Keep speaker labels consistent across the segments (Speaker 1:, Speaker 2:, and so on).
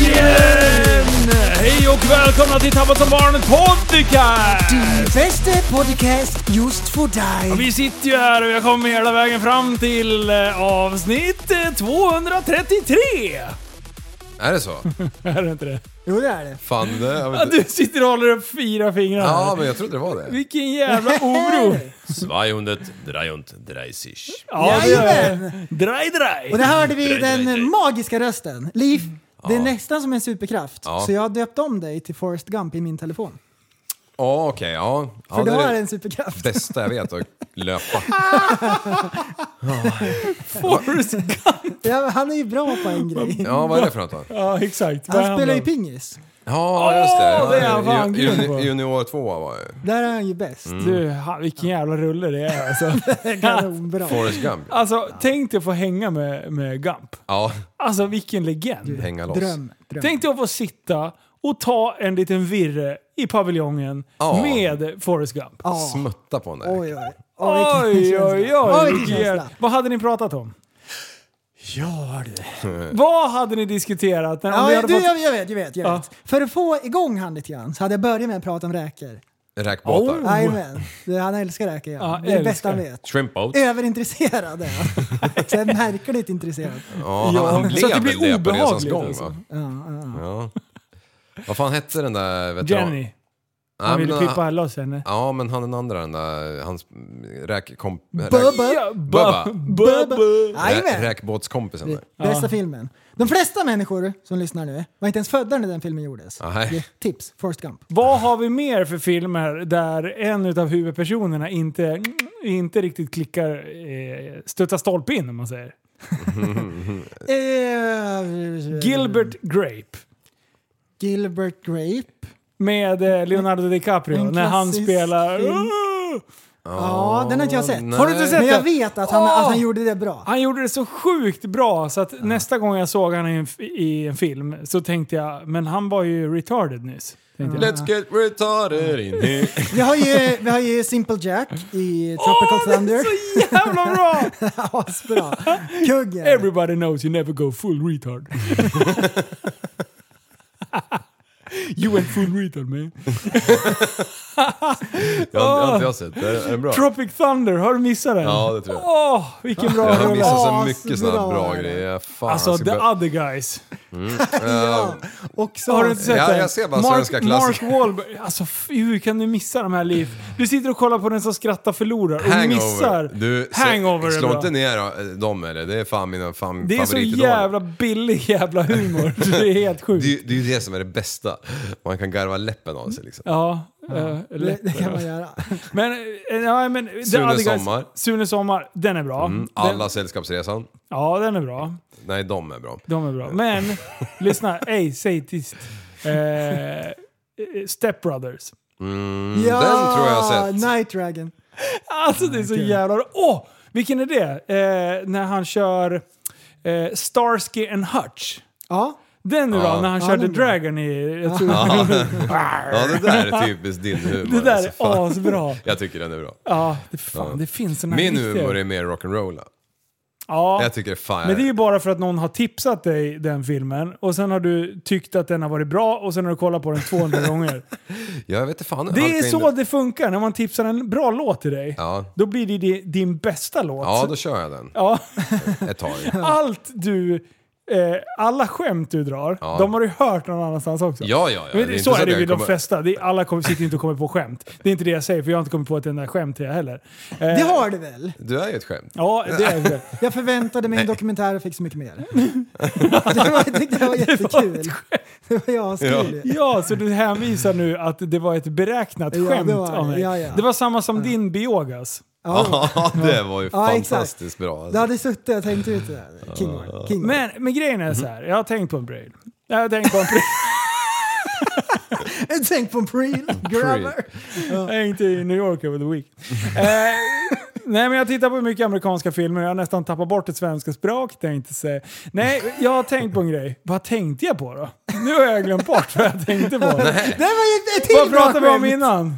Speaker 1: Jajamän! Hej och välkomna till Tappat som barn podcast!
Speaker 2: Bästa podcast just för
Speaker 1: Och
Speaker 2: dig.
Speaker 1: Vi sitter ju här och jag kommer hela vägen fram till eh, avsnitt eh, 233!
Speaker 3: Är det så?
Speaker 1: Är det inte det?
Speaker 2: Jo det är det.
Speaker 3: Fan, det, jag vet
Speaker 1: Ja,
Speaker 3: inte.
Speaker 1: du sitter och håller upp fyra fingrar.
Speaker 3: Ja,
Speaker 1: här.
Speaker 3: men jag trodde det var det.
Speaker 1: Vilken jävla oro!
Speaker 3: 200, 300, 30.
Speaker 1: Ja, det gör jag.
Speaker 2: Jajamän!
Speaker 1: Draj, draj!
Speaker 2: Och där hörde vi
Speaker 3: Drej, drej, drej.
Speaker 2: den magiska rösten. Liv, det är nästan som en superkraft.
Speaker 3: Ja.
Speaker 2: Så jag har döpt om dig till Forrest Gump i min telefon.
Speaker 3: Ja, okej. Ja. ja.
Speaker 2: För
Speaker 3: det
Speaker 2: du har
Speaker 3: är det
Speaker 2: en superkraft.
Speaker 3: bästa jag vet, att löpa.
Speaker 1: Forrest Gump!
Speaker 2: Ja, han är ju bra på en grej.
Speaker 3: Ja, vad är det för något då?
Speaker 1: Ja, exakt. Vad är
Speaker 2: Han spelar ju
Speaker 1: då?
Speaker 2: pingis.
Speaker 3: Ja, just det.
Speaker 1: Åh, det är jag fan
Speaker 3: Ju-
Speaker 1: grym
Speaker 3: juni-
Speaker 1: på.
Speaker 3: Junior 2 var ju.
Speaker 2: Där är han ju bäst.
Speaker 1: Du, han- vilken jävla rulle det är alltså.
Speaker 2: Kanonbra.
Speaker 3: Forrest Gump.
Speaker 1: Alltså, tänk dig att få hänga med, med Gump.
Speaker 3: Ja,
Speaker 1: Alltså vilken legend.
Speaker 3: hänga loss.
Speaker 2: Dröm. dröm.
Speaker 1: Tänk dig att få sitta och ta en liten virre i paviljongen
Speaker 3: Ja.
Speaker 1: med Forrest Gump.
Speaker 2: Ja.
Speaker 3: Smutta på den där.
Speaker 2: Oj, oj.
Speaker 1: Oj, oj,
Speaker 2: Oj,
Speaker 1: oj.
Speaker 2: vilken
Speaker 1: vilken
Speaker 2: känsla.
Speaker 1: jävla- Vad hade ni pratat om? Ja du. Vad hade ni diskuterat? När, om
Speaker 2: Ja,
Speaker 1: vi
Speaker 2: jag,
Speaker 1: hade
Speaker 2: du,
Speaker 1: fått...
Speaker 2: jag, jag vet, jag vet, jag
Speaker 1: Ja.
Speaker 2: vet. För att få igång han lite grann så hade jag börjat med att prata om räkor.
Speaker 3: Räkbåtar.
Speaker 1: Oh.
Speaker 2: Jajamän. Det- Han älskar räkor.
Speaker 1: Ja,
Speaker 2: Ja. Det är det bästa han
Speaker 1: älskar.
Speaker 2: vet.
Speaker 3: Shrimp boat.
Speaker 2: Överintresserad är han. Så jag är märkligt intresserad.
Speaker 3: Ja, han, han
Speaker 1: så att det
Speaker 3: blev väl
Speaker 1: blir
Speaker 3: det på resans
Speaker 1: obehagligt,
Speaker 3: gång
Speaker 1: alltså.
Speaker 3: va? Ja. Vad fan hette den där veteranen?
Speaker 1: Jenny.
Speaker 3: Ja,
Speaker 1: Han
Speaker 3: men eh,
Speaker 1: ville
Speaker 3: han-
Speaker 1: pippa loss henne.
Speaker 3: Ja, men han den andra, den där, hans räkkomp...
Speaker 2: Bubba.
Speaker 1: Ja,
Speaker 3: Bubba.
Speaker 1: bu- Bubba.
Speaker 2: Jajamän.
Speaker 3: Räkbåtskompisen där.
Speaker 2: Bästa filmen. De flesta människor som lyssnar nu var inte ens födda när den filmen gjordes.
Speaker 3: Nej.
Speaker 2: Det är Tips, Forrest Gump.
Speaker 1: Vad har vi mer för filmer där en av huvudpersonerna inte, inte riktigt klickar, eh, stöttar stolpe in om man säger?
Speaker 2: Eh,
Speaker 1: Gilbert Grape.
Speaker 2: Gilbert Grape.
Speaker 1: Med eh, Leonardo DiCaprio
Speaker 2: Mm. En
Speaker 1: när han
Speaker 2: klassisk
Speaker 1: spelar...
Speaker 2: film. Ja, den har inte jag sett.
Speaker 3: nej.
Speaker 1: Har du inte sett
Speaker 2: Men jag
Speaker 1: den?
Speaker 2: vet att han,
Speaker 1: Åh!
Speaker 2: att han gjorde det bra.
Speaker 1: Han gjorde det så sjukt bra så att nästa gång jag såg honom i en, f- i en film så tänkte jag, men han var ju retarded nyss. Tänkte jag.
Speaker 3: Let's get retarded in here.
Speaker 2: Vi har ju, vi har ju Simple Jack i Tropical
Speaker 1: Åh, det
Speaker 2: Thunder.
Speaker 1: är så jävla bra!
Speaker 2: Asbra. Kuggen.
Speaker 1: Everybody knows you never go full retard. you went full retard man.
Speaker 3: Det har det har inte jag sett. Det är, är den bra?
Speaker 1: Tropic Thunder, har du missat den?
Speaker 3: Ja, det tror jag.
Speaker 1: Åh, vilken bra
Speaker 3: Jag har missat så
Speaker 2: Asbra
Speaker 3: mycket sådana bra
Speaker 2: är det.
Speaker 3: grejer. Fan,
Speaker 1: Alltså,
Speaker 3: jag ska
Speaker 1: the
Speaker 3: börja-
Speaker 1: other guys.
Speaker 2: Ja. Och så
Speaker 1: Mm. Har du inte sett
Speaker 3: Ja,
Speaker 1: den?
Speaker 3: jag ser bara svenska
Speaker 1: Mark
Speaker 3: klassiker.
Speaker 1: Wahlberg. Alltså fy, hur kan du missa de här liv? Du sitter och kollar på den som skrattar förlorar och missar.
Speaker 3: Du, se-
Speaker 1: hangover är
Speaker 3: slå
Speaker 1: bra.
Speaker 3: inte ner eh, dem eller? Det är fan mina fan,
Speaker 1: Det är så
Speaker 3: favoritidoler.
Speaker 1: jävla billig jävla humor. Det är helt sjukt.
Speaker 3: Det, är- det är ju det som är det bästa. Man kan garva läppen av sig liksom.
Speaker 1: Ja, eh,
Speaker 2: Det, det kan
Speaker 1: lätt.
Speaker 2: man göra.
Speaker 1: Men, eh, ja, men The
Speaker 3: Sune
Speaker 1: Other Guys-
Speaker 3: Sommar.
Speaker 1: Sune Sommar, Mm, den är bra.
Speaker 3: Alla
Speaker 1: Den,
Speaker 3: Sällskapsresan.
Speaker 1: ja, den är bra.
Speaker 3: Nej, de är bra.
Speaker 1: De är bra. Men, lyssna. Ej, säg tyst. Eh, Step Brothers.
Speaker 3: Mm, Den tror jag har sett.
Speaker 2: Night Dragon.
Speaker 1: Alltså
Speaker 3: Ah,
Speaker 1: det är så jävla... Åh! vilken är det? Eh, när han kör eh, Starsky and Hutch.
Speaker 2: Ja.
Speaker 1: Den nu
Speaker 3: Ja.
Speaker 1: då, när han
Speaker 2: Ja,
Speaker 1: körde
Speaker 2: den bra.
Speaker 1: Dragon i... Jag tror,
Speaker 3: Ja. ja, det där är typ- typiskt din humor.
Speaker 1: Det där
Speaker 3: alltså,
Speaker 1: är
Speaker 3: fan.
Speaker 1: asbra.
Speaker 3: Jag tycker den är bra.
Speaker 1: Ja, det, fan,
Speaker 3: Ja.
Speaker 1: det finns såna här
Speaker 3: Min
Speaker 1: riktiga-
Speaker 3: humor är mer rock'n'roll.
Speaker 1: Ja,
Speaker 3: Jag tycker fan...
Speaker 1: men det är ju bara för att någon har tipsat dig den filmen och sen har du tyckt att den har varit bra och sen har du kollat på den 200 gånger.
Speaker 3: Jag vet inte fan.
Speaker 1: Det är
Speaker 3: allting-
Speaker 1: så det funkar, när man tipsar en bra låt till dig.
Speaker 3: Ja.
Speaker 1: Då blir det di- din bästa låt.
Speaker 3: Ja, då kör jag den
Speaker 1: Ja,
Speaker 3: ett tag.
Speaker 1: allt du... Eh, alla skämt du drar,
Speaker 3: Ja.
Speaker 1: de har du hört någon annanstans också.
Speaker 3: Ja, ja,
Speaker 1: Men
Speaker 3: ja. Det är
Speaker 1: så,
Speaker 3: inte så
Speaker 1: är
Speaker 3: att
Speaker 1: det
Speaker 3: jag
Speaker 1: ju de
Speaker 3: kommer-
Speaker 1: flesta. Det är, alla kommer, sitter inte och kommer på skämt. Det är inte det jag säger, för jag har inte kommit på ett enda skämt till jag heller. Eh,
Speaker 2: Det har du väl?
Speaker 3: Du är ju ett skämt.
Speaker 1: Ja, det är det.
Speaker 2: Jag förväntade mig en dokumentär och fick så mycket mer. det var, jag tyckte det var jättekul. Det var jag skrev ja.
Speaker 1: Ja, så du hänvisar nu att det var ett beräknat
Speaker 2: Ja, det
Speaker 1: skämt
Speaker 2: var det.
Speaker 1: av mig.
Speaker 2: Ja, ja.
Speaker 1: Det var samma som din biogas.
Speaker 3: Ja, det var ju
Speaker 2: Ja, exakt.
Speaker 3: fantastiskt bra.
Speaker 2: Du
Speaker 3: Alltså.
Speaker 2: hade suttit och tänkt ut det där. King Ward. King Ward.
Speaker 1: Men, men grejen är
Speaker 3: Mhm.
Speaker 1: så här. jag har tänkt på en braid. Jag har tänkt på en braid.
Speaker 2: Tänk på en preel, grabbar.
Speaker 1: Jag hängde i New York över the week. eh, nej men jag tittar på mycket amerikanska filmer jag har nästan tappat bort det svenska språket tänkte säga. Nej, jag har tänkt på en grej. Vad tänkte jag på då? Nu har jag glömt bort vad jag tänkte på.
Speaker 2: Det var ju ett
Speaker 1: Vad
Speaker 2: till bra
Speaker 1: pratade vi om
Speaker 2: skämt!
Speaker 1: innan?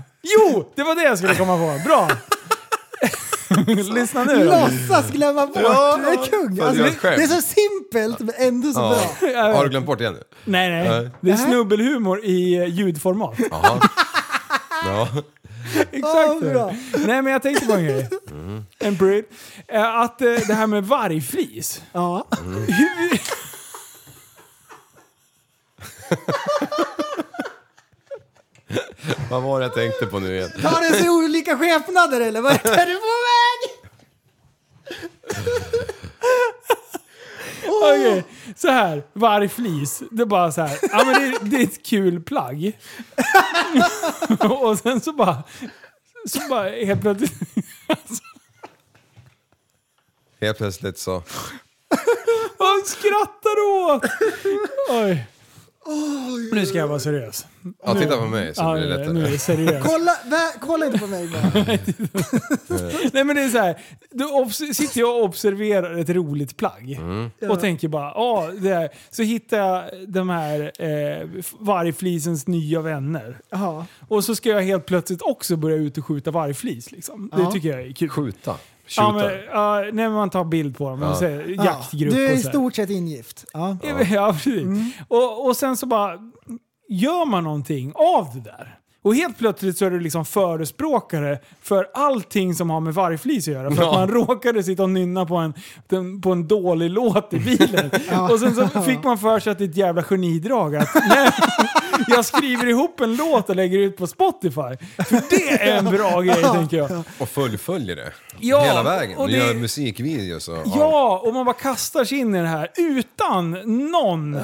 Speaker 1: Jo, det var det jag skulle komma på. Bra! Lyssna nu. då.
Speaker 2: Låtsas glömma bort.
Speaker 3: Ja,
Speaker 2: det är kung.
Speaker 3: det
Speaker 2: Alltså,
Speaker 3: var
Speaker 2: det,
Speaker 3: ett skämt.
Speaker 2: det är så simpelt men ändå så
Speaker 3: Ja.
Speaker 2: bra.
Speaker 3: Har du glömt bort det nu?
Speaker 1: Nej, nej.
Speaker 3: Nej.
Speaker 1: Det är snubbelhumor i eh, ljudformat.
Speaker 3: Jaha. Ja.
Speaker 1: Exakt
Speaker 2: Ja,
Speaker 1: så.
Speaker 2: bra.
Speaker 1: Nej, men jag tänkte på en grej. En breed. Eh, Att eh, det här med vargflis.
Speaker 2: Ja.
Speaker 3: Vad var det jag tänkte på nu igen?
Speaker 2: Har den så olika skepnader eller? Vad är du på väg?
Speaker 1: Okej, så här. Vargflis. Det är bara så här. Ja, men det, det är ett kul plagg. Och sen så bara... Så bara helt plötsligt...
Speaker 3: Helt plötsligt så...
Speaker 1: Vad skrattar du åt? Oj. Nu ska jag vara seriös.
Speaker 3: Ja, titta på mig så
Speaker 1: Ja,
Speaker 3: blir det
Speaker 1: nu är
Speaker 3: lättare.
Speaker 1: det seriöst.
Speaker 2: Kolla, vä- kolla inte på mig bara.
Speaker 1: Nej men det är så här. du obs- sitter jag och observerar ett roligt plagg
Speaker 3: Mm.
Speaker 1: och tänker bara, ja, det här. så hittar jag de här eh, vargflisens nya vänner.
Speaker 2: Ja.
Speaker 1: Och så ska jag helt plötsligt också börja ut och skjuta vargflis liksom. Det
Speaker 2: Ja.
Speaker 1: tycker jag är kul.
Speaker 3: Skjuta.
Speaker 1: Ja,
Speaker 3: Skjuta.
Speaker 1: men, ja, nej, men man tar bild på dem, man säger
Speaker 2: Ja.
Speaker 1: jaktgrupp
Speaker 2: Du är
Speaker 1: och
Speaker 2: i
Speaker 1: så här.
Speaker 2: stort sett ingift. Ja.
Speaker 1: Ja, ja precis. Och, och sen så bara gör man någonting av det där. Och helt plötsligt så är du liksom förespråkare för allting som har med vargflis att göra. För att man råkade sitta och nynna på en, den- på en dålig låt i bilen. Och sen så fick man för sig att det är ett jävla genidrag. Att, nej, jag skriver ihop en låt och lägger ut på Spotify. För det är en bra grej tänker jag.
Speaker 3: Och fullföljer det.
Speaker 1: Ja,
Speaker 3: Hela vägen.
Speaker 1: och
Speaker 3: Och
Speaker 1: det-
Speaker 3: Gör musikvideos och...
Speaker 1: Ja, och man bara kastar sig in i det här utan någon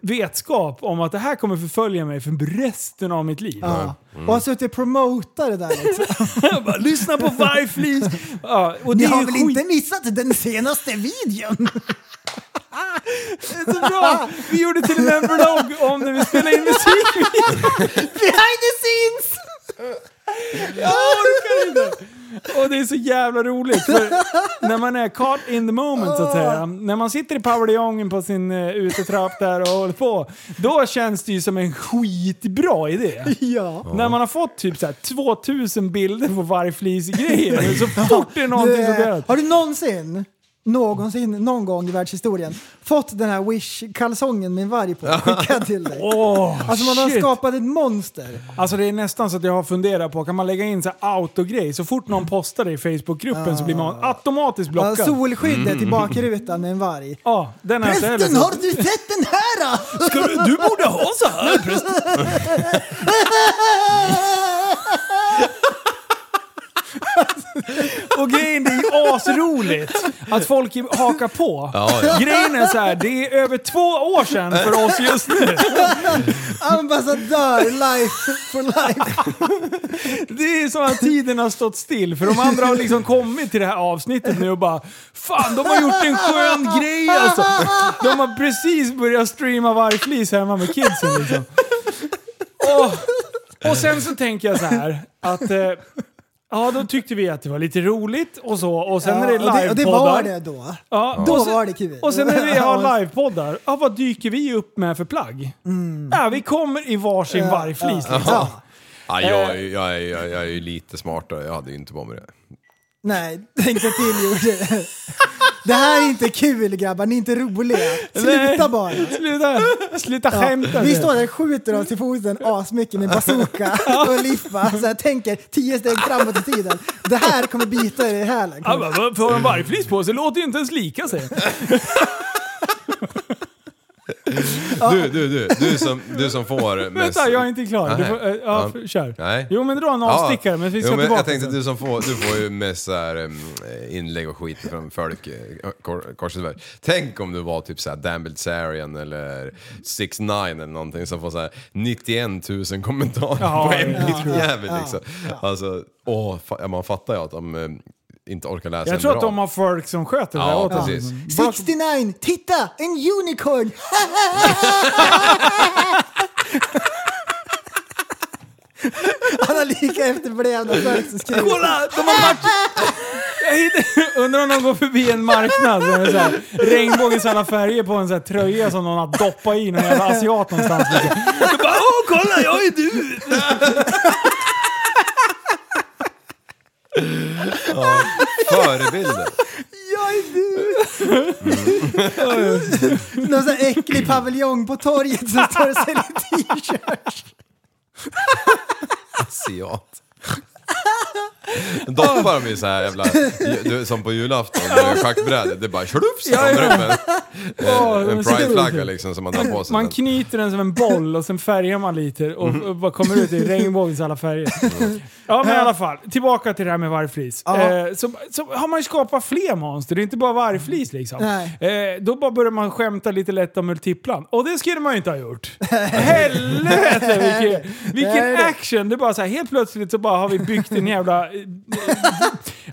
Speaker 1: vetskap om att det här kommer förfölja mig för resten av mitt liv.
Speaker 2: Ja. Och har suttit och promotat det där liksom.
Speaker 1: Jag bara, lyssna på Vargflis! Ja, och det
Speaker 2: Ni
Speaker 1: är
Speaker 2: har
Speaker 1: ju
Speaker 2: väl
Speaker 1: skit-
Speaker 2: inte missat den senaste videon?
Speaker 1: Det är så bra! Alltså, Vi gjorde till och med en vlogg om när vi spelade in musik.
Speaker 2: Behind the scenes!
Speaker 1: Jag orkar inte! Och det är så jävla roligt. För när man är caught in the moment så att
Speaker 2: Ah.
Speaker 1: säga. När man sitter i paviljongen på sin uh, utetrapp där och håller på. Då känns det ju som en skitbra idé.
Speaker 2: Ja.
Speaker 1: När man har fått typ så här 2000 bilder på vargflis-grejer så fort det är någonting som
Speaker 2: Du, eh,
Speaker 1: dör.
Speaker 2: har du någonsin, någonsin, någon gång i världshistorien fått den här Wish-kalsongen med en varg på skickad till dig?
Speaker 1: Åh,
Speaker 2: Alltså man har
Speaker 1: shit.
Speaker 2: skapat ett monster.
Speaker 1: Alltså det är nästan så att jag har funderat på, kan man lägga in så här autogrej? Så fort någon postar det i Facebookgruppen så blir man automatiskt
Speaker 2: Ja,
Speaker 1: blockad.
Speaker 2: solskyddet
Speaker 1: Mm.
Speaker 2: i bakrutan med en varg.
Speaker 1: Ja, den har jag inte
Speaker 2: Prästen,
Speaker 1: heller.
Speaker 2: har du sett den här då?
Speaker 1: Ska du, du borde ha så här prästen! Och grejen det är ju asroligt att folk hakar på.
Speaker 3: Ja, ja.
Speaker 1: Grejen är så här, det är över två år sedan för oss just nu.
Speaker 2: Ambassadör life for life.
Speaker 1: Det är som att tiden har stått still, för de andra har liksom kommit till det här avsnittet nu och bara Fan, de har gjort en skön grej alltså! De har precis börjat streama vargflis hemma med kidsen liksom. Och, och sen så tänker jag så här att eh, Ja, då tyckte vi att det var lite roligt och så. Och sen när det är
Speaker 2: och, det,
Speaker 1: livepoddar.
Speaker 2: och det var det då.
Speaker 1: Ja,
Speaker 2: Då
Speaker 1: och sen-
Speaker 2: var det kul.
Speaker 1: Och sen när vi har livepoddar, ja, vad dyker vi upp med för plagg? Ja, vi kommer i varsin vargflis.
Speaker 2: Mm. Ja.
Speaker 1: liksom.
Speaker 2: Ja.
Speaker 3: Ja,
Speaker 1: eh-
Speaker 3: jag, jag, jag, jag, jag är ju lite smartare, jag hade ju inte på mig det.
Speaker 2: Nej, tänkte till gjorde det. Det här är inte kul grabbar, ni är inte roliga. Sluta
Speaker 1: Nej.
Speaker 2: bara.
Speaker 1: Sluta, sluta skämta.
Speaker 2: Vi står där och skjuter oss i foten asmycket med bazooka och liffa. Så jag tänker tio steg framåt i tiden. Det här kommer bita er i hälen.
Speaker 1: Ja, men varför har en vargflis på sig? Låter ju inte ens lika sig.
Speaker 3: Du, du, du, du som, du som får mest...
Speaker 1: Vänta, jag är inte klar. Du
Speaker 3: Nej.
Speaker 1: får, äh, ja, för, kör.
Speaker 3: Nej.
Speaker 1: Jo, men dra en avstickare, men vi ska
Speaker 3: jo, men
Speaker 1: tillbaka
Speaker 3: Jag tänkte
Speaker 1: sen.
Speaker 3: du som får, du får ju mest så här, em, inlägg och skit från folk eh, kor- kors och tvärs. Tänk om du var typ såhär Dan Bilzerian eller 6 9 eller någonting som får såhär 91 000 kommentarer
Speaker 1: Ja,
Speaker 3: på en
Speaker 1: ja,
Speaker 3: liten jävel liksom. Alltså, åh, fa- ja, man fattar ju att de em, inte orkar läsa
Speaker 1: Jag
Speaker 3: en
Speaker 1: tror att
Speaker 3: bra.
Speaker 1: de har folk som sköter det
Speaker 3: Ja,
Speaker 1: där åt dem.
Speaker 3: precis.
Speaker 2: 69, titta! En unicorn! Han har lika efterblivna folk som skriver.
Speaker 1: Kolla! De har varit... Jag hitt- Undrar om de går förbi en marknad med så här, regnbågens alla färger på en så här, tröja som någon har doppat i någon jävla asiat någonstans. liksom. De bara åh kolla jag är du!
Speaker 3: Förebilder.
Speaker 2: Jag är du! Någon sån här äcklig paviljong på torget som står och säljer t-shirts.
Speaker 3: asiat. Doppar de i så här jävla, du, som på julafton, med schackbrädet. Det är bara tjolufs,
Speaker 1: Ja, ja.
Speaker 3: kommer upp en,
Speaker 1: Åh,
Speaker 3: en,
Speaker 1: de är
Speaker 3: en
Speaker 1: så
Speaker 3: prideflagga
Speaker 1: roliga.
Speaker 3: liksom som man drar på sig.
Speaker 1: Man knyter den som en boll och sen färgar man lite och, och bara kommer ut i regnbågens alla färger. Ja men i alla fall, tillbaka till det här med vargflis.
Speaker 2: Ja.
Speaker 1: Eh, så, så har man ju skapat fler monster, det är inte bara vargflis liksom.
Speaker 2: Nej.
Speaker 1: Eh, då bara börjar man skämta lite lätt om multiplan. Och det skulle man ju inte ha gjort. Helvete vilken,
Speaker 2: Nej,
Speaker 1: vilken
Speaker 2: det-
Speaker 1: action! Det är bara så här, helt plötsligt så bara har vi byggt en jävla... eh,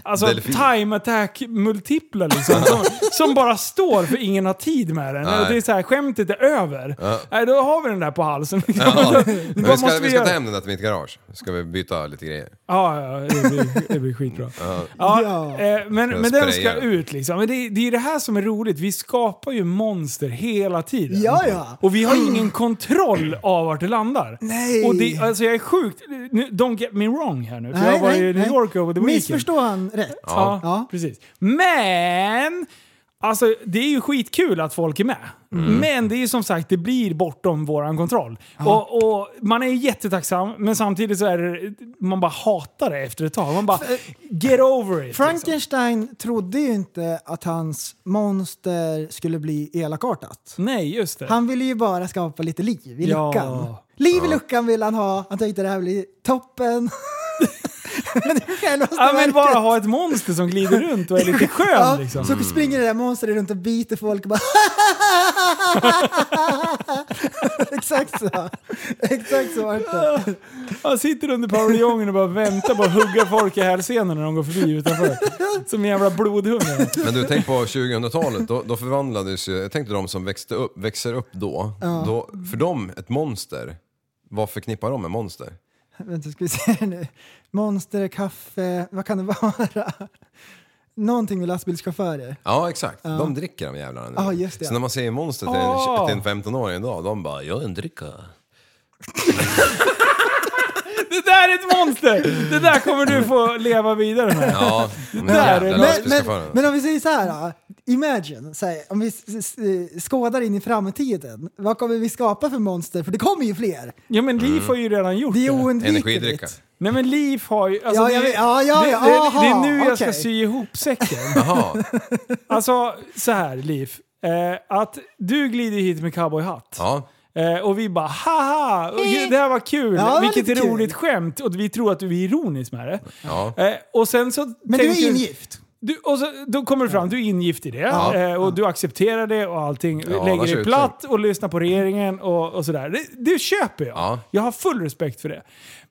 Speaker 1: Alltså
Speaker 3: Delfin.
Speaker 1: time attack multipla liksom. Som, som bara står för ingen har tid med den.
Speaker 3: Nej.
Speaker 1: Och det är så här, skämtet är över. Nej, då har vi den där på halsen. Liksom.
Speaker 3: Ja. Men vi
Speaker 1: Vad
Speaker 3: ska,
Speaker 1: måste
Speaker 3: vi
Speaker 1: vi
Speaker 3: ska ta
Speaker 1: göra?
Speaker 3: hem den där till mitt garage. Ska vi byta lite grejer.
Speaker 1: Ja, ja, det blir, det blir skitbra. Ja,
Speaker 2: Ja.
Speaker 1: eh, Men,
Speaker 3: Jag
Speaker 1: men den ska
Speaker 3: sprayar.
Speaker 1: ut liksom. Men det, det är det här som är roligt. Vi skapar ju monster hela tiden.
Speaker 2: Ja, ja.
Speaker 1: Och vi har ingen kontroll av vart det landar.
Speaker 2: Nej.
Speaker 1: Och det, alltså jag är sjukt... Nu, don't get me wrong här nu. För jag
Speaker 2: Nej,
Speaker 1: var
Speaker 2: nej,
Speaker 1: ju i New
Speaker 2: nej.
Speaker 1: York over the weekend.
Speaker 2: Missförstå han rätt.
Speaker 1: Ja,
Speaker 2: Ja.
Speaker 1: precis. Men! Alltså det är ju skitkul att folk är med. Men det är ju som sagt, det blir bortom våran kontroll. Och, och man är ju jättetacksam, men samtidigt så är det, man bara hatar det efter ett tag. Man bara, get over it. liksom.
Speaker 2: Frankenstein trodde ju inte att hans monster skulle bli elakartat.
Speaker 1: Nej, just det.
Speaker 2: Han ville ju bara skapa lite liv i
Speaker 1: Ja.
Speaker 2: luckan. Liv i luckan ville han ha. Han tyckte det här blir toppen. Men det är självaste
Speaker 1: ja, men
Speaker 2: verket.
Speaker 1: bara ha ett monster som glider runt och är lite
Speaker 2: Ja,
Speaker 1: skön liksom.
Speaker 3: Mm.
Speaker 2: Så springer det där monstret runt och biter folk och bara Exakt så. Exakt så vart det.
Speaker 1: Han sitter under paviljongen och bara väntar på att hugga folk i hälsenorna när de går förbi utanför. Som en jävla blodhund.
Speaker 3: Men du, tänk på 2000-talet. Då, då förvandlades ju, jag tänkte de som växte upp, växer upp då, då. För dem, ett monster. Vad förknippar de med monster?
Speaker 2: Vänta, ska vi se här nu. Monster, kaffe, vad kan det vara? Någonting med lastbilschaufförer.
Speaker 3: Ja, exakt. De dricker de jävlarna nu.
Speaker 2: Ja, just det.
Speaker 3: Så när man säger monster till
Speaker 1: Ah.
Speaker 3: en, till en 15-åring idag, de bara “jag är en dricka”.
Speaker 1: Det där är ett monster! Det där kommer du få leva vidare med.
Speaker 3: Ja, de
Speaker 1: Där,
Speaker 3: jävla
Speaker 1: men-
Speaker 2: Men, men,
Speaker 3: lastbilschaufförerna.
Speaker 2: men om vi säger så här, då. imagine, så här, om vi s- s- eh, skådar in i framtiden, vad kommer vi skapa för monster? För det kommer ju fler.
Speaker 1: Ja men
Speaker 3: Mm.
Speaker 1: Liv har ju redan gjort
Speaker 2: Det är
Speaker 1: det.
Speaker 3: Energidricka.
Speaker 2: oundvikligt.
Speaker 1: Nej men Liv har ju... Alltså,
Speaker 2: Ja, jag
Speaker 1: det,
Speaker 2: vet- ja, ja,
Speaker 1: det,
Speaker 2: ja,
Speaker 1: det, det är nu
Speaker 2: aha,
Speaker 1: jag ska
Speaker 2: okej.
Speaker 1: sy ihop säcken.
Speaker 3: Jaha,
Speaker 1: Alltså så här Liv. Eh, att du glider hit med cowboyhatt.
Speaker 3: ja.
Speaker 1: Eh, och vi bara haha, och gud, det här var kul,
Speaker 2: Ja, det var
Speaker 1: vilket
Speaker 2: lite kul.
Speaker 1: roligt skämt. Och vi tror att du är ironisk med det.
Speaker 3: ja.
Speaker 1: Eh, och sen så
Speaker 2: Men du är ingift.
Speaker 1: Du, och så, då kommer det fram, du är ingift i det
Speaker 3: Ja.
Speaker 1: eh, och du accepterar det och allting.
Speaker 3: Ja,
Speaker 1: lägger dig
Speaker 3: varsågod.
Speaker 1: platt och lyssnar på regeringen och, och sådär. Det, det köper jag.
Speaker 3: Ja.
Speaker 1: Jag har full respekt för det.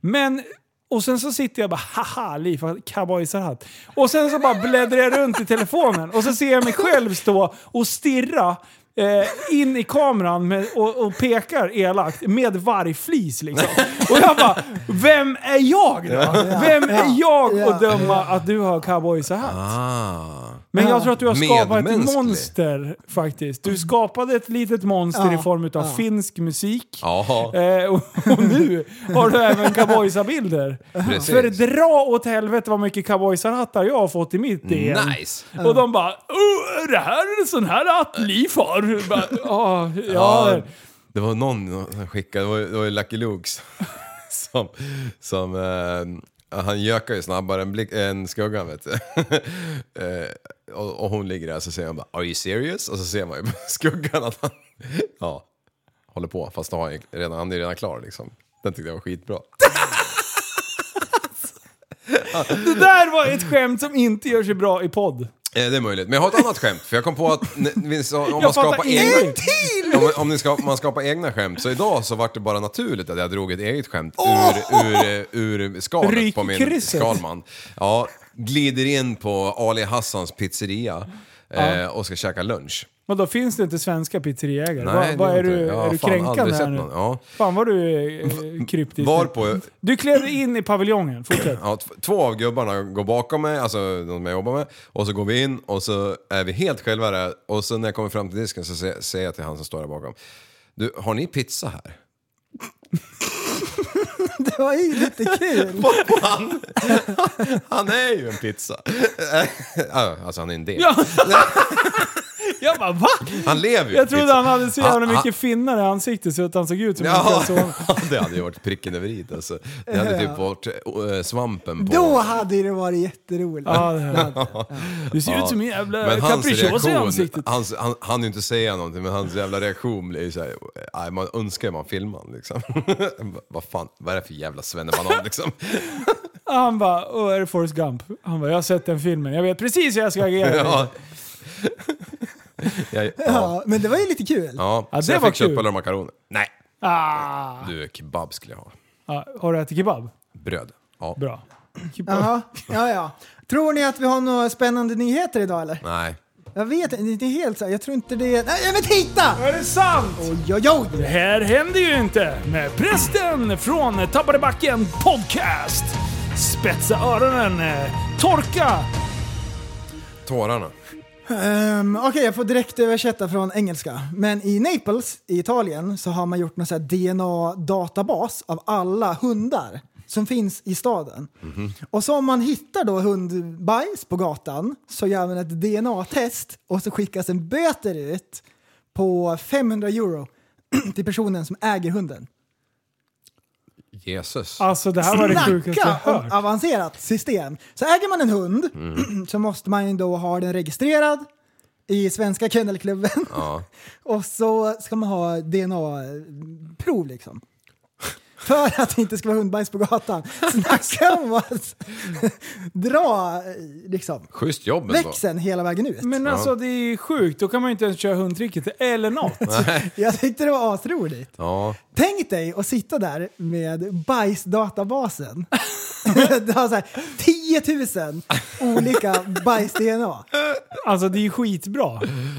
Speaker 1: Men, och sen så sitter jag bara haha, Liv har cowboysarhatt. Och sen så bara bläddrar jag runt i telefonen och så ser jag mig själv stå och stirra eh, in i kameran med, och, och pekar elakt med vargflis liksom. Och jag bara, vem är jag då? Vem är jag att döma att du har cowboyhatt?
Speaker 3: Ah.
Speaker 1: Men jag tror att du har skapat ett
Speaker 3: Medmänsklig.
Speaker 1: monster faktiskt. Du skapade ett litet monster i form av finsk musik.
Speaker 3: Ja,
Speaker 1: Eh, och, och nu har du även cowboysabilder.
Speaker 3: Precis.
Speaker 1: För dra åt helvete vad mycket cowboysarhattar jag har fått i mitt DM.
Speaker 3: nice.
Speaker 1: Och de bara oh, det här är en sån här hatt Liv har. Bara, "Ja, ja.
Speaker 3: Ja, det var någon som skickade, det var, det var ju Lucky Lukes som, som eh, han gökar ju snabbare än, blick, än skuggan vet du. Eh, och, och hon ligger där så säger han bara “Are you serious?” och så ser man ju på skuggan att han ja, håller på fast då har han, ju redan, han är ju redan klar liksom. Den tyckte jag var skitbra.
Speaker 1: Det där var ett skämt som inte gör sig bra i podd.
Speaker 3: Eh, det är möjligt, men jag har ett annat skämt för jag kom på att n- vi sa- om man
Speaker 1: Jag fattar
Speaker 3: skapar
Speaker 1: ingenting.
Speaker 3: egna... Om, om ni ska, man skapar egna skämt, så idag så vart det bara naturligt att jag drog ett eget skämt ur, ur, ur skalet på min
Speaker 1: Rykkrisset.
Speaker 3: skalman. Ja, glider in på Ali Hassans pizzeria eh, och ska käka lunch.
Speaker 1: Men då finns det inte svenska pizzeriägare?
Speaker 3: Nej,
Speaker 1: vad
Speaker 3: det
Speaker 1: vad
Speaker 3: gör
Speaker 1: är du,
Speaker 3: inte. Jag har
Speaker 1: är du
Speaker 3: fan
Speaker 1: kränkande
Speaker 3: aldrig
Speaker 1: här
Speaker 3: sett
Speaker 1: nu?
Speaker 3: någon. Ja.
Speaker 1: Fan vad du är eh, kryptisk.
Speaker 3: Varpå
Speaker 1: Du klev in i paviljongen, fortsätt.
Speaker 3: Ja, t- två av gubbarna går bakom mig, alltså de jag jobbar med, och så går vi in och så är vi helt själva där och så när jag kommer fram till disken så se- säger jag till han som står där bakom. Du, har ni pizza här?
Speaker 2: Det var ju lite kul.
Speaker 3: Han, han är ju en pizza. Ja, alltså han är en del.
Speaker 1: Ja. Jag bara va?
Speaker 3: Han lever ju
Speaker 1: Jag trodde han hade så jävla
Speaker 3: Han- han-
Speaker 1: mycket finnar i ansiktet så att han såg ut som en
Speaker 3: Ja,
Speaker 1: kalsong.
Speaker 3: det hade ju varit pricken över i alltså. Det hade typ varit eh, svampen på...
Speaker 2: Då hade ju det varit jätteroligt.
Speaker 1: Ja, det här. Du ser ut som en jävla
Speaker 3: Men hans
Speaker 1: capricciosa i
Speaker 3: reaktion,
Speaker 1: ansiktet.
Speaker 3: hans, han han ju inte säga någonting men hans jävla reaktion blir ju såhär, nej, man önskar ju man filmade honom, liksom. vad fan, vad är det för jävla svennebanan liksom?
Speaker 1: Han bara, åh är det Forrest Gump? Han bara, jag har sett den filmen, jag vet precis hur jag ska agera.
Speaker 3: ja. Jag, ja.
Speaker 2: Ja, men det var ju lite kul.
Speaker 3: Ja.
Speaker 1: Ja,
Speaker 3: så
Speaker 1: det
Speaker 3: jag
Speaker 1: var
Speaker 3: fick
Speaker 1: kul.
Speaker 3: köpa några makaroner. Nej,
Speaker 1: Ah.
Speaker 3: du kebab skulle jag ha.
Speaker 1: Ja, har du ätit kebab?
Speaker 3: Bröd. Ja.
Speaker 1: Bra. Kebab.
Speaker 2: Jaha, ja, ja. Tror ni att vi har några spännande nyheter idag eller?
Speaker 3: Nej.
Speaker 2: Jag vet inte, det är helt så. här, Jag tror inte det... Nej, men titta!
Speaker 1: Är det sant?
Speaker 2: Oj, oj, oj!
Speaker 1: Det här händer ju inte med prästen från Tappade backen podcast. Spetsa öronen, eh, torka.
Speaker 3: Tårarna.
Speaker 2: Ehm, Okej, jag får direkt översätta från engelska. Men i Naples i Italien så har man gjort någon sån här DNA-databas av alla hundar som finns i staden. Och så om man hittar då hundbajs på gatan så gör man ett DNA-test och så skickas en böter ut på 500 euro till personen som äger hunden.
Speaker 3: Jesus.
Speaker 1: Alltså det här var det sjukaste jag
Speaker 2: Snacka om
Speaker 1: hört.
Speaker 2: avancerat system. Så äger man en hund så måste man ju då ha den registrerad i Svenska Kennelklubben. Och så ska man ha DNA-prov liksom. För att det inte ska vara hundbajs på gatan. Snacka om att dra eh, liksom,
Speaker 3: Schysst jobb ändå.
Speaker 2: växeln hela vägen ut.
Speaker 1: Men alltså det är sjukt, då kan man ju inte ens köra hundtricket eller något.
Speaker 2: Jag tyckte det var asroligt.
Speaker 3: Ja.
Speaker 2: Tänk dig att sitta där med bajsdatabasen. du har så här 10 000 olika bajs-DNA.
Speaker 1: Alltså det är ju skitbra.
Speaker 3: Oh,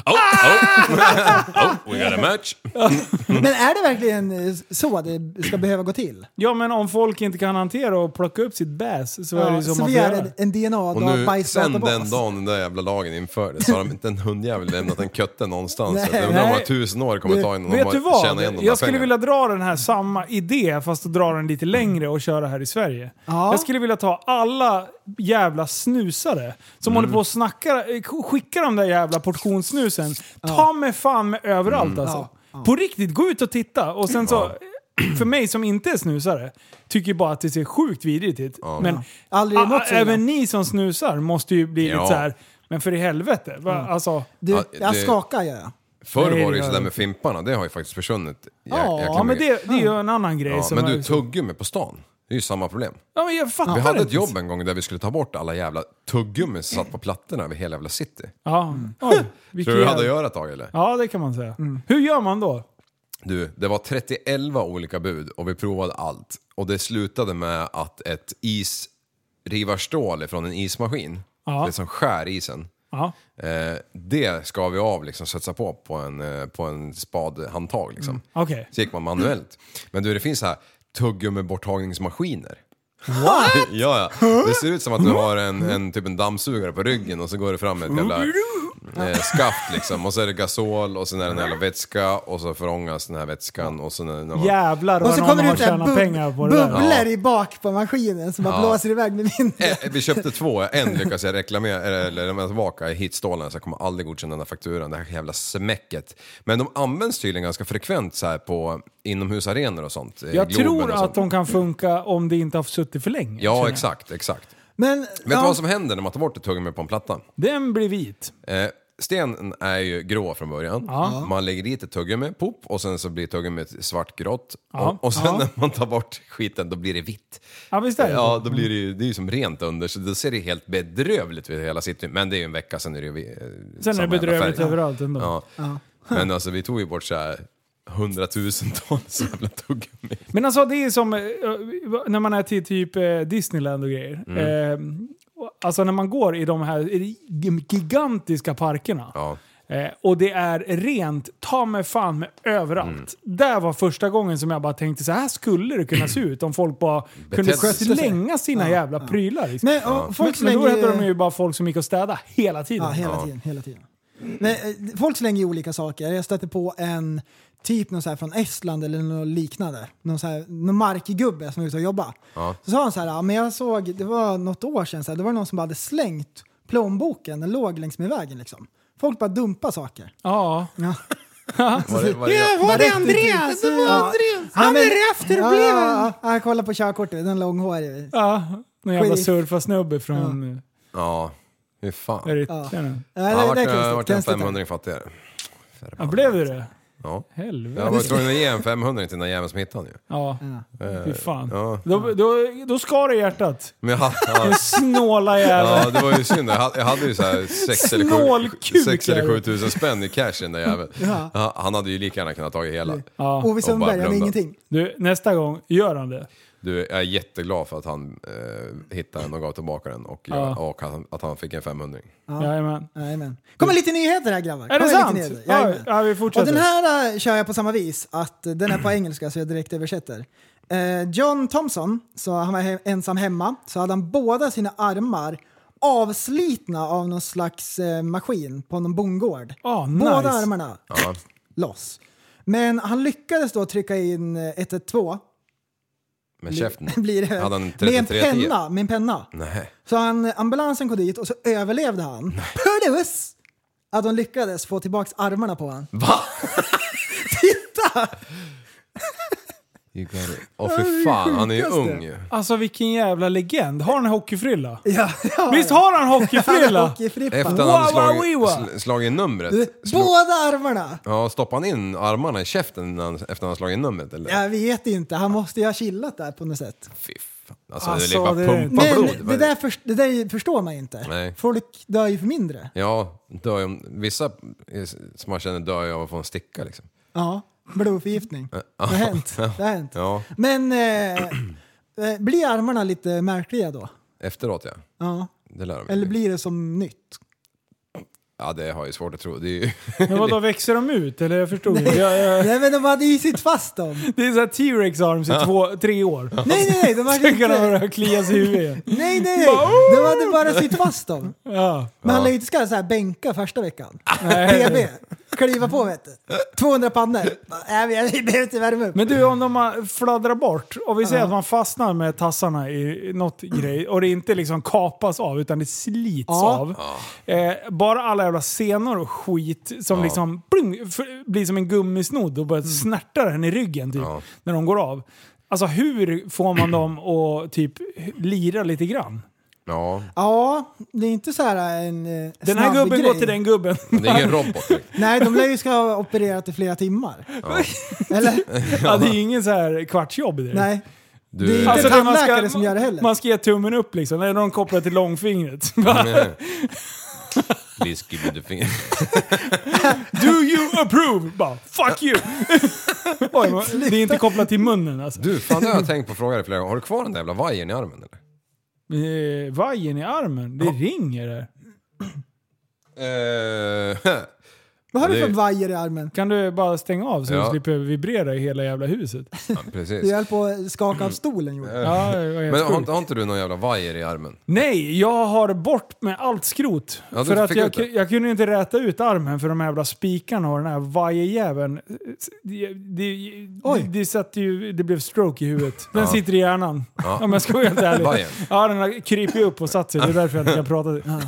Speaker 3: oh. oh, we got a
Speaker 1: Eh,
Speaker 3: match.
Speaker 1: Mm.
Speaker 2: Men är det verkligen eh, så det ska behöva gå till?
Speaker 1: Ja men om folk inte kan hantera och plocka upp sitt bäs så är det ju så,
Speaker 2: så
Speaker 1: man
Speaker 2: vi
Speaker 1: får
Speaker 2: gör
Speaker 1: göra.
Speaker 2: en, en
Speaker 3: Och nu, sen den
Speaker 2: DNA-bajsdatabas.
Speaker 3: dagen den där jävla lagen infördes så har de inte en hundjävel lämnat en kötte någonstans.
Speaker 2: Nej.
Speaker 3: Nej. Jag undrar om
Speaker 1: Nej.
Speaker 3: det tusen år kommer ta innan de
Speaker 1: Vet du
Speaker 3: har tjänat igen
Speaker 1: vad?
Speaker 3: de
Speaker 1: Jag skulle
Speaker 3: pengarna.
Speaker 1: vilja dra den här samma idé fast att dra den lite längre och köra här i Sverige.
Speaker 2: Ja.
Speaker 1: Jag skulle vilja ta alla jävla snusare
Speaker 3: Mm.
Speaker 1: som håller på och snackar, eh, skickar de där jävla portionssnusen. Ta mig fan med överallt
Speaker 3: Mm.
Speaker 1: alltså. På riktigt, gå ut och titta. Och sen så, för mig som inte är snusare, tycker bara att det ser sjukt vidrigt ut. Men
Speaker 2: Aldrig
Speaker 1: a-
Speaker 2: något
Speaker 1: a-
Speaker 2: så illa.
Speaker 1: Ah, även ni som snusar måste ju bli lite
Speaker 3: Ja.
Speaker 1: så här. men för i helvete. Va? Alltså,
Speaker 2: Du,
Speaker 3: Ja,
Speaker 2: jag
Speaker 3: det-
Speaker 2: skakar gör jag.
Speaker 1: Nej,
Speaker 3: Förr var
Speaker 1: det
Speaker 3: det ju
Speaker 1: gör
Speaker 3: sådär
Speaker 1: det
Speaker 3: med fimparna, det har ju faktiskt försvunnit. Jäk-
Speaker 1: ja,
Speaker 3: jäkla
Speaker 1: men
Speaker 3: mycket.
Speaker 1: det, det är ju en annan grej.
Speaker 3: ja,
Speaker 1: som
Speaker 3: men
Speaker 1: är
Speaker 3: du,
Speaker 1: liksom-
Speaker 3: tuggummi på stan, det är ju samma problem.
Speaker 1: Ja, men jag fattar
Speaker 3: Vi hade
Speaker 1: inte.
Speaker 3: ett jobb en gång där vi skulle ta bort alla jävla tuggummi som satt på plattorna över hela jävla city.
Speaker 1: Ja. Oj, vilken
Speaker 3: Mm. Tror du vi
Speaker 1: jävla-
Speaker 3: hade Mm. att göra ett tag eller?
Speaker 1: Ja, det kan man säga. Hur gör man då?
Speaker 3: Du, det var 31 olika bud och vi provade allt. Och det slutade med att ett isrivarstål från en ismaskin,
Speaker 1: Ja.
Speaker 3: det som skär isen,
Speaker 1: Ja.
Speaker 3: Eh, det ska vi av liksom, svetsa på på en, eh, på en spadhandtag liksom.
Speaker 1: Okej.
Speaker 3: Så gick man manuellt. Men du, det finns så här tuggummi-borttagningsmaskiner. What? ja, ja. Det ser ut som att du har en, en, typ en dammsugare på ryggen och så går det fram ett jävla
Speaker 1: Mm.
Speaker 3: eh, skaft liksom. Och så är det gasol och sen är det en jävla vätska och så förångas den här vätskan och så när, när man...
Speaker 1: Jävlar vad
Speaker 2: Och så
Speaker 1: någon
Speaker 2: kommer det
Speaker 1: har
Speaker 2: ut så här
Speaker 1: tjänat pengar på
Speaker 2: bub-
Speaker 1: det där.
Speaker 2: bubblor i bak på maskinen som bara blåser iväg med mindre.
Speaker 3: Eh, Vi köpte två, en lyckas jag reklamera, eller lämna tillbaka i hitstålen så jag kommer aldrig godkänna den här fakturan, det här jävla smäcket. Men de används tydligen ganska frekvent så här på inomhusarenor och sånt. eh,
Speaker 1: Jag
Speaker 3: Globen och
Speaker 1: tror att
Speaker 3: sånt.
Speaker 1: de kan funka om det inte har suttit för länge. känner
Speaker 3: Ja,
Speaker 1: jag.
Speaker 3: exakt, exakt.
Speaker 2: Men,
Speaker 3: Vet
Speaker 2: ja,
Speaker 3: du vad som händer när man tar bort ett tuggummi på en platta?
Speaker 1: Den blir vit.
Speaker 3: Eh, stenen är ju grå från början. Man lägger dit ett tuggummi, pop, och sen så blir tuggummit svartgrått.
Speaker 1: Ja.
Speaker 3: Och, och sen
Speaker 1: Ja.
Speaker 3: när man tar bort skiten då blir det vitt.
Speaker 1: Ja, visst är det så.
Speaker 3: Ja, då blir det ju, det är ju som rent under, så då ser det helt bedrövligt ut hela sitt Men det är ju en vecka, sen är det ju... eh,
Speaker 1: Sen
Speaker 3: samma
Speaker 1: är det
Speaker 3: jävla
Speaker 1: bedrövligt
Speaker 3: färg.
Speaker 1: överallt ändå.
Speaker 3: Ja. Men alltså vi tog ju bort så här hundratusentals jävla tuggummi.
Speaker 1: Men alltså det är som eh, när man är till typ eh, Disneyland och grejer.
Speaker 3: Mm.
Speaker 1: Eh, och- Alltså när man går i de här gigantiska parkerna.
Speaker 3: Ja.
Speaker 1: Eh, och det är rent, ta mig fan med överallt. Där var första gången som jag bara tänkte så här skulle det kunna se ut om folk bara kunde
Speaker 3: Betedde sig.
Speaker 1: slänga sina jävla prylar. Liksom.
Speaker 2: men, och, folk
Speaker 1: Men då
Speaker 2: slänger
Speaker 1: hette de
Speaker 2: ju...
Speaker 1: ju bara folk som gick och städade hela tiden.
Speaker 2: Ja, hela
Speaker 3: Ja.
Speaker 2: tiden. Hela tiden. Men, eh, folk slänger ju olika saker. Jag stötte på en typ någon så här från Estland eller något liknande. Någon, så här, någon markgubbe som var ute och jobbade. Så sa han så här, ja, men jag såg, det var något år sedan, så här, det var någon som bara hade slängt plånboken, den låg längs med vägen liksom. Folk bara dumpar saker.
Speaker 1: Ja.
Speaker 2: Ja.
Speaker 3: Var det, var det,
Speaker 2: var det Andreas? Det var Andreas! Han är efterbliven! Ja, ja, ja, kolla på körkortet, den långhårige.
Speaker 1: ja. Någon jävla
Speaker 2: Skit.
Speaker 1: surfarsnubbe från
Speaker 3: ja, hur fan.
Speaker 1: ja.
Speaker 2: Ja.
Speaker 1: Eritrea.
Speaker 2: Ja,
Speaker 3: Han
Speaker 2: det, det är
Speaker 3: vart en
Speaker 2: konstigt. konstigt.
Speaker 3: 500 fattigare.
Speaker 1: Ja, blev det det?
Speaker 3: Ja.
Speaker 1: Helvete.
Speaker 3: Jag var tvungen att ge en 500 till den där jäveln som hittade den ju.
Speaker 1: Ja, fy fan.
Speaker 3: ja.
Speaker 1: Då, då, då skar det i hjärtat.
Speaker 3: Men jag hade, ja,
Speaker 1: Snåla jävel.
Speaker 3: ja, det var ju synd. Jag hade, jag hade ju så här sex eller sju-
Speaker 1: Snålkuk,
Speaker 3: sex eller
Speaker 1: jävel.
Speaker 3: 7 tusen spänn i cash i den där jäveln. Ja, han hade ju lika gärna kunnat ta hela.
Speaker 1: Ja.
Speaker 2: Ove Sundberg,
Speaker 3: bara
Speaker 2: han är
Speaker 3: blunda.
Speaker 2: ingenting.
Speaker 1: Du, nästa gång, gör han det?
Speaker 3: Du, jag är jätteglad för att han eh, hittade den och gav tillbaka den och, jag,
Speaker 1: Ja.
Speaker 3: och att, han, att han fick en 500.
Speaker 1: Jajamän.
Speaker 2: Jajamän. Kommer lite nyheter här grabbar.
Speaker 1: Är det
Speaker 2: Kommer lite
Speaker 1: sant?
Speaker 2: nyheter.
Speaker 1: Ja,
Speaker 2: Jajamän.
Speaker 1: ja, vi
Speaker 2: Och
Speaker 1: fortsätter.
Speaker 2: den här eh, kör jag på samma vis, att eh, den är på engelska så jag direkt översätter. Eh, John Thompson, så han var he- ensam hemma, så hade han båda sina armar avslitna av någon slags eh, maskin på någon bondgård.
Speaker 1: Ah,
Speaker 2: Båda
Speaker 1: nice.
Speaker 2: armarna
Speaker 3: Ja.
Speaker 2: loss. Men han lyckades då trycka in eh, 112,
Speaker 3: Med käften.
Speaker 2: blir det,
Speaker 3: Hade han en
Speaker 2: med en
Speaker 3: 3310?
Speaker 2: penna. Med en penna.
Speaker 3: Nej.
Speaker 2: Så han, ambulansen kom dit och så överlevde han. Plus att de lyckades få tillbaka armarna på honom.
Speaker 3: Va? You got it. Åh fy fan, han är ju ung ju.
Speaker 1: Alltså vilken jävla legend. Har han hockeyfrilla?
Speaker 2: Ja, ja,
Speaker 1: Visst
Speaker 2: ja.
Speaker 1: har han hockeyfrilla?
Speaker 2: Hockeyfrippa.
Speaker 3: Efter han
Speaker 1: Wow,
Speaker 3: hade
Speaker 1: wow,
Speaker 3: slagit,
Speaker 1: wow. Eh.
Speaker 3: sl- slagit numret.
Speaker 2: Du,
Speaker 3: Slog,
Speaker 2: Båda armarna!
Speaker 3: ja, stoppade han in armarna i käften innan, efter han hade slagit numret eller?
Speaker 2: Jag vet inte, han måste ju ha chillat där på något sätt.
Speaker 3: Fy fan. Alltså, det
Speaker 1: Alltså,
Speaker 3: är bara
Speaker 1: det-
Speaker 3: pumpa blod.
Speaker 2: Men det där, först- det där ju- förstår man ju inte.
Speaker 3: Nej.
Speaker 2: Folk dör ju för mindre.
Speaker 3: Ja, dör ju, vissa som man känner dör ju av att få en sticka liksom.
Speaker 2: Ja, blodförgiftning. Det har hänt. Det har hänt.
Speaker 3: Ja,
Speaker 2: Men eh, eh, blir armarna lite märkliga då?
Speaker 3: efteråt ja.
Speaker 2: Ja.
Speaker 3: Det lär de ju
Speaker 2: Eller
Speaker 3: bli.
Speaker 2: blir det som nytt?
Speaker 3: Ja, det har jag ju svårt att tro. Det är ju...
Speaker 1: Men vadå, växer de ut? Eller jag förstod inte. Jag, jag,
Speaker 2: Nej men de hade ju sitt fast dem.
Speaker 1: det är såhär T-Rex arms i två, tre år.
Speaker 2: Nej nej nej, de hade
Speaker 1: Sen kan
Speaker 2: inte...
Speaker 1: de börja klia sig i huvudet igen.
Speaker 2: Nej, nej, nej. De hade bara sitt fast dem.
Speaker 1: Ja.
Speaker 2: Men han lär ju inte ska så här bänka första veckan. PB. Kliva på vet du. 200 pannor. Nej, men jag behöver inte värma upp.
Speaker 1: Men du, om de har- fladdrar bort, och vi säger att man fastnar med tassarna i något grej och det inte liksom kapas av utan det slits
Speaker 2: Ja.
Speaker 1: av. Eh, bara alla jävla senor och skit som liksom pling, f- blir som en gummisnodd och
Speaker 2: Mm.
Speaker 1: börjar snärta den i ryggen typ, när de går av. Alltså hur får man dem att typ lira lite grann?
Speaker 3: Ja,
Speaker 2: Ja, det är inte så här en eh,
Speaker 1: Den här
Speaker 2: snabb
Speaker 1: gubben
Speaker 2: grej.
Speaker 1: går till den gubben.
Speaker 3: det är ingen robot. liksom.
Speaker 2: Nej, de lär ju ska ha opererat i flera timmar. Eller?
Speaker 1: ja, det är ingen så här kvartsjobb i det. Alltså,
Speaker 2: Nej.
Speaker 3: Du,
Speaker 2: Det är inte-
Speaker 1: det man
Speaker 2: tandläkare som gör det heller.
Speaker 1: Man ska ge tummen upp liksom, eller de kopplar till långfingret. Bara,
Speaker 3: Mm. Please give me the finger.
Speaker 1: Do you approve? Bara, fuck you! Oj, men det är inte kopplat till munnen alltså.
Speaker 3: Du, fan det har jag tänkt på att fråga dig flera gånger. Har du kvar den där jävla vajern i armen eller?
Speaker 1: Eh, vajern i armen, det ringer där.
Speaker 3: Eh,
Speaker 2: Vad har du
Speaker 3: Det-
Speaker 2: för vajer i armen?
Speaker 1: Kan du bara stänga av så
Speaker 3: Ja.
Speaker 1: du slipper vibrera i hela jävla huset?
Speaker 3: ja, precis.
Speaker 2: Du höll på att skaka av stolen gjorde
Speaker 1: Ja, det var helt
Speaker 3: Men har,
Speaker 1: sjukt.
Speaker 3: inte- har inte du någon jävla vajer i armen?
Speaker 1: Nej, jag har bort med allt skrot.
Speaker 3: Ja, du
Speaker 1: för att
Speaker 3: fick
Speaker 1: jag,
Speaker 3: ut det.
Speaker 1: jag kunde ju inte räta ut armen för de här jävla spikarna och den här vajerjäveln. Det, det,
Speaker 2: Oj.
Speaker 1: det, det, satt ju, det blev stroke i huvudet. Den
Speaker 3: Ja.
Speaker 1: sitter i hjärnan. Om jag ska vara helt ärlig.
Speaker 3: Vajern.
Speaker 1: ja, den har krypit upp och satt sig. Det är därför jag inte kan prata. Ja.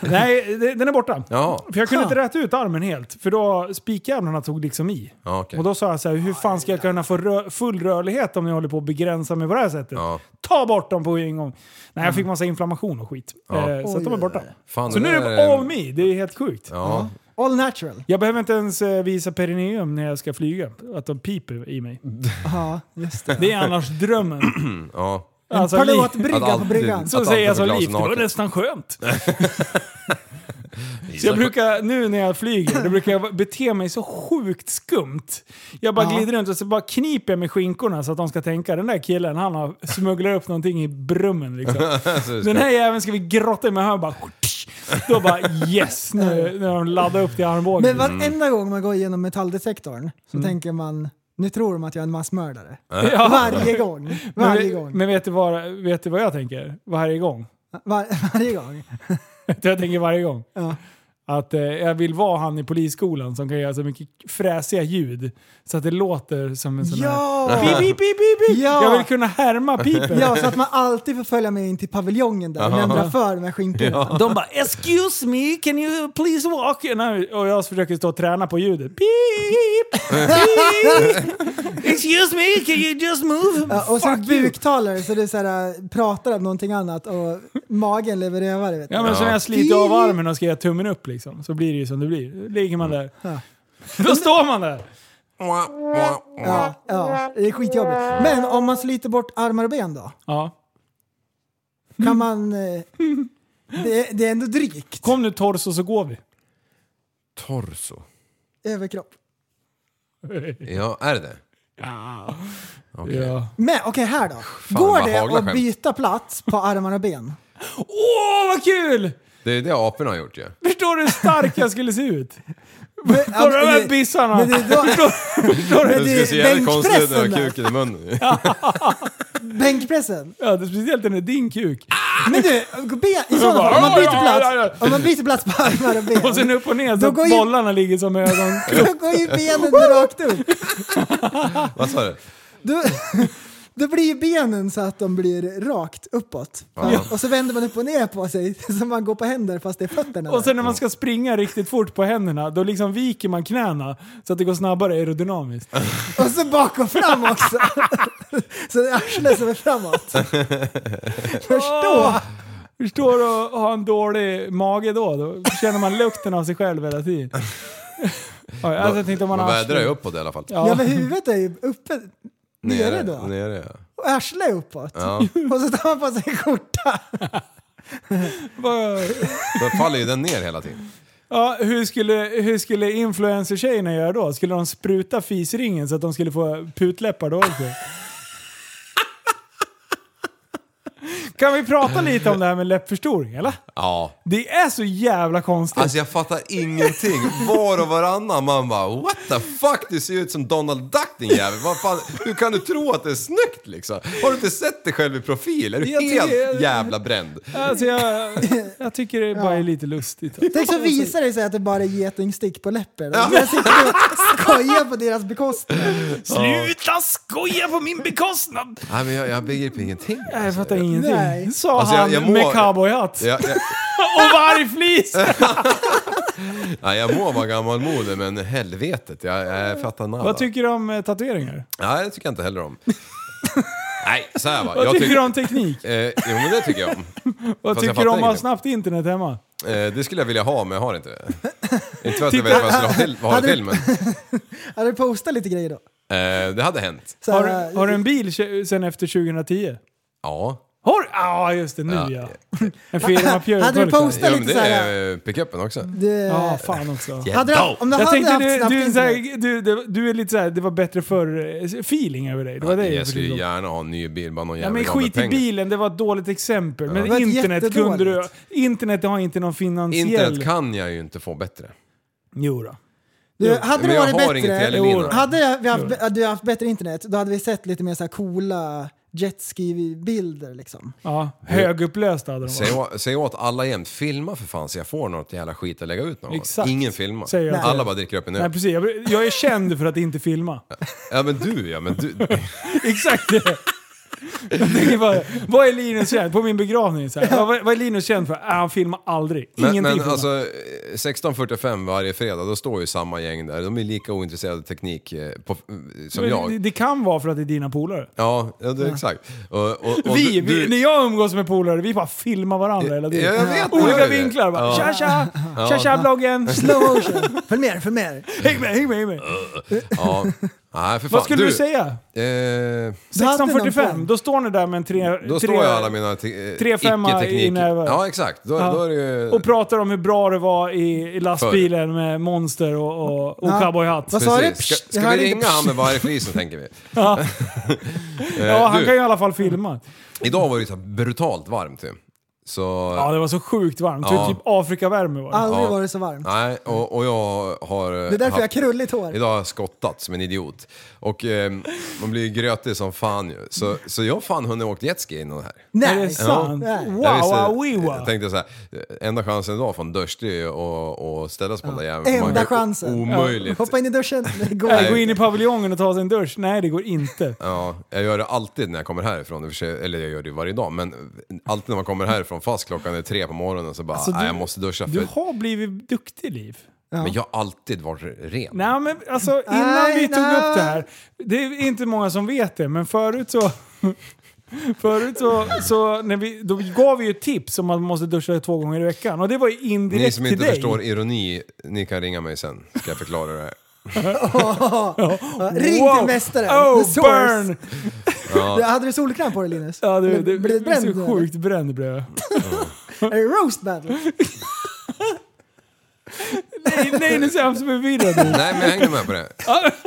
Speaker 1: Nej, det- den är borta.
Speaker 3: Jaha.
Speaker 1: För jag kunde inte räta ut armen helt. För då spikjävlarna tog liksom i.
Speaker 3: Ja, okej.
Speaker 1: Och då sa jag så här, hur fan ska jag kunna få rö- full rörlighet om jag håller på att begränsa mig på det här sättet?
Speaker 3: Ja.
Speaker 1: Ta bort dem på en gång. Nej, jag fick massa inflammation och skit.
Speaker 3: Ja.
Speaker 1: Eh, så att de är
Speaker 2: Mm. Oj,
Speaker 1: borta.
Speaker 3: Fan,
Speaker 1: Så nu är
Speaker 3: där
Speaker 1: det
Speaker 3: en-
Speaker 1: all me. Det är helt sjukt.
Speaker 3: Ja.
Speaker 2: All natural.
Speaker 1: Jag behöver inte ens eh, visa perineum när jag ska flyga. Att de piper i mig.
Speaker 2: Ja, just det.
Speaker 1: Det är annars drömmen.
Speaker 3: ja.
Speaker 2: En
Speaker 1: Alltså, li-
Speaker 3: Att
Speaker 2: Paluatbrygga på
Speaker 3: alltid-
Speaker 2: bryggan.
Speaker 1: så
Speaker 3: Att
Speaker 1: säger jag
Speaker 3: alltid
Speaker 1: som
Speaker 3: förklara
Speaker 1: liv, det var
Speaker 3: sig naken.
Speaker 1: nästan skönt. Så jag brukar, nu när jag flyger, då brukar jag bete mig så sjukt skumt. Jag bara
Speaker 2: Ja.
Speaker 1: glider runt och så bara kniper jag med skinkorna så att de ska tänka den där killen, han har smugglat upp någonting i brummen liksom.
Speaker 3: Alltså, det ska-
Speaker 1: Den här jäveln ska vi grotta i med här bara... Då bara yes, nu när de laddar upp till armbågen.
Speaker 2: Men varenda gång man går igenom metalldetektorn så tänker man nu tror de att jag är en massmördare.
Speaker 1: Mm. Ja.
Speaker 2: Varje gång.
Speaker 1: Men
Speaker 2: Varje
Speaker 1: vet-
Speaker 2: gång.
Speaker 1: Men vet du, vad, vet du vad jag tänker varje gång?
Speaker 2: Var, varje gång.
Speaker 1: Vet du vad jag tänker varje gång?
Speaker 2: Ja.
Speaker 1: Att eh, jag vill vara han i polisskolan som kan göra så mycket fräsiga ljud så att det låter som en sån
Speaker 2: Ja!
Speaker 1: här... Pip, pip, pip, pip, pip.
Speaker 2: Ja.
Speaker 1: Jag vill kunna härma pipen.
Speaker 2: Ja, så att man alltid får följa med in till paviljongen där och ändra för med skinkorna.
Speaker 1: De bara “excuse me, can you please walk?” Nej, och jag försöker stå och träna på ljudet. Pip, pip. “Excuse me, can you just move?”
Speaker 2: Ja, och så
Speaker 1: Fuck you.
Speaker 2: buktalare så det är så här, äh, pratar om någonting annat och magen levererar över. Vet du.
Speaker 1: Ja men så när jag sliter av armen och ska göra tummen upp liksom, så blir det ju som det blir. Ligger man där. Då står man där.
Speaker 2: Ja, ja, det är skitjobbigt. Men om man sliter bort armar och ben då?
Speaker 1: Ja.
Speaker 2: Kan man... eh, Det, det är ändå drygt.
Speaker 1: Kom nu torso så går vi.
Speaker 3: Torso.
Speaker 2: Överkropp.
Speaker 3: Ja, är det det? Ja. Okej.
Speaker 1: Ja.
Speaker 2: Men okej, här då.
Speaker 3: vad
Speaker 2: Går det
Speaker 3: haglar
Speaker 2: att
Speaker 3: skämt.
Speaker 2: byta plats på armar och ben?
Speaker 1: Åh vad kul!
Speaker 3: Det är det aporna har gjort ju.
Speaker 1: Förstår du hur stark jag skulle se ut?
Speaker 2: Men,
Speaker 1: Kolla de här
Speaker 2: det-
Speaker 1: bissarna!
Speaker 2: men det är då-
Speaker 1: Förstår
Speaker 2: Men
Speaker 3: Det skulle
Speaker 2: är
Speaker 3: se jävligt konstigt ut när jag
Speaker 2: bänkpressen
Speaker 3: har
Speaker 2: där.
Speaker 3: kuken i munnen.
Speaker 2: Bänkpressen.
Speaker 1: Ja, det är speciellt när det är din kuk.
Speaker 2: Men du, ben, i sådana
Speaker 1: bara,
Speaker 2: fall, om man byter
Speaker 1: "Ja,
Speaker 2: plats,
Speaker 1: ja, ja,
Speaker 2: om man byter plats på armar och ben,
Speaker 1: Och sen upp och ner så
Speaker 2: Då
Speaker 1: att
Speaker 2: går ju-
Speaker 1: bollarna ligger som ögon.
Speaker 2: då går ju benen rakt upp.
Speaker 3: Vad sa du?
Speaker 2: Då, då blir ju benen så att de blir rakt uppåt.
Speaker 3: Ja.
Speaker 2: Och så vänder man upp och ner på sig så man går på händer fast det är fötterna.
Speaker 1: Och sen när man ska springa riktigt fort på händerna, då liksom viker man knäna så att det går snabbare aerodynamiskt.
Speaker 2: Och så bak och fram också. så det är arslet som är framåt.
Speaker 1: Förstå! Förstår du att ha en dålig mage då? Då känner man lukten av sig själv hela tiden. Ja, Alltså, jag tänkte om man har
Speaker 3: vädrar ju
Speaker 1: arslet.
Speaker 3: uppåt i alla fall.
Speaker 2: Ja men huvudet är ju uppe, nere då.
Speaker 3: Nere, ja.
Speaker 2: Och arslet är uppåt.
Speaker 3: Ja.
Speaker 2: Och så tar man på sig en skjorta.
Speaker 1: Vad-
Speaker 3: Då faller ju den ner hela tiden.
Speaker 1: Ja, hur skulle, hur skulle influencer-tjejerna göra då? Skulle de spruta fisringen så att de skulle få putläppar då också? Kan vi prata lite om det här med läppförstoring eller?
Speaker 3: Ja.
Speaker 1: Det är så jävla konstigt.
Speaker 3: Alltså jag fattar ingenting. Var och varannan man bara what the fuck, du ser ut som Donald Duck din jävel. Vad fan, hur kan du tro att det är snyggt liksom? Har du inte sett dig själv i profil? Är du
Speaker 1: Jag tycker-
Speaker 3: helt jävla bränd?
Speaker 1: Alltså jag, jag tycker det bara är lite lustigt.
Speaker 2: Tänk så visar det sig att det bara är getingstick på läppen. Och jag sitter och skojar på deras bekostnad.
Speaker 1: Sluta skoja på min bekostnad!
Speaker 3: Nej men jag, jag begriper ingenting.
Speaker 1: Nej, jag fattar ingenting.
Speaker 2: Nej.
Speaker 1: Sa
Speaker 3: Alltså, jag-
Speaker 1: han
Speaker 3: jag mår-
Speaker 1: med cowboyhatt.
Speaker 3: Jag, jag,
Speaker 1: Och vargflis!
Speaker 3: nej, jag må vara gammalmodig men helvetet, jag, jag fattar nada.
Speaker 1: Vad tycker du om eh, tatueringar?
Speaker 3: Nej, det tycker jag inte heller om. Nej, så här va.
Speaker 1: Vad
Speaker 3: jag
Speaker 1: tycker du om teknik?
Speaker 3: Eh, jo men det tycker jag om.
Speaker 1: Vad
Speaker 3: Fast jag
Speaker 1: tycker du om att ha
Speaker 3: fattar ingenting.
Speaker 1: snabbt internet hemma?
Speaker 3: Eh, det skulle jag vilja ha men jag har inte det. inte för att jag vet vad jag skulle ha till, ha det
Speaker 2: Hade du-
Speaker 3: till men
Speaker 2: Hade du postat lite grejer då?
Speaker 3: eh, det hade hänt.
Speaker 2: Så
Speaker 1: Har,
Speaker 2: här,
Speaker 1: du- har du en bil tje- sen efter 2010?
Speaker 3: Ja.
Speaker 1: Har Ja, just det. Nu ja.
Speaker 3: Ja.
Speaker 1: En firmapjölk.
Speaker 2: Hade du postat?
Speaker 3: Ja, men
Speaker 2: lite
Speaker 3: det
Speaker 2: så här-
Speaker 3: är eh, pickupen också.
Speaker 2: Det,
Speaker 1: Ja, fan också.
Speaker 2: hade du, om du
Speaker 1: Jag
Speaker 2: hade
Speaker 1: tänkte
Speaker 2: haft
Speaker 1: du,
Speaker 2: snabbt
Speaker 1: du, är så
Speaker 2: internet.
Speaker 1: här, du, du, du är lite såhär, det var bättre förr-feeling över dig. Det var det
Speaker 3: jag skulle
Speaker 1: försökte-
Speaker 3: gärna ha en ny bil, bara någon
Speaker 1: Ja,
Speaker 3: jävla
Speaker 1: men
Speaker 3: gav mig
Speaker 1: skit i
Speaker 3: pengar.
Speaker 1: bilen, det var ett dåligt exempel.
Speaker 2: Det
Speaker 1: Men
Speaker 2: var ett
Speaker 1: internet kunde du...
Speaker 2: jättedåligt.
Speaker 1: Internet har inte någon finansiell...
Speaker 3: Internet kan jag ju inte få bättre.
Speaker 1: Jo då.
Speaker 2: Du, hade
Speaker 3: Men
Speaker 2: det
Speaker 3: jag
Speaker 2: varit
Speaker 3: har inget
Speaker 2: bättre,
Speaker 3: Elina.
Speaker 2: hade vi haft, hade vi haft bättre internet, då hade vi sett lite mer så här coola jetski-bilder liksom.
Speaker 1: Ja, högupplösta hade de
Speaker 3: Säg,
Speaker 1: varit.
Speaker 3: å- säg åt alla jämt, filma för fan så jag får något jävla skit att lägga ut någon gång.
Speaker 1: Exakt.
Speaker 3: Ingen filmar.
Speaker 1: Säger jag.
Speaker 3: Alla bara dricker upp en
Speaker 1: Nej
Speaker 3: öl.
Speaker 1: precis, jag, jag är känd för att inte filma.
Speaker 3: Ja men du ja, men du.
Speaker 1: Exakt det! Jag tänker bara, vad är Linus känd? På min begravning så här. Vad, vad är Linus känd för? Äh, han filmar aldrig.
Speaker 3: Men,
Speaker 1: Ingenting
Speaker 3: men
Speaker 1: filmar.
Speaker 3: alltså eh, 16.45 varje fredag, då står ju samma gäng där. De är lika ointresserade av teknik eh, på, som
Speaker 1: Men
Speaker 3: jag.
Speaker 1: Det, det kan vara för att det är dina polare.
Speaker 3: Ja, ja det, exakt. Och, och, och
Speaker 1: Vi, vi,
Speaker 3: du- du-
Speaker 1: när jag umgås med polare, vi bara filmar varandra hela tiden.
Speaker 3: Ja, jag vet, jag
Speaker 1: Olika
Speaker 3: gör det.
Speaker 1: vinklar bara.
Speaker 3: Ja.
Speaker 1: Tja tja! Tja tja bloggen!
Speaker 2: Slow motion. Följ med, följ med.
Speaker 1: Häng med, häng med, häng med!
Speaker 3: Ja. Nej, för fan.
Speaker 1: Vad skulle du, säga?
Speaker 3: Eh,
Speaker 2: Du hade någon
Speaker 1: 16.45,
Speaker 2: form.
Speaker 1: då står ni där med en tre...
Speaker 3: då
Speaker 1: tre,
Speaker 3: står jag alla mina te- eh,
Speaker 1: tre femma i
Speaker 3: icke-teknik-
Speaker 1: nävar.
Speaker 3: Ja, exakt. Då,
Speaker 1: Ja.
Speaker 3: då är det ju...
Speaker 1: Och pratar om hur bra det var i, i lastbilen med Monster och, och, och
Speaker 2: Ja.
Speaker 1: cowboyhatt.
Speaker 2: Vad sa du?
Speaker 3: Precis. Ska,
Speaker 2: Jag
Speaker 3: ska vi
Speaker 2: hörde inte
Speaker 3: ringa han med vargflisen tänker vi. Eh,
Speaker 1: Ja, han
Speaker 3: du,
Speaker 1: kan ju i alla fall filma.
Speaker 3: Idag var det ju så här brutalt varmt ju. Så...
Speaker 1: Ja, det var så sjukt varmt.
Speaker 3: Ja.
Speaker 1: Typ Afrikavärme var det.
Speaker 2: Aldrig
Speaker 3: Ja.
Speaker 2: varit så varmt.
Speaker 3: Nej, och, och jag har... eh,
Speaker 2: Det är därför jag har krulligt hår.
Speaker 3: Idag har jag skottat som en idiot. Och eh, man blir ju grötig som fan ju. Så, så jag har fan hunnit åkt jetski innan här.
Speaker 1: Är det
Speaker 2: Nej.
Speaker 1: sant?
Speaker 2: Nej.
Speaker 1: Wow,
Speaker 3: Jag visste-
Speaker 1: wow, wow,
Speaker 3: Jag tänkte så här, eh, enda chansen idag från dusch det är ju att- att ställa sig på den där jäveln.
Speaker 2: Enda
Speaker 3: Man-
Speaker 2: chansen.
Speaker 3: Omöjligt.
Speaker 2: Hoppa in i duschen. Det går.
Speaker 1: Gå in i paviljongen och ta sig en dusch? Nej, det går inte.
Speaker 3: Ja, jag gör det alltid när jag kommer härifrån, i och för sig, eller jag gör det varje dag, men alltid när man kommer härifrån fast klockan är tre på morgonen så bara,
Speaker 1: Alltså, du-
Speaker 3: nej jag måste duscha för...
Speaker 1: Du har blivit duktig, Liv.
Speaker 3: Men jag har alltid varit ren.
Speaker 1: Nej, men alltså innan
Speaker 2: Nej,
Speaker 1: vi tog
Speaker 2: nej.
Speaker 1: upp det här. Det är inte många som vet det, men förut så... Förut så, så när vi, då gav vi ju tips om att man måste duscha två gånger i veckan. Och det var ju indirekt
Speaker 3: ni som inte
Speaker 1: till dig.
Speaker 3: förstår ironi, ni kan ringa mig sen, ska jag förklara det här.
Speaker 2: Ja, Ring till mästaren.
Speaker 1: Oh,
Speaker 2: The source.
Speaker 1: burn!
Speaker 2: Du, hade du solkräm på dig Linus?
Speaker 1: Ja, du,
Speaker 2: Eller
Speaker 1: det,
Speaker 2: blev
Speaker 1: det är
Speaker 2: bränd nu,
Speaker 1: så sjukt bränd blev jag.
Speaker 2: eller? Är det roast battle?
Speaker 1: Nej, nej, nu ser jag så förvirrad ut.
Speaker 3: Nej men jag hängde med på det.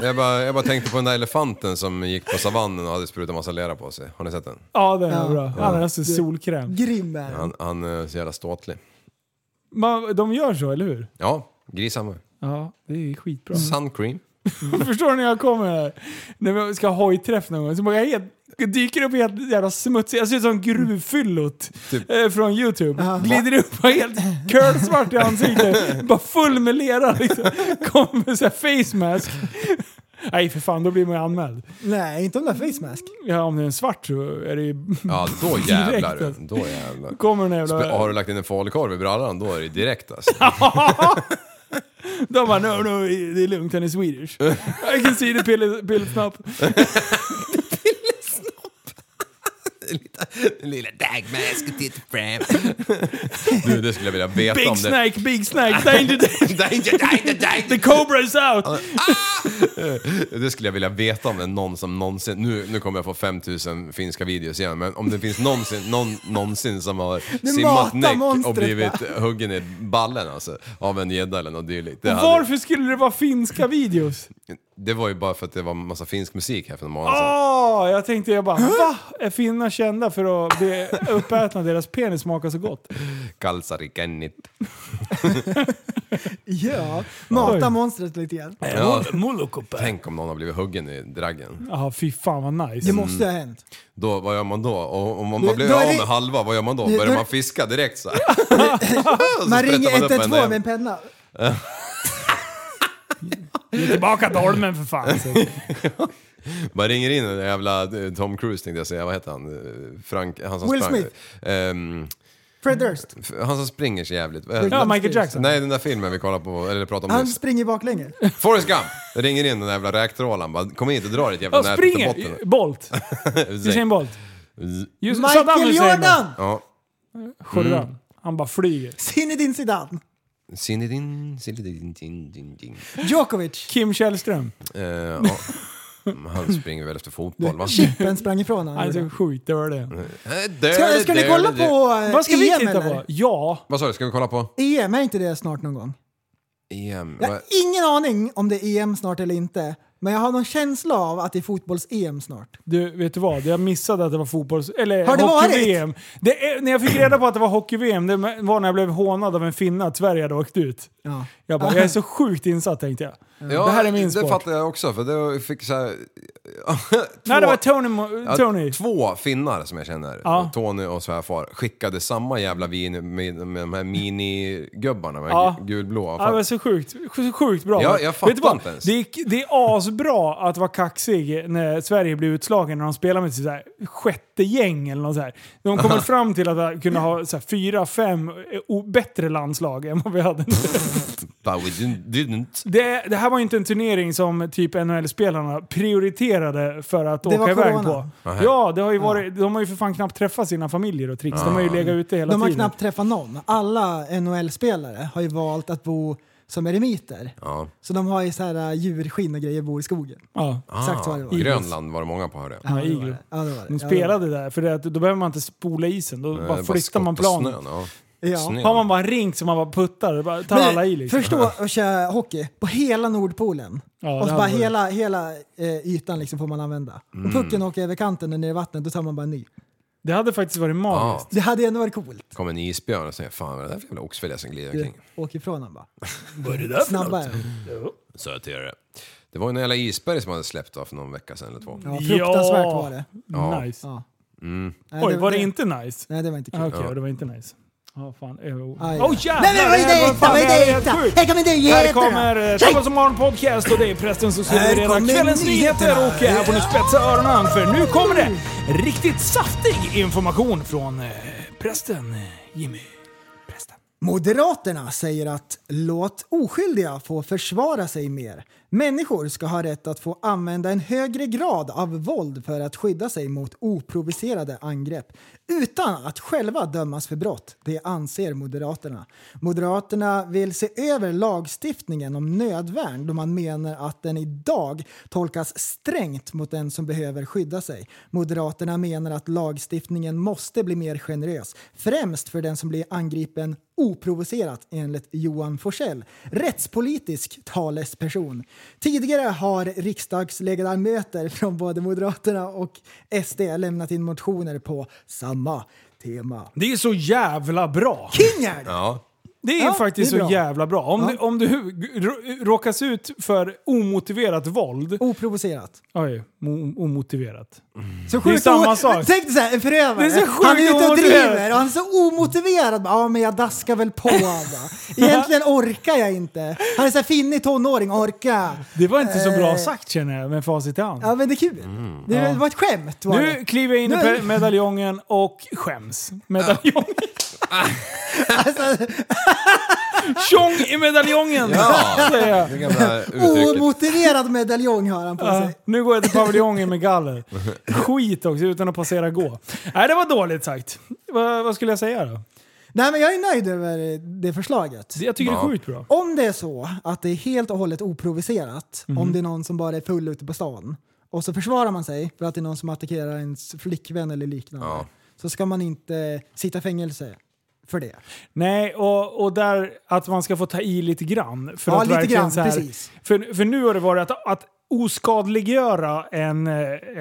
Speaker 3: Jag bara, jag bara tänkte på den där elefanten som gick på savannen och hade sprutat massa lera på sig. Har ni sett den?
Speaker 1: Ja, den är bra. Han har alltså solkräm.
Speaker 2: Grym är den.
Speaker 3: Han, han är så jävla ståtlig.
Speaker 1: Man, de gör så, eller hur?
Speaker 3: Ja, grisar
Speaker 1: Ja, det är skitbra.
Speaker 3: Suncream.
Speaker 1: Förstår du när jag kommer här? När vi ska ha hojträff någon gång. Så bara jag helt, dyker upp helt jävla smutsig. Jag ser ut som gruvfyllot eh, från YouTube. Glider upp och är helt curlsvart i ansiktet. bara full med lera liksom. Kommer såhär face mask. Nej för fan, då blir man ju anmäld.
Speaker 2: Nej, inte om den face mask.
Speaker 1: Ja, om det är en svart så är det ju...
Speaker 3: Ja, då jävlar.
Speaker 1: Direkt, alltså.
Speaker 3: Då jävlar.
Speaker 1: Kommer den
Speaker 3: Spe- Har
Speaker 1: jävla...
Speaker 3: du lagt in en falukorv i brallan, då är det direkt alltså.
Speaker 1: De bara no, no, det är lugnt, han är Swedish. I can see the pill, pillsnopp.
Speaker 3: Lilla Dagmar ska titta fram. Du, det skulle jag vilja veta
Speaker 1: Big
Speaker 3: om det.
Speaker 1: snake, big snake, danger, danger.
Speaker 3: Danger, danger,
Speaker 1: The
Speaker 3: danger.
Speaker 1: cobra is out!
Speaker 3: Det skulle jag vilja veta om det är någon som någonsin, nu, nu kommer jag få 5000 finska videos igen, men om det finns någonsin, någon någonsin som har simmat
Speaker 2: matar
Speaker 3: näck och
Speaker 2: monstret,
Speaker 3: blivit huggen i ballen alltså, av en gädda eller något dylikt. Det, hade-
Speaker 1: Varför skulle det vara finska videos?
Speaker 3: det var ju bara för att det var massa finsk musik här för några månader
Speaker 2: Ah!
Speaker 3: sedan.
Speaker 1: Åh, Ah, jag tänkte jag bara va? Är finnar kända för att bli uppätna? Deras penis smakar så gott.
Speaker 3: Kalsarikennit.
Speaker 2: Ja, mata
Speaker 1: Oj.
Speaker 2: monstret lite grann.
Speaker 3: Ja,
Speaker 1: Molokope.
Speaker 3: tänk om någon har blivit huggen i draggen.
Speaker 1: Ja, fy fan vad nice.
Speaker 2: Det måste ju ha hänt.
Speaker 3: Då, vad gör man då? Och om man
Speaker 2: Du,
Speaker 3: blir
Speaker 2: då är
Speaker 3: av
Speaker 2: det-
Speaker 3: med halva, vad gör man då?
Speaker 2: Du,
Speaker 3: Börjar
Speaker 2: då-
Speaker 3: man fiska direkt så här? Så
Speaker 2: Man
Speaker 3: sprättar
Speaker 2: ringer
Speaker 3: man upp en
Speaker 2: 112 med
Speaker 3: igen.
Speaker 2: en penna.
Speaker 1: Ge tillbaka dolmen för fan.
Speaker 3: Man ringer in en jävla eh, Tom Cruise tänkte jag säga, vad heter han? Eh, Frank, han som
Speaker 2: Will
Speaker 3: sprang.
Speaker 2: Smith.
Speaker 3: Ehm,
Speaker 2: Fred Durst.
Speaker 3: f- han som springer så jävligt. Vad
Speaker 1: Ja,
Speaker 3: heter-
Speaker 1: Michael Jackson.
Speaker 3: Nej, den där filmen vi kollade på, eller pratade om
Speaker 2: Han
Speaker 3: nyss.
Speaker 2: springer baklänges.
Speaker 3: Forrest Gump! Jag ringer in den där jävla räktrålaren bara, kom hit och dra ditt jävla
Speaker 1: Jag
Speaker 3: nät till
Speaker 1: springer!
Speaker 3: botten. Eh,
Speaker 1: Bolt. Usain Bolt. Just, Saddam
Speaker 2: Michael
Speaker 1: Hussein.
Speaker 2: Jordan!
Speaker 3: Ja.
Speaker 1: Jordan. Han bara flyger.
Speaker 2: Zinedine Zidane.
Speaker 3: Sinidin, silidin, din, din, din.
Speaker 2: Djokovic.
Speaker 1: Kim Källström.
Speaker 3: Eh, ja. Han springer väl efter fotboll va? Eh,
Speaker 2: Chippen sprang ifrån honom.
Speaker 1: Han är så sjukt dålig.
Speaker 2: Ska, ska ni kolla på eh,
Speaker 1: Vad ska
Speaker 2: EM
Speaker 1: vi titta
Speaker 2: eller?
Speaker 1: på? Ja.
Speaker 3: Vad sa du, ska vi kolla på?
Speaker 2: EM, är inte det snart någon gång?
Speaker 3: EM?
Speaker 2: Jag
Speaker 3: va?
Speaker 2: har ingen aning om det är EM snart eller inte. Men jag har någon känsla av att det är fotbolls-EM snart.
Speaker 1: Du, vet du vad? Jag missade att det var fotbolls... Eller
Speaker 2: Har det
Speaker 1: hockey-VM. Det är, när jag fick reda på att det var hockey-VM, det var när jag blev hånad av en finne att Sverige hade åkt ut.
Speaker 2: Ja.
Speaker 1: Jag bara, jag är så sjukt insatt tänkte jag.
Speaker 3: Ja,
Speaker 1: det här är min
Speaker 3: Det
Speaker 1: sport.
Speaker 3: fattar jag också, för det fick så här,
Speaker 1: Nej, det
Speaker 3: Två-
Speaker 1: var Tony... Mo-
Speaker 3: Ja,
Speaker 1: Tony.
Speaker 3: Två finnar som jag känner,
Speaker 1: Ja.
Speaker 3: Tony och svärfar, skickade samma jävla vin med, med de här minigubbarna, de här
Speaker 1: Ja.
Speaker 3: gu- gulblåa.
Speaker 1: Ja, det var så sjukt, så sjukt bra.
Speaker 3: Ja, jag
Speaker 1: Vet
Speaker 3: fattar
Speaker 1: du vad?
Speaker 3: inte ens.
Speaker 1: Det är, det är asbra att vara kaxig när Sverige blir utslagen när de spelar med sitt så här sjätte gäng eller något så här. De kommer fram till att kunna ha så här fyra, fem eh, o- bättre landslag än vad vi hade.
Speaker 3: But we didn't- didn't.
Speaker 1: Det, det här var ju inte en turnering som typ NHL-spelarna prioriterade för att
Speaker 2: var
Speaker 1: åka iväg på.
Speaker 2: corona.
Speaker 3: Aha.
Speaker 1: Ja, det har ju varit, de har ju för fan knappt träffat sina familjer och tricks. De
Speaker 3: Ah.
Speaker 1: har ju legat ute hela
Speaker 2: De har
Speaker 1: tiden.
Speaker 2: knappt träffat någon. Alla NHL-spelare har ju valt att bo som eremiter.
Speaker 3: Ja.
Speaker 2: Så de har ju så här äh, djurskinn och grejer bor i skogen.
Speaker 1: Ja.
Speaker 2: Exakt vad det
Speaker 3: Ah,
Speaker 2: var.
Speaker 3: Grönland var det många på hörde jag.
Speaker 2: Ja, det var
Speaker 1: iglo.
Speaker 2: det. Ja, det var det.
Speaker 1: De
Speaker 2: Ja, det var
Speaker 1: spelade där, för det, att då behöver man inte spola isen. Då
Speaker 3: Eh,
Speaker 1: bara flyttar man
Speaker 3: skott och
Speaker 1: planen.
Speaker 3: snön, ja.
Speaker 2: det. Ja.
Speaker 3: Snö.
Speaker 1: Har man bara en rink som man bara puttar, det bara tar
Speaker 2: Men
Speaker 1: alla i liksom.
Speaker 2: Förstå att köra hockey på hela Nordpolen.
Speaker 1: Ja, det
Speaker 2: och så
Speaker 1: hade
Speaker 2: bara
Speaker 1: varit-
Speaker 2: hela, hela eh, ytan liksom får man använda. Och pucken åker över kanten och ner i vattnet, då tar man bara en ny.
Speaker 1: Det hade faktiskt varit magiskt.
Speaker 2: Det hade ändå varit coolt.
Speaker 3: Kom en isbjörn och säger fan vad är det där för jävla oxfilé som glider
Speaker 2: Du
Speaker 3: omkring?
Speaker 2: åker ifrån honom bara.
Speaker 1: Vad är det där för
Speaker 2: Snabbare.
Speaker 3: Så jag till det. Det var ju en jävla isberg som hade släppt då, för någon vecka sedan eller två.
Speaker 2: Ja, fruktansvärt var det.
Speaker 3: Ja.
Speaker 1: Nice.
Speaker 2: Ja. Nej,
Speaker 1: Oj, var det inte nice?
Speaker 2: Nej, det var inte kul.
Speaker 1: Ah, Okej, det var inte nice. Ja, fan. Eh, oh.
Speaker 2: Aj,
Speaker 1: Åh
Speaker 2: ja.
Speaker 1: jävlar!
Speaker 2: Nej, men vad är
Speaker 1: det här
Speaker 2: det? Vad
Speaker 1: fan- det här
Speaker 2: är
Speaker 1: är helt
Speaker 2: det?
Speaker 1: sjukt.
Speaker 2: Här kommer
Speaker 1: Här
Speaker 2: nyheterna!
Speaker 1: kommer eh, Stockholms morgon podcast och det är prästen som
Speaker 2: Här
Speaker 1: serverar
Speaker 2: kommer
Speaker 1: kvällens nyheter.
Speaker 2: nyheterna.
Speaker 1: Och eh, här får ni spetsa öronen för nu kommer det riktigt saftig information från eh, prästen eh, Jimmy. Prästen.
Speaker 2: Moderaterna säger att låt oskyldiga få försvara sig mer. Människor ska ha rätt att få använda en högre grad av våld för att skydda sig mot oprovocerade angrepp utan att själva dömas för brott. Det anser Moderaterna. Moderaterna vill se över lagstiftningen om nödvärn då man menar att den idag tolkas strängt mot den som behöver skydda sig. Moderaterna menar att lagstiftningen måste bli mer generös, främst för den som blir angripen oprovocerat enligt Johan Forsell, rättspolitisk talesperson. Tidigare har riksdagsledamöter från både Moderaterna och SD lämnat in motioner på samma tema.
Speaker 1: Det är så jävla bra!
Speaker 2: Kingard!
Speaker 3: Ja.
Speaker 1: Det är
Speaker 2: Ja,
Speaker 1: faktiskt
Speaker 2: det är
Speaker 1: så
Speaker 2: bra.
Speaker 1: jävla bra. Om,
Speaker 2: Ja.
Speaker 1: du, om du r- råkas ut för omotiverat våld...
Speaker 2: Oprovocerat.
Speaker 1: Oj, mo- omotiverat.
Speaker 2: Så
Speaker 1: Det är samma
Speaker 2: o-
Speaker 1: sak.
Speaker 2: Tänk dig såhär, en förövare.
Speaker 1: Det är så sjukt
Speaker 2: han är ute och
Speaker 1: omotiverat.
Speaker 2: driver och han är så omotiverad. Bara, Ja, men jag daskar väl på. Bara. Egentligen orkar jag inte. Han är såhär finnig tonåring, orka.
Speaker 1: Det var inte så bra
Speaker 2: Eh.
Speaker 1: sagt känner jag med facit i hand.
Speaker 2: Ja, men det är kul. Det
Speaker 1: Ja.
Speaker 2: var ett skämt. Var
Speaker 1: Nu
Speaker 2: det.
Speaker 1: kliver jag in i
Speaker 2: Nu-
Speaker 1: pe- medaljongen och skäms. Medaljongen.
Speaker 2: Alltså,
Speaker 1: Tjong i medaljongen!
Speaker 3: Ja.
Speaker 1: säger jag.
Speaker 3: Det gamla uttrycket.
Speaker 2: omotiverad medaljong har han på
Speaker 1: Ja,
Speaker 2: sig.
Speaker 1: nu går jag till paviljongen med galler. Skit också, utan att passera gå. Nej, det var dåligt sagt. Va, vad skulle jag säga då?
Speaker 2: Nej, men jag är nöjd över det förslaget.
Speaker 1: Jag tycker det är sjukt bra.
Speaker 2: Om det är så att det är helt och hållet oprovocerat,
Speaker 1: Mhm.
Speaker 2: om det är någon som bara är full ute på stan och så försvarar man sig för att det är någon som attackerar ens flickvän eller liknande.
Speaker 3: Ja.
Speaker 2: Så ska man inte sitta i fängelse för det.
Speaker 1: Nej, och, och där att man ska få ta i lite grann. För
Speaker 2: Ja,
Speaker 1: att
Speaker 2: lite
Speaker 1: verkligen
Speaker 2: grann,
Speaker 1: så här,
Speaker 2: precis.
Speaker 1: För, för nu har det varit att, att oskadliggöra en, eh,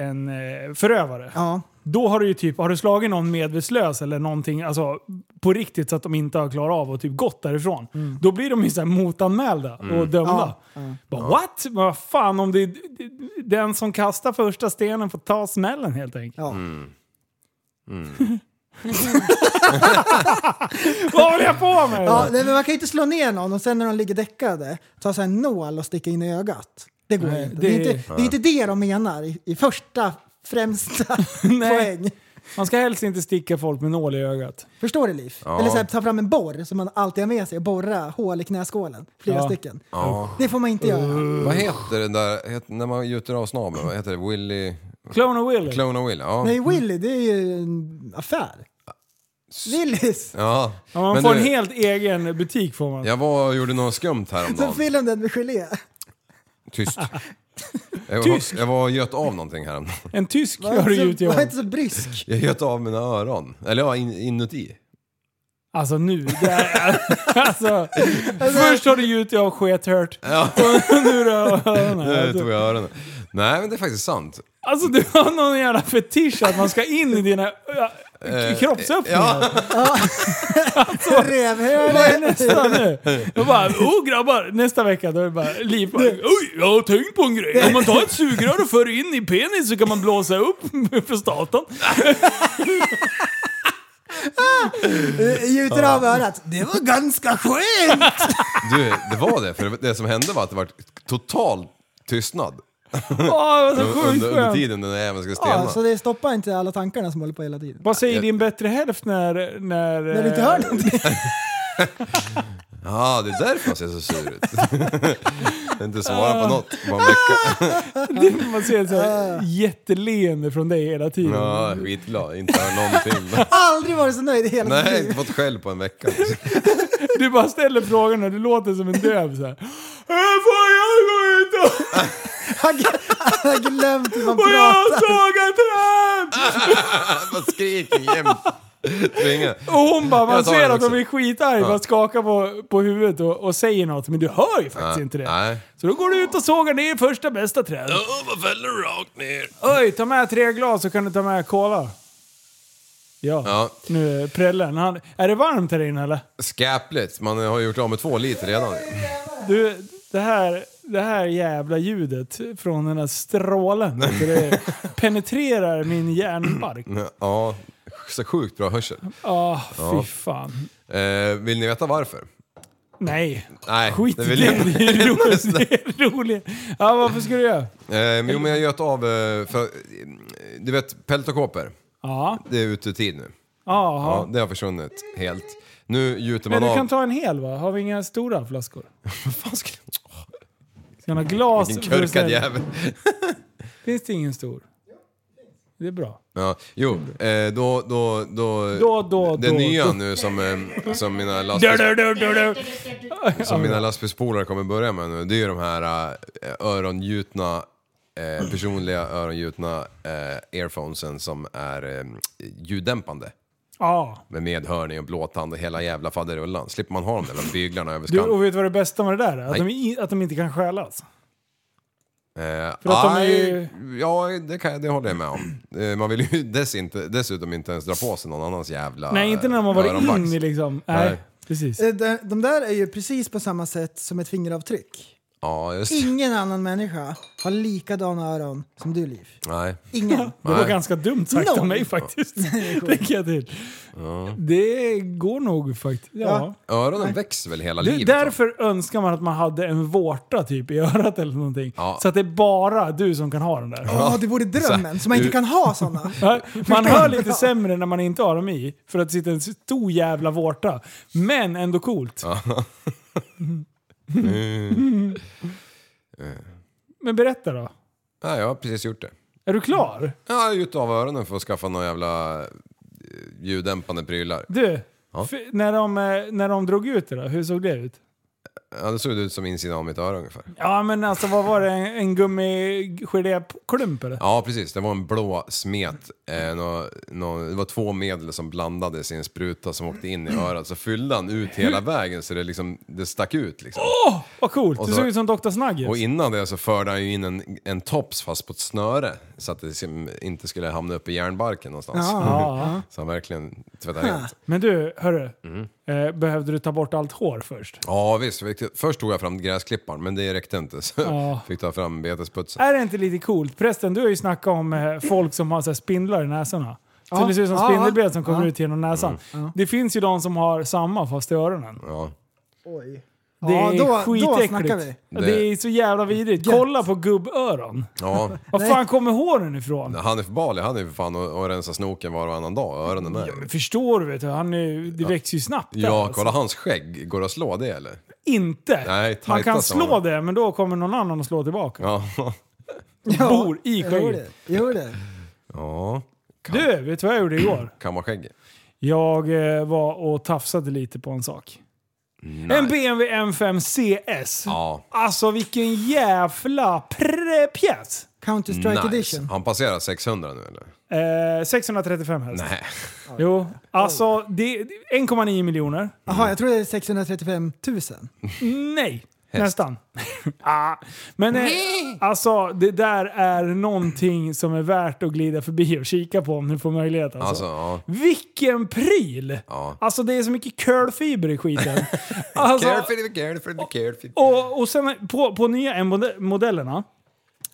Speaker 1: en eh, förövare.
Speaker 2: Ja.
Speaker 1: Då har du ju typ, har du slagit någon medvetslös eller någonting, alltså på riktigt så att de inte har klarat av och typ gått därifrån. Då blir de ju så här motanmälda och dömda.
Speaker 2: Ja, Mm. ja.
Speaker 1: Bara, What? Men vad fan om det är den som kastar första stenen får ta smällen helt enkelt.
Speaker 2: Ja.
Speaker 1: Vad håller jag på med?
Speaker 2: Ja, nej, men man kan ju inte slå ner någon och sen när de ligger däckade ta så här en nål och sticka in i ögat. Det går
Speaker 1: Nej,
Speaker 2: ju inte.
Speaker 1: det-
Speaker 2: Det, är inte. det är inte det de menar i, i första, främsta
Speaker 1: Nej.
Speaker 2: poäng.
Speaker 1: Man ska helst inte sticka folk med nål i ögat.
Speaker 2: Förstår du Liv?
Speaker 3: Ja.
Speaker 2: Eller så här, ta fram en borr som man alltid har med sig och borra hål i knäskålen. Flera
Speaker 1: Ja.
Speaker 2: stycken.
Speaker 3: Ja.
Speaker 2: Det får man inte göra.
Speaker 3: Vad heter den där, het- när man gjuter av snabeln, vad heter det? Willy...
Speaker 1: Clone och Willy.
Speaker 3: Clone och Willy? Ja.
Speaker 2: Nej, Willy det är ju en affär. Willys!
Speaker 3: ja.
Speaker 1: Ja, man
Speaker 3: Men
Speaker 1: får
Speaker 3: du,
Speaker 1: en helt egen butik får man.
Speaker 3: Jag var och gjorde något skumt
Speaker 2: Så
Speaker 3: häromdagen.
Speaker 2: filmen den med gelé.
Speaker 3: Tyst. Jag
Speaker 1: Tysk.
Speaker 3: var, jag var och göt av någonting här.
Speaker 1: En tysk
Speaker 2: Var
Speaker 1: gör du
Speaker 2: inte
Speaker 1: ut
Speaker 2: så,
Speaker 1: i
Speaker 2: var
Speaker 1: år.
Speaker 2: inte så brysk.
Speaker 3: Jag göt av mina öron. Eller ja, in, inuti.
Speaker 1: Alltså nu. Det är, alltså, först har du gjort jag sket hört. Och nu då.
Speaker 3: Nu Eh, tog jag öronen. Nej, men det är faktiskt sant.
Speaker 1: Alltså du har någon jävla fetisch att man ska in i dina ö,
Speaker 3: Eh,
Speaker 1: kroppsöppningar.
Speaker 3: Ja,
Speaker 1: Vad
Speaker 2: Rövhöle.
Speaker 1: är nästa nu? Och bara, oh grabbar, nästa vecka då är det bara liv. bara, Oj, jag har tänkt på en grej. Om man tar ett sugrör och för in i penis så kan man blåsa upp prostatan.
Speaker 2: Gjuter av örat. Det var ganska skönt!
Speaker 3: du, det var det. För det som hände var att det var total tystnad.
Speaker 1: Åh, vad så sjukt
Speaker 3: Under, under
Speaker 1: skönt. alltså.
Speaker 3: tiden den där jäveln skulle stelna.
Speaker 2: Ja, så det stoppar inte alla tankarna som håller på hela tiden.
Speaker 1: Vad säger din bättre hälft när... När, eh,
Speaker 2: När du inte hör någonting.
Speaker 3: Ja, det är därför han ser så sur ut. Jag har inte svara på något på en vecka.
Speaker 1: det? Man ser ett så
Speaker 2: Ah.
Speaker 1: här jätteleende från dig hela tiden.
Speaker 3: Ja, skitglad. Inte hör någonting.
Speaker 2: Aldrig varit så nöjd i hela mitt
Speaker 3: Nej,
Speaker 2: liv.
Speaker 3: inte fått skäll på en vecka.
Speaker 1: Du bara ställer frågan och du låter som en döv såhär. Får jag gå ut och...
Speaker 2: Han han har glömt hur man
Speaker 1: Och jag har
Speaker 2: pratar.
Speaker 1: sågat träd!
Speaker 3: Man skriker jämt. Tvinga.
Speaker 1: Och hon bara, man
Speaker 3: Jag tar
Speaker 1: ser
Speaker 3: den
Speaker 1: att de
Speaker 3: också.
Speaker 1: är skitarg, bara skakar på, på huvudet och, och säger något. Men du hör ju faktiskt inte det.
Speaker 3: Nej.
Speaker 1: Så då går du ut och sågar ner första bästa träd.
Speaker 3: Åh, vad fäller rakt ner.
Speaker 1: Oj, ta med tre glas så kan du ta med cola. Ja,
Speaker 3: Ja.
Speaker 1: nu är prällen. Han, är det varmt här inne eller?
Speaker 3: Skäpligt. Man har ju gjort av med två liter redan.
Speaker 1: Du, det här, det här jävla ljudet från den här strålen. Det penetrerar min hjärnbark.
Speaker 3: Mm. Ja, så sjukt bra hörsel.
Speaker 1: Ah, fy fan.
Speaker 3: Eh, vill ni veta varför?
Speaker 1: Nej,
Speaker 3: Nej,
Speaker 1: skit i
Speaker 3: det
Speaker 1: det.
Speaker 3: vill
Speaker 1: Det
Speaker 3: jag inte.
Speaker 1: är roligt. Det är roligt. Ja, varför ska du göra?
Speaker 3: Eh, men jo, men jag göt av... eh, För, eh, du vet, peltokåpor.
Speaker 1: Ja,
Speaker 3: Det är ute i tid nu. Ja,
Speaker 1: jaha.
Speaker 3: det har försvunnit helt. Nu gjuter
Speaker 1: Men
Speaker 3: man
Speaker 1: du
Speaker 3: av...
Speaker 1: kan ta en hel va? Har vi inga stora flaskor?
Speaker 3: Vad fan ska...
Speaker 1: Ska man ha glas?
Speaker 3: En
Speaker 1: för att
Speaker 3: korkad
Speaker 1: sen-
Speaker 3: jävel.
Speaker 1: Finns det ingen stor? Det är bra.
Speaker 3: Ja, jo, eh, då, då, då,
Speaker 1: Då, då,
Speaker 3: det
Speaker 1: då,
Speaker 3: nya
Speaker 1: då.
Speaker 3: nu som, eh, som mina
Speaker 1: Du,
Speaker 3: lastbils,
Speaker 1: du, du, du, du.
Speaker 3: som mina lastbilspolare kommer börja med nu, det är ju de här eh, örongjutna, eh, personliga örongjutna eh, earphonesen som är eh, ljuddämpande.
Speaker 1: Ja.
Speaker 3: Med medhörning och blåtand och hela jävla faderullan. Slipper man ha de där byglarna över
Speaker 1: Du,
Speaker 3: skallen.
Speaker 1: och vet du vad det bästa med det där är? Att,
Speaker 3: Nej.
Speaker 1: de, i- att de inte kan stjälas.
Speaker 3: Eh,
Speaker 1: För att de är
Speaker 3: aj,
Speaker 1: ju-
Speaker 3: Ja, det, kan, jag- det håller jag med om. Eh, man vill ju dess inte, dessutom inte ens dra på sig någon annans jävla eh,
Speaker 1: Nej, inte när de har varit
Speaker 3: öronvax.
Speaker 1: in i liksom... Nej,
Speaker 3: Nej.
Speaker 1: precis.
Speaker 2: Eh, de- De där är ju precis på samma sätt som ett fingeravtryck.
Speaker 3: Ja, just det.
Speaker 2: Ingen annan människa har likadana öron som du, Liv.
Speaker 3: Nej.
Speaker 2: Ingen.
Speaker 1: Det var
Speaker 3: Nej.
Speaker 1: ganska dumt sagt
Speaker 2: No.
Speaker 1: av mig faktiskt. Tänker jag till. Det går nog faktiskt. Ja.
Speaker 2: Ja.
Speaker 3: Öronen växer väl hela
Speaker 1: Du,
Speaker 3: livet?
Speaker 1: därför önskar man att man hade en vårta typ i örat eller någonting.
Speaker 3: Ja.
Speaker 1: Så att det är bara du som kan ha den där.
Speaker 2: Ja, det vore drömmen. Så man inte kan ha sådana.
Speaker 1: Ja, Man hör lite sämre när man inte har dem i, för att det sitter en stor jävla vårta. Men ändå coolt. Men berätta då.
Speaker 3: Nej, jag har precis gjort det.
Speaker 1: Är du klar?
Speaker 3: Jag har gjort av öronen för att skaffa några jävla eh, ljuddämpande prylar.
Speaker 1: Du,
Speaker 3: Ja.
Speaker 1: f- när, de, eh, när de drog ut det då, hur såg det ut?
Speaker 3: Ja, det såg ut som insidan av mitt öra ungefär.
Speaker 1: Ja men alltså vad var det? En, en gummigeléklump eller?
Speaker 3: Ja, precis. Det var en blå smet. Eh, nå, nå, det var två medel som blandades i en spruta som åkte in i örat. Så fyllde han ut hela vägen så det, liksom, det stack ut. Liksom.
Speaker 1: Vad coolt!
Speaker 3: Och
Speaker 1: Du
Speaker 3: så-
Speaker 1: såg ut som Dr. Snuggets.
Speaker 3: Och innan det så förde han ju in en, en tops fast på ett snöre så att det liksom inte skulle hamna upp i järnbarken någonstans.
Speaker 1: Ja.
Speaker 3: Så han verkligen tvättade rent.
Speaker 1: Men du, hörru.
Speaker 3: Mm.
Speaker 1: Eh, behövde du ta bort allt hår först?
Speaker 3: Ja visst, Fick- först tog jag fram gräsklipparen men det räckte inte så
Speaker 1: Ja.
Speaker 3: fick ta fram betesputsen.
Speaker 1: Är det inte lite coolt? Prästen, du har ju snackat om eh, folk som har så här, spindlar i näsorna. Så
Speaker 2: Ja.
Speaker 1: det ser ut som
Speaker 2: Ja,
Speaker 1: spindelben
Speaker 2: ja.
Speaker 1: som kommer
Speaker 2: Ja.
Speaker 1: ut genom näsan. Det finns ju de som har samma fast i öronen.
Speaker 3: Ja.
Speaker 2: Oj.
Speaker 1: Det
Speaker 2: Ja,
Speaker 1: är
Speaker 2: då- då
Speaker 1: skitäckligt.
Speaker 2: snackar vi.
Speaker 1: Det... är så jävla vidrigt. Kolla på gubböron.
Speaker 3: Ja.
Speaker 1: Var fan kommer håren ifrån?
Speaker 3: Hanif Bali han är ju för fan och, och rensar snoken var och varannan dag och öronen med.
Speaker 1: Förstår du? Vet du han är, ju- det växer ju snabbt där,
Speaker 3: Ja,
Speaker 1: alltså.
Speaker 3: kolla hans skägg. Går det att slå det eller?
Speaker 1: Inte!
Speaker 3: Nej, tajta
Speaker 1: Man kan
Speaker 3: som-
Speaker 1: slå det, men då kommer någon annan att slå tillbaka.
Speaker 3: Ja.
Speaker 2: Ja,
Speaker 1: Bor i
Speaker 2: jo
Speaker 1: skägget.
Speaker 2: det, Jo det.
Speaker 3: ja.
Speaker 1: Du, vet du vad jag gjorde igår?
Speaker 3: Kammarskägg.
Speaker 1: Jag eh, var och tafsade lite på en sak. En BMW M5 CS.
Speaker 3: Ja.
Speaker 1: Alltså vilken jävla prä- pjäs!
Speaker 2: Counter-Strike Edition.
Speaker 3: Han passerar 600 nu eller?
Speaker 1: Eh, 635 helst.
Speaker 3: Nej.
Speaker 1: Jo, alltså det, 1,9 miljoner.
Speaker 2: Jaha, jag tror det är 635 000.
Speaker 1: Nej, nästan. ah, men eh, alltså, det där är någonting som är värt att glida förbi och kika på om ni får möjlighet. Alltså.
Speaker 3: Alltså, ja.
Speaker 1: Vilken pryl!
Speaker 3: Ja.
Speaker 1: Alltså det är så mycket curlfiber i skiten. alltså,
Speaker 3: Carefree, carefree, carefree.
Speaker 1: och, och sen på, på nya M-mode- modellerna.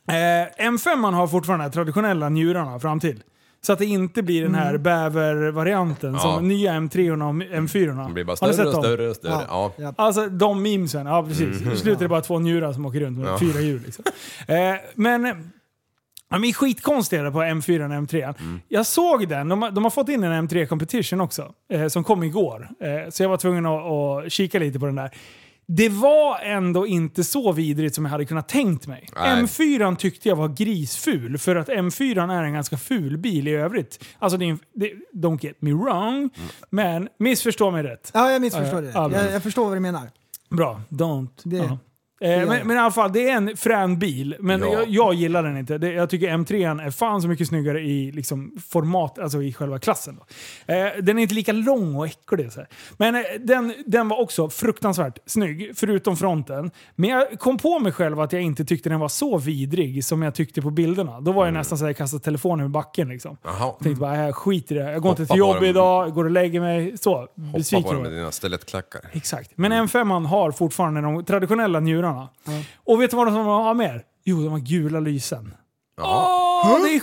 Speaker 1: Eh, M5 har fortfarande de här traditionella njurarna fram till. Så att det inte blir den här bävervarianten
Speaker 3: Mm. Ja.
Speaker 1: som nya M3 och M4.
Speaker 3: Han blir bara
Speaker 1: Har ni sett
Speaker 3: större och
Speaker 1: dem?
Speaker 3: större och större. Ja.
Speaker 2: Ja.
Speaker 1: Alltså de memesen, ja precis. I slutet är det bara två njurar som åker runt med
Speaker 3: Mhm. Ja.
Speaker 1: fyra djur. Liksom. Eh, men eh, de är skitkonstiga där på M4 och M3.
Speaker 3: Mm.
Speaker 1: Jag såg den, de, har- de har fått in en M3 competition också, eh, som kom igår. Eh, så jag var tvungen att, att kika lite på den där. Det var ändå inte så vidrigt som jag hade kunnat tänkt mig.
Speaker 3: Nej.
Speaker 1: M4 tyckte jag var grisful, för att M4 är en ganska ful bil i övrigt. Alltså, det är, en- det, don't get me wrong,
Speaker 3: Mm.
Speaker 1: men missförstå mig rätt.
Speaker 2: Ja, jag missförstår
Speaker 1: Ja,
Speaker 2: det.
Speaker 1: ja, men-
Speaker 2: Jag, jag förstår vad du menar.
Speaker 1: Bra. Don't.
Speaker 2: Det-
Speaker 1: Ja.
Speaker 2: det
Speaker 1: Eh,
Speaker 2: gör
Speaker 1: men,
Speaker 2: jag.
Speaker 1: men i alla fall, det är en frän bil. Men
Speaker 3: Ja.
Speaker 1: jag, jag gillar den inte. Det, jag tycker M3 är fan så mycket snyggare i liksom, format, alltså i själva klassen. Då. Eh, den är inte lika lång och äcklig. Så här. Men eh, den, den var också fruktansvärt snygg, förutom fronten. Men jag kom på mig själv att jag inte tyckte den var så vidrig som jag tyckte på bilderna. Då var jag
Speaker 3: Mm.
Speaker 1: nästan så här, jag kastade telefonen i backen. Liksom.
Speaker 3: Jaha.
Speaker 1: Jag tänkte bara, äh, skit i det. Jag går inte
Speaker 3: Hoppa
Speaker 1: till
Speaker 3: på
Speaker 1: jobb
Speaker 3: dem.
Speaker 1: idag, jag går och lägger mig. Så,
Speaker 3: Hoppa på
Speaker 1: besviken
Speaker 3: dem
Speaker 1: var
Speaker 3: med
Speaker 1: jag.
Speaker 3: dina stilettklackar.
Speaker 1: Exakt. Men M5 har fortfarande de traditionella njurarna. Och vet du vad de har mer? Jo, de har gula lysen.
Speaker 3: Jaha.
Speaker 1: Åh, det är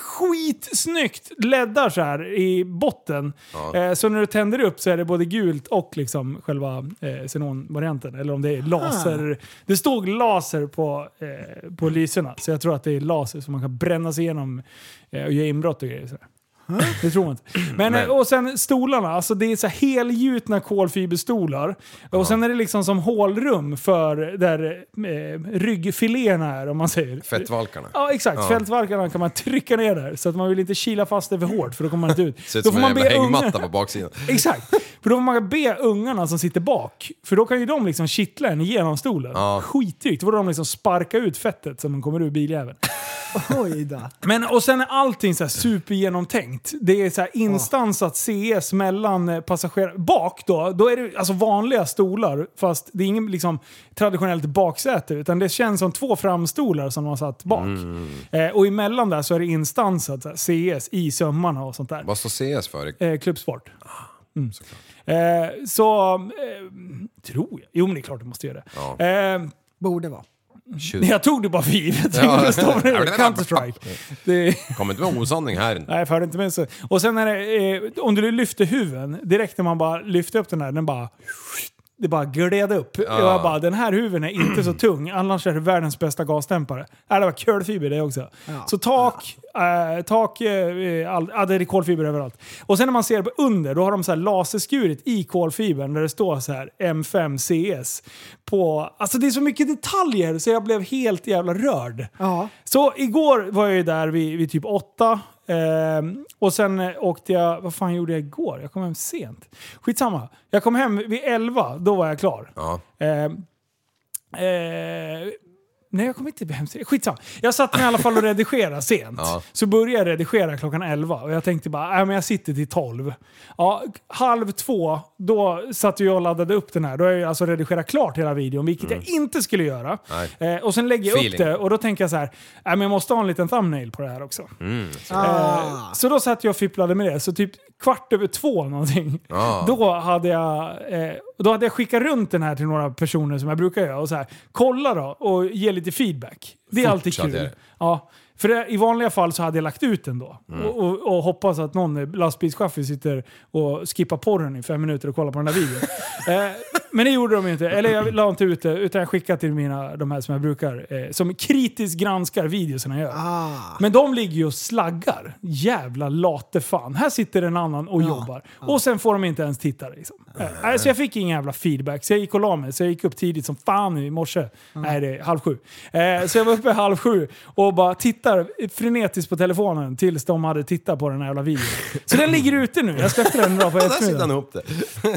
Speaker 1: skitsnyggt! Leddar så här i botten. Eh, så när du tänder upp så är det både gult och liksom själva eh, xenonvarianten. Eller om det är laser. Det stod laser på, eh, på lyserna. Så jag tror att det är laser som man kan bränna sig igenom eh, och göra inbrott och grejer. Så här. Det tror man inte. Men,
Speaker 3: Nej.
Speaker 1: eh, och sen stolarna, alltså det är så här helgjutna kolfiberstolar. Och sen är det liksom som hålrum för där eh, ryggfiléerna är om man säger.
Speaker 3: Fettvalkarna.
Speaker 1: Ja, exakt.
Speaker 3: Ja.
Speaker 1: Fältvalkarna kan man trycka ner där. Så att man vill inte kila fast det för hårt, för då kommer man inte ut.
Speaker 3: Ser ut
Speaker 1: då
Speaker 3: som en jävla
Speaker 1: unga-
Speaker 3: hängmatta på baksidan.
Speaker 1: Exakt. För då får man be ungarna som sitter bak, för då kan ju de liksom kittla en igenom stolen.
Speaker 3: Ja.
Speaker 1: Skittryggt. Då får de liksom sparka ut fettet som kommer ur biljäveln.
Speaker 2: Oj då.
Speaker 1: Men och sen är allting så här supergenomtänkt. Det är så här instansat CS mellan eh, passagerare. Bak då, då är det alltså vanliga stolar fast det är ingen liksom traditionellt baksäte utan det känns som två framstolar som de har satt bak.
Speaker 3: Mm.
Speaker 1: Eh, och emellan där så är det instansat så här, CS i sömmarna och sånt där.
Speaker 3: Vad står CS för?
Speaker 1: Eh, klubbsport.
Speaker 3: Ah,
Speaker 1: Mm. Eh, så, eh, tror jag. Jo men det är klart det måste göra det.
Speaker 3: Ja.
Speaker 1: Eh,
Speaker 2: Borde vara.
Speaker 3: Shoot.
Speaker 1: jag tog det bara för givet.
Speaker 3: Ja.
Speaker 1: Det står med Counter-Strike. Det,
Speaker 3: Kom inte med osanning här.
Speaker 1: Nej, för det inte med sig. Och sen är det, eh, om du lyfter huven, direkt när man bara lyfter upp den här, den bara... Det bara gled upp. Och jag bara, den här huven är inte så tung, annars är det världens bästa gasdämpare. Äh, det var kolfiber det också. Så tak, eh, tak eh, all, ja, det är kolfiber överallt. Och sen när man ser på under, då har de så här laserskurit i kolfibern där det står så här M5 CS. På, alltså det är så mycket detaljer så jag blev helt jävla rörd.
Speaker 2: Ja.
Speaker 1: Så igår var jag ju där vid, vid typ åtta. Ehm, och sen eh, åkte jag, vad fan gjorde jag igår? Jag kom hem sent. Skitsamma. Jag kom hem vid elva, då var jag klar.
Speaker 3: Ja.
Speaker 1: Ehm, eh, nej, jag kom inte hem sent. Skitsamma. Jag satt mig i alla fall och redigerade sent.
Speaker 3: Ja.
Speaker 1: Så började jag redigera klockan elva och jag tänkte bara, äh, men jag sitter till tolv. Ja, halv två, då satt jag och laddade upp den här. Då har jag ju alltså redigerat klart hela videon, vilket jag inte skulle göra.
Speaker 3: Mm. Nej.
Speaker 1: Eh, och sen lägger jag upp
Speaker 3: Feeling.
Speaker 1: det och då tänker jag så här, äh, men jag måste ha en liten thumbnail på det här också. Eh, Så då satt jag och fipplade med det. Så typ kvart över två någonting.
Speaker 3: Ja.
Speaker 1: Då, hade jag, eh, då hade jag skickat runt den här till några personer som jag brukar göra och så här, kolla då och ge lite feedback. Det är alltid
Speaker 3: Fortsatt är
Speaker 1: kul.
Speaker 3: det.
Speaker 1: Ja, för det, i vanliga fall så hade jag lagt ut den då. Och, och, och hoppas att någon lastbilschaffis sitter och skippar porren i fem minuter och kollar på den där videon. eh, men det gjorde de ju inte. Eller jag la inte ut det, utan jag skickade till mina, de här som jag brukar, eh, som kritiskt granskar videorna jag gör. Men de ligger ju och slaggar. Jävla late fan. Här sitter en annan och jobbar. Och sen får de inte ens titta. Liksom. Äh, så jag fick ingen jävla feedback. Så jag gick och la mig. Så jag gick Äh, upp tidigt som fan i morse. Nej, det är halv sju. Eh, så jag var uppe halv sju och bara tittade letar frenetiskt på telefonen tills de hade tittat på den här jävla videon. Så den ligger ute nu. Jag släppte den idag på
Speaker 3: Där sitter
Speaker 1: eftermiddagen.
Speaker 3: han ihop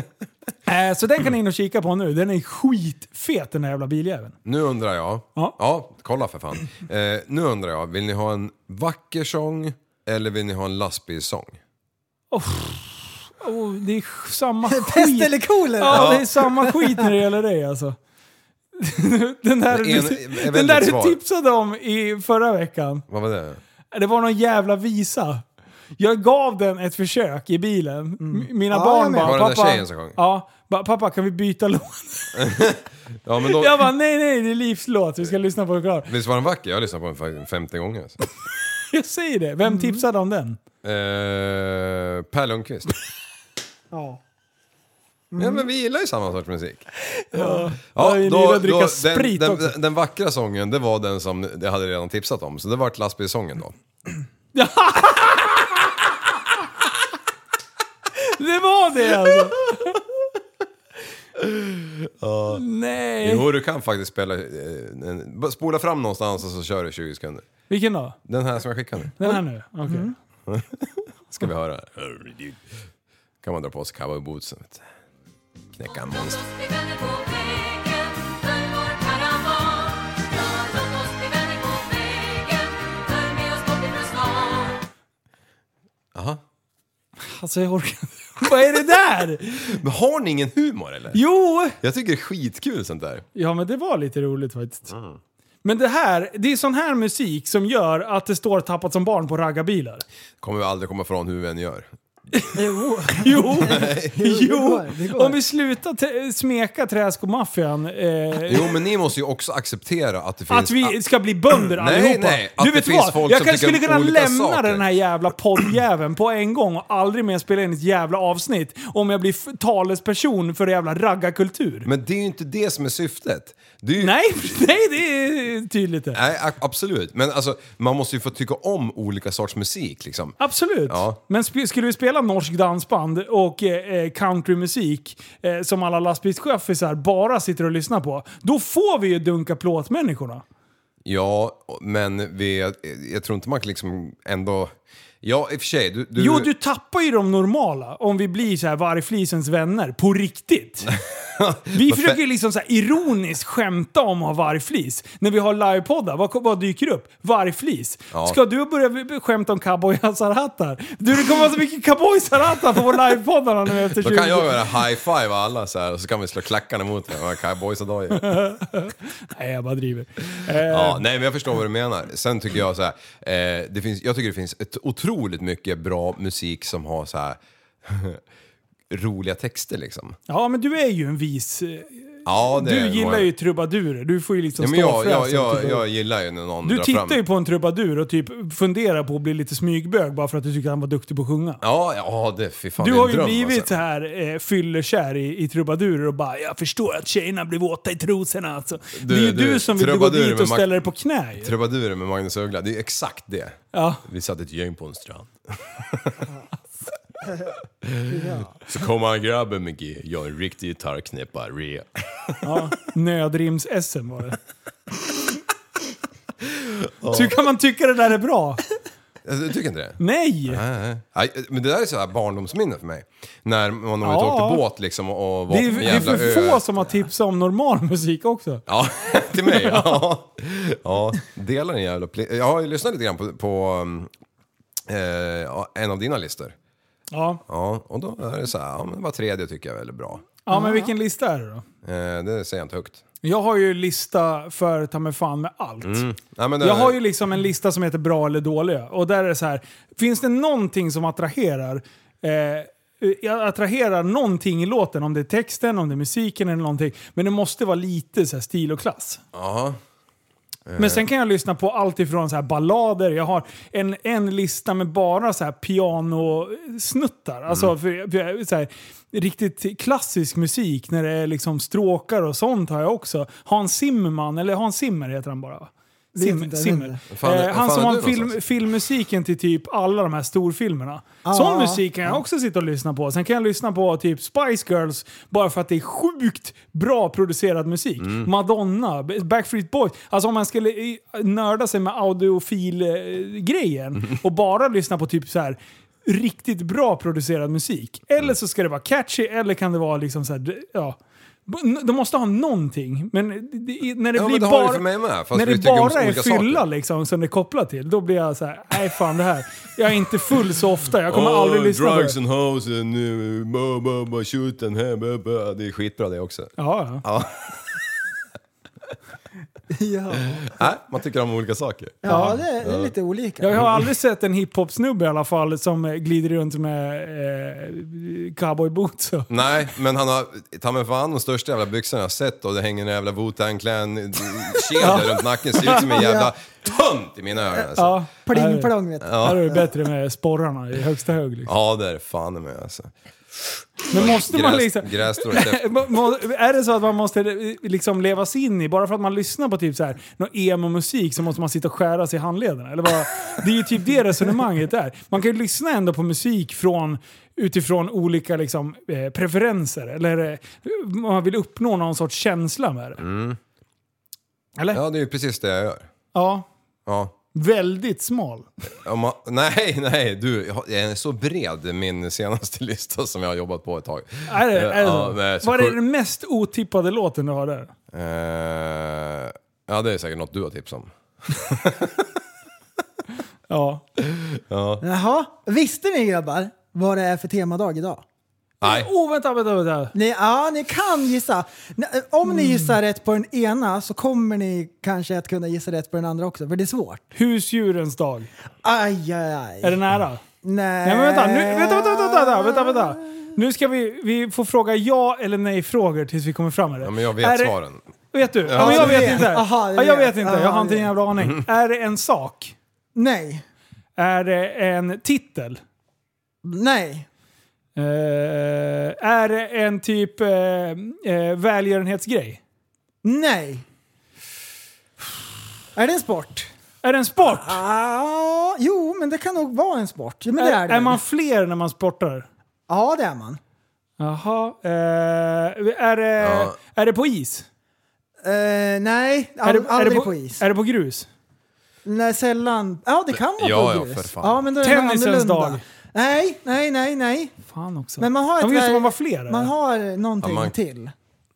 Speaker 3: det.
Speaker 1: Eh, Så den kan ni in och kika på nu. Den är skitfet den här jävla biljäveln.
Speaker 3: Nu undrar jag.
Speaker 1: Ja.
Speaker 3: kolla för fan. Eh, nu undrar jag, vill ni ha en vacker sång eller vill ni ha en lastbilssång?
Speaker 1: Oh, det är sk- samma
Speaker 2: Pest eller
Speaker 1: skit.
Speaker 2: kolera?
Speaker 1: Ja, det är samma skit när det gäller dig alltså. Den där,
Speaker 3: Det ena
Speaker 1: du, den där
Speaker 3: är väldigt
Speaker 1: du
Speaker 3: svar.
Speaker 1: tipsade om i förra veckan.
Speaker 3: Vad var det?
Speaker 1: Det var någon jävla visa. Jag gav den ett försök i bilen. M-
Speaker 3: Mm.
Speaker 1: Mina
Speaker 2: Ja, jag
Speaker 1: barn
Speaker 2: med.
Speaker 1: bara...
Speaker 3: Var det den där
Speaker 1: pappa,
Speaker 3: tjejen som sjöng?
Speaker 1: Ja, bara, pappa kan vi byta låt?
Speaker 3: Ja, men då,
Speaker 1: Jag bara nej nej, det är Livs låt. Vi ska lyssna på det klart.
Speaker 3: Visst var den vacker? Jag har lyssnat på den för 50 gånger. Alltså.
Speaker 1: Jag säger det.
Speaker 3: Mm.
Speaker 1: Vem tipsade om den?
Speaker 3: Eh, per Lundqvist.
Speaker 1: Ja.
Speaker 3: Ja, men vi gillar ju samma sorts musik.
Speaker 1: jag gillar att dricka sprit
Speaker 3: den,
Speaker 1: också.
Speaker 3: den, den vackra sången, det var den som jag hade redan tipsat om. Så det vart lastbilssången då.
Speaker 1: Det var det alltså! Nej.
Speaker 3: Jo, du kan faktiskt spela... eh, en- Spola fram någonstans och så kör du 20 sekunder.
Speaker 1: Vilken då?
Speaker 3: Den här som jag skickade nu.
Speaker 1: Den här nu? Okej.
Speaker 3: Mm. Ska vi höra? Kan man dra på sig cowboybootsen. vet du. Knäcka en monster.
Speaker 4: bli vänner på vägen för vår karavan. Ja, låt oss bli vänner på vägen, för med oss bort ifrån stan.
Speaker 3: Aha.
Speaker 1: Alltså jag orkar inte. Vad är det där?
Speaker 3: Men har ni ingen humor eller?
Speaker 1: Jo!
Speaker 3: Jag tycker det är skitkul sånt där.
Speaker 1: Ja men det var lite roligt faktiskt.
Speaker 3: Mm.
Speaker 1: Men det här, det är sån här musik som gör att det står tappat som barn på raggarbilar.
Speaker 3: Kommer vi aldrig komma ifrån hur vi än gör.
Speaker 2: Jo.
Speaker 1: Jo!
Speaker 2: det
Speaker 1: jo!
Speaker 2: går, det går.
Speaker 1: Om vi slutar te- smeka träskomaffian eh,
Speaker 3: Jo, men ni måste ju också acceptera att det finns...
Speaker 1: Att vi ska bli bönder
Speaker 3: Nej,
Speaker 1: allihopa.
Speaker 3: nej, att
Speaker 1: du
Speaker 3: det
Speaker 1: vet
Speaker 3: finns
Speaker 1: vad?
Speaker 3: folk
Speaker 1: Jag
Speaker 3: som
Speaker 1: kan,
Speaker 3: tycker
Speaker 1: skulle
Speaker 3: om
Speaker 1: kunna
Speaker 3: olika
Speaker 1: lämna
Speaker 3: saker.
Speaker 1: den här jävla poddjäveln på en gång och aldrig mer spela in ett jävla avsnitt om jag blir f- talesperson för jävla raggarkultur.
Speaker 3: Men det är ju inte det som är syftet. Det är ju...
Speaker 1: Nej, nej det är tydligt det.
Speaker 3: Nej, a- absolut. Men alltså, man måste ju få tycka om olika sorts musik liksom.
Speaker 1: Absolut.
Speaker 3: Ja.
Speaker 1: Men sp- skulle vi spela norsk dansband och eh, eh, countrymusik eh, som alla lastbilschaffisar bara sitter och lyssnar på, då får vi ju dunka plåtmänniskorna.
Speaker 3: Ja, men vi, jag tror inte man kan liksom ändå... Ja, i och för sig. Du, du...
Speaker 1: Jo, du tappar ju de normala om vi blir så här vargflisens vänner på riktigt. Vi försöker ju liksom så här ironiskt skämta om att ha vargflis. När vi har livepoddar, vad, vad dyker upp? Vargflis.
Speaker 3: Ja.
Speaker 1: Ska du börja skämta om cowboyhatt-hattar? Du, det kommer vara så mycket cowboyhatt-hattar på vår livepoddarna nu efter 20.
Speaker 3: Då kan jag göra high-five alla så här och så kan vi slå klackarna mot varandra. Cowboys och dojor.
Speaker 1: Nej, jag bara driver. Eh,
Speaker 3: Ja, nej men jag förstår vad du menar. Sen tycker jag så här, eh, det finns, jag tycker det finns ett otroligt mycket bra musik som har så här roliga texter liksom.
Speaker 1: Ja, men du är ju en vis... eh,
Speaker 3: Ja, det
Speaker 1: Du
Speaker 3: är-
Speaker 1: gillar ju trubadurer. Du får ju liksom
Speaker 3: ja, men
Speaker 1: stå
Speaker 3: jag,
Speaker 1: för
Speaker 3: jag,
Speaker 1: det som
Speaker 3: jag,
Speaker 1: typ-
Speaker 3: jag gillar ju när någon
Speaker 1: Du
Speaker 3: drar
Speaker 1: tittar
Speaker 3: fram...
Speaker 1: ju på en trubadur och typ funderar på att bli lite smygbög bara för att du tyckte han var duktig på att sjunga.
Speaker 3: Ja, ja det, fy fan,
Speaker 1: Du
Speaker 3: det är en
Speaker 1: har ju
Speaker 3: dröm,
Speaker 1: blivit
Speaker 3: alltså.
Speaker 1: så här eh, fyllekär i, i trubadurer och bara “Jag förstår att tjejerna blir våta i trosorna” alltså. Det är ju du,
Speaker 3: du,
Speaker 1: som vill gå
Speaker 3: trubadurer
Speaker 1: dit och
Speaker 3: med Mac-
Speaker 1: ställa dig på knä ju.
Speaker 3: Trubaduren med Magnus Uggla, det är ju exakt det.
Speaker 1: Ja.
Speaker 3: Vi satt ett gäng på en strand. Så kommer han grabben med G, jag är en riktig gitarrknäppare.
Speaker 1: Ja, Nödrims-SM var det. Så hur kan man tycka det där är bra?
Speaker 3: Alltså, Du tycker inte det?
Speaker 1: Nej!
Speaker 3: Nej, nej. Men det där är så här barndomsminne för mig. När man har
Speaker 1: Ja.
Speaker 3: åkte båt liksom och och var
Speaker 1: Det är,
Speaker 3: på en
Speaker 1: det är
Speaker 3: jävla
Speaker 1: för
Speaker 3: ö.
Speaker 1: få som har tipsat om normal musik också.
Speaker 3: Ja, till mig. Ja. ja, dela den jävla... pli- Jag har ju lyssnat lite grann på, på um, eh, ja, en av dina listor.
Speaker 1: Ja,
Speaker 3: Ja, och då är det så här, ja, men var tredje tycker jag är väldigt bra.
Speaker 1: ja men vilken lista är det då?
Speaker 3: Eh, det säger jag inte högt.
Speaker 1: Mm. Jag har ju lista för ta mig fan med allt.
Speaker 3: Mm. Nej, men det,
Speaker 1: Jag har ju liksom en lista som heter bra eller dåliga. Och där är det så här, finns det någonting som attraherar eh, jag attraherar någonting i låten, om det är texten, om det är musiken eller någonting. Men det måste vara lite så här stil och klass.
Speaker 3: Ja,
Speaker 1: Men sen kan jag lyssna på allt ifrån så här ballader, jag har en, en lista med bara så här pianosnuttar. Alltså
Speaker 2: Mm.
Speaker 1: för, för, så här, riktigt klassisk musik när det är liksom stråkar och sånt har jag också. Hans Zimmerman, eller Hans Zimmer heter han bara va?
Speaker 2: Vet
Speaker 1: Sim,
Speaker 2: inte,
Speaker 1: Simmer.
Speaker 2: vet
Speaker 3: Fan,
Speaker 1: eh,
Speaker 3: vad
Speaker 1: han
Speaker 3: fan
Speaker 1: som
Speaker 3: är
Speaker 1: har
Speaker 3: du
Speaker 1: film,
Speaker 3: någonstans?
Speaker 1: filmmusiken till typ alla de här storfilmerna.
Speaker 2: Ah,
Speaker 1: Sån
Speaker 2: ah,
Speaker 1: musik kan jag också sitta och lyssna på. Sen kan jag lyssna på typ Spice Girls bara för att det är sjukt bra producerad musik.
Speaker 3: Mm.
Speaker 1: Madonna, Backstreet Boys. Alltså om man skulle i- nörda sig med audiofil-grejen och bara lyssna på typ så här riktigt bra producerad musik.
Speaker 3: Mm.
Speaker 1: Eller så ska det vara catchy, eller kan det vara liksom så här, ja. De måste ha någonting, men det- när det
Speaker 3: Ja, men
Speaker 1: blir
Speaker 3: det har
Speaker 1: bara...
Speaker 3: det för mig med, fast
Speaker 1: när
Speaker 3: vi
Speaker 1: det
Speaker 3: tycker om
Speaker 1: bara är
Speaker 3: olika
Speaker 1: fylla
Speaker 3: saker.
Speaker 1: liksom som det är kopplat till, då blir jag så här: nej fan det här. Jag är inte full så ofta, jag kommer
Speaker 3: Åh,
Speaker 1: aldrig lyssna på
Speaker 3: Oh, drugs
Speaker 1: det.
Speaker 3: and hoes and uh, ba, ba, ba, shoot and här, ba, ba. Det är skitbra det också.
Speaker 1: Ja, ja.
Speaker 2: du. Ja,
Speaker 3: Nej, man tycker om olika saker.
Speaker 2: ja det, är, det är lite olika.
Speaker 1: Jag har aldrig sett en hiphop-snubbe i alla fall som eh, glider runt med eh, cowboyboots. och-
Speaker 3: Nej, men han har ta mig fan de största jävla byxorna jag har sett och det hänger en jävla Wu-Tang Clan-kedja runt nacken. Ser ut som en jävla tönt i mina ögon alltså.
Speaker 1: Ja, här
Speaker 2: Pling
Speaker 1: är-
Speaker 2: plong vet du.
Speaker 1: Här är det bättre med sporrarna i högsta hög. Liksom.
Speaker 3: Ja, det är det fan med alltså.
Speaker 1: Men måste man
Speaker 3: Gräs-
Speaker 1: liksom...
Speaker 3: Grässtrå i käften.
Speaker 1: Må- må- Är det så att man måste eh, liksom leva sig in i, bara för att man lyssnar på typ så här, någon emo-musik så måste man sitta och skära sig i handlederna? Eller vad? Det är ju typ det resonemanget är. Man kan ju lyssna ändå på musik från, utifrån olika liksom, eh, preferenser, eller eh, man vill uppnå någon sorts känsla med det. Eller? Ja.
Speaker 3: Mm. Ja, det är ju precis det jag gör. Ja.
Speaker 1: Väldigt smal.
Speaker 3: Om man, nej, nej, du, jag har- jag är så bred min senaste lista som jag har jobbat på ett tag.
Speaker 1: Är det, är det
Speaker 3: Ja,
Speaker 1: så?
Speaker 3: men jag är så
Speaker 1: Vad är
Speaker 3: sjuk.
Speaker 1: den mest otippade låten du har där?
Speaker 3: Eh, ja, det är säkert något du har tips om.
Speaker 1: Ja.
Speaker 2: Jaha, visste ni grabbar vad det är för temadag idag?
Speaker 3: Nej.
Speaker 1: Oh, vänta, vänta, vänta.
Speaker 2: Ni, ja, ni kan gissa. N- eh, Om
Speaker 1: Mm.
Speaker 2: ni gissar rätt på den ena så kommer ni kanske att kunna gissa rätt på den andra också, för det är svårt.
Speaker 1: Husdjurens dag.
Speaker 2: Aj, aj, aj.
Speaker 1: Är det nära?
Speaker 2: Nej.
Speaker 1: Nej men vänta, nu, vänta, vänta, vänta, vänta, vänta, vänta. Nu ska vi, vi få fråga ja eller nej frågor tills vi kommer fram med det.
Speaker 3: Ja, men jag vet
Speaker 1: är det,
Speaker 3: svaren.
Speaker 1: Vet du? Ja, men jag
Speaker 2: du
Speaker 1: vet
Speaker 2: vet.
Speaker 1: inte.
Speaker 2: Aha, du
Speaker 1: ja, jag
Speaker 2: vet.
Speaker 1: vet inte,
Speaker 2: Aha,
Speaker 1: jag har inte
Speaker 2: du
Speaker 1: en jävla aning. Är det en sak?
Speaker 2: Nej.
Speaker 1: Är det en titel?
Speaker 2: Nej.
Speaker 1: Eh, är det en typ eh, eh, välgörenhetsgrej?
Speaker 2: Nej. Är det en sport?
Speaker 1: Är det en sport?
Speaker 2: Ah, jo, men det kan nog vara en sport. Ja, men det
Speaker 1: är,
Speaker 2: är, det.
Speaker 1: är man fler när man sportar?
Speaker 2: Ja, det är man.
Speaker 1: Jaha. Eh, är, det,
Speaker 3: Ja.
Speaker 1: är det på is?
Speaker 2: Eh, nej, ald-
Speaker 1: är det, är
Speaker 2: aldrig
Speaker 1: det
Speaker 2: på, is.
Speaker 1: Är det på grus?
Speaker 2: Nej, sällan. Ja, det kan vara
Speaker 3: Ja,
Speaker 2: på
Speaker 3: ja,
Speaker 2: grus.
Speaker 3: för fan.
Speaker 2: Ja, men då är man
Speaker 1: Tennisens
Speaker 2: annorlunda.
Speaker 1: dag.
Speaker 2: Nej, nej, nej, nej.
Speaker 1: Fan också.
Speaker 2: Men man har
Speaker 1: ja,
Speaker 2: ett
Speaker 1: men just det,
Speaker 2: väl-
Speaker 1: man var fler.
Speaker 2: Man har någonting
Speaker 3: Ja, man-
Speaker 2: till.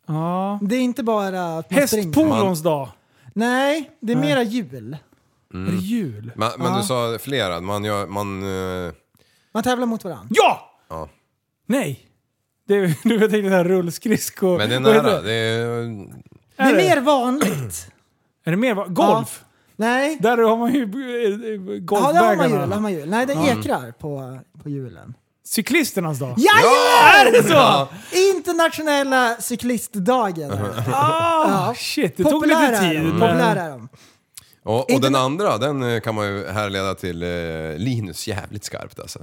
Speaker 1: ja.
Speaker 2: Det är inte bara att man springer.
Speaker 1: Hästpolons dag.
Speaker 2: Nej, det är mera jul.
Speaker 3: Mm.
Speaker 1: Är det jul?
Speaker 3: Men, men du sa flera, man gör, man... eh,
Speaker 2: Man tävlar mot varandra.
Speaker 1: Ja!
Speaker 3: Ja.
Speaker 1: Nej! Det är, du vet inte den här rullskridsko...
Speaker 3: men det är
Speaker 1: vad heter
Speaker 3: nära, det är...
Speaker 2: Det är mer vanligt.
Speaker 1: Är det mer va- golf?
Speaker 2: Nej,
Speaker 1: Där har man ju eh, eh,
Speaker 2: ja, det har man jul.
Speaker 1: golfbägarna.
Speaker 2: Har man jul. Nej, det ekrar på, på julen.
Speaker 1: Cyklisternas dag.
Speaker 2: Ja,
Speaker 1: Är det så?
Speaker 2: Internationella cyklistdagen.
Speaker 1: Ah, shit, det tog
Speaker 2: Populära
Speaker 1: lite
Speaker 2: är
Speaker 1: tid.
Speaker 2: de.
Speaker 1: men-
Speaker 2: Populära är de.
Speaker 3: Och, och den andra, den eh, kan man ju härleda till eh, Linus jävligt skarpt alltså.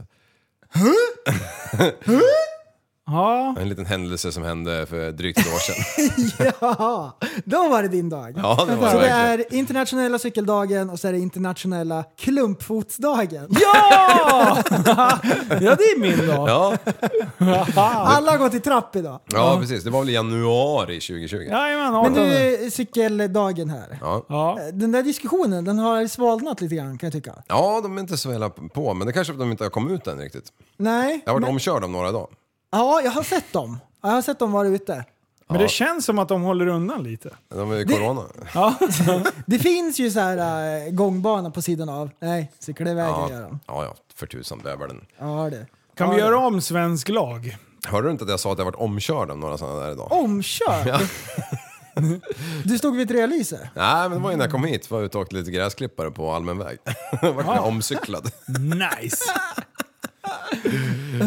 Speaker 1: Ja.
Speaker 3: En liten händelse som hände för drygt ett år sedan.
Speaker 2: Ja, då var det din dag.
Speaker 3: Ja, det var det
Speaker 2: så det
Speaker 3: verkligen.
Speaker 2: är internationella cykeldagen och så är det internationella klumpfotsdagen.
Speaker 1: Ja! ja, det är min dag.
Speaker 3: Ja,
Speaker 2: Alla har gått i trapp idag.
Speaker 3: ja precis. Det var väl i januari 2020.
Speaker 1: Jajamän,
Speaker 2: Men
Speaker 1: 18.
Speaker 2: du, cykeldagen här.
Speaker 3: Ja.
Speaker 1: Ja.
Speaker 2: Den där diskussionen, den har svalnat lite grann kan jag tycka.
Speaker 3: ja, de är inte så hela på, men det kanske är för att de inte har kommit ut än riktigt.
Speaker 2: Nej.
Speaker 3: Jag har varit omkörd om några dagar.
Speaker 2: Ja, jag har sett dem. Ja, Jag har sett dem vara ute.
Speaker 1: Men det känns som att de håller undan lite.
Speaker 3: De är ju corona.
Speaker 2: Det finns ju så här äh, gångbana på sidan av. Nej, cykelvägen
Speaker 3: Ja,
Speaker 2: gör de.
Speaker 3: ja, ja för tusan bävern.
Speaker 2: Ja du.
Speaker 1: Kan
Speaker 2: ja,
Speaker 1: vi
Speaker 2: du.
Speaker 1: göra om svensk lag?
Speaker 3: Hörde du inte att jag sa att jag varit omkörd om några sådana där idag?
Speaker 2: Omkörd? Du stod vid ett rödlyse?
Speaker 3: Nej, men det var ju när jag kom hit. Var ute och åkte lite gräsklippare på allmän väg. Vart jag omcyklad.
Speaker 1: Nice!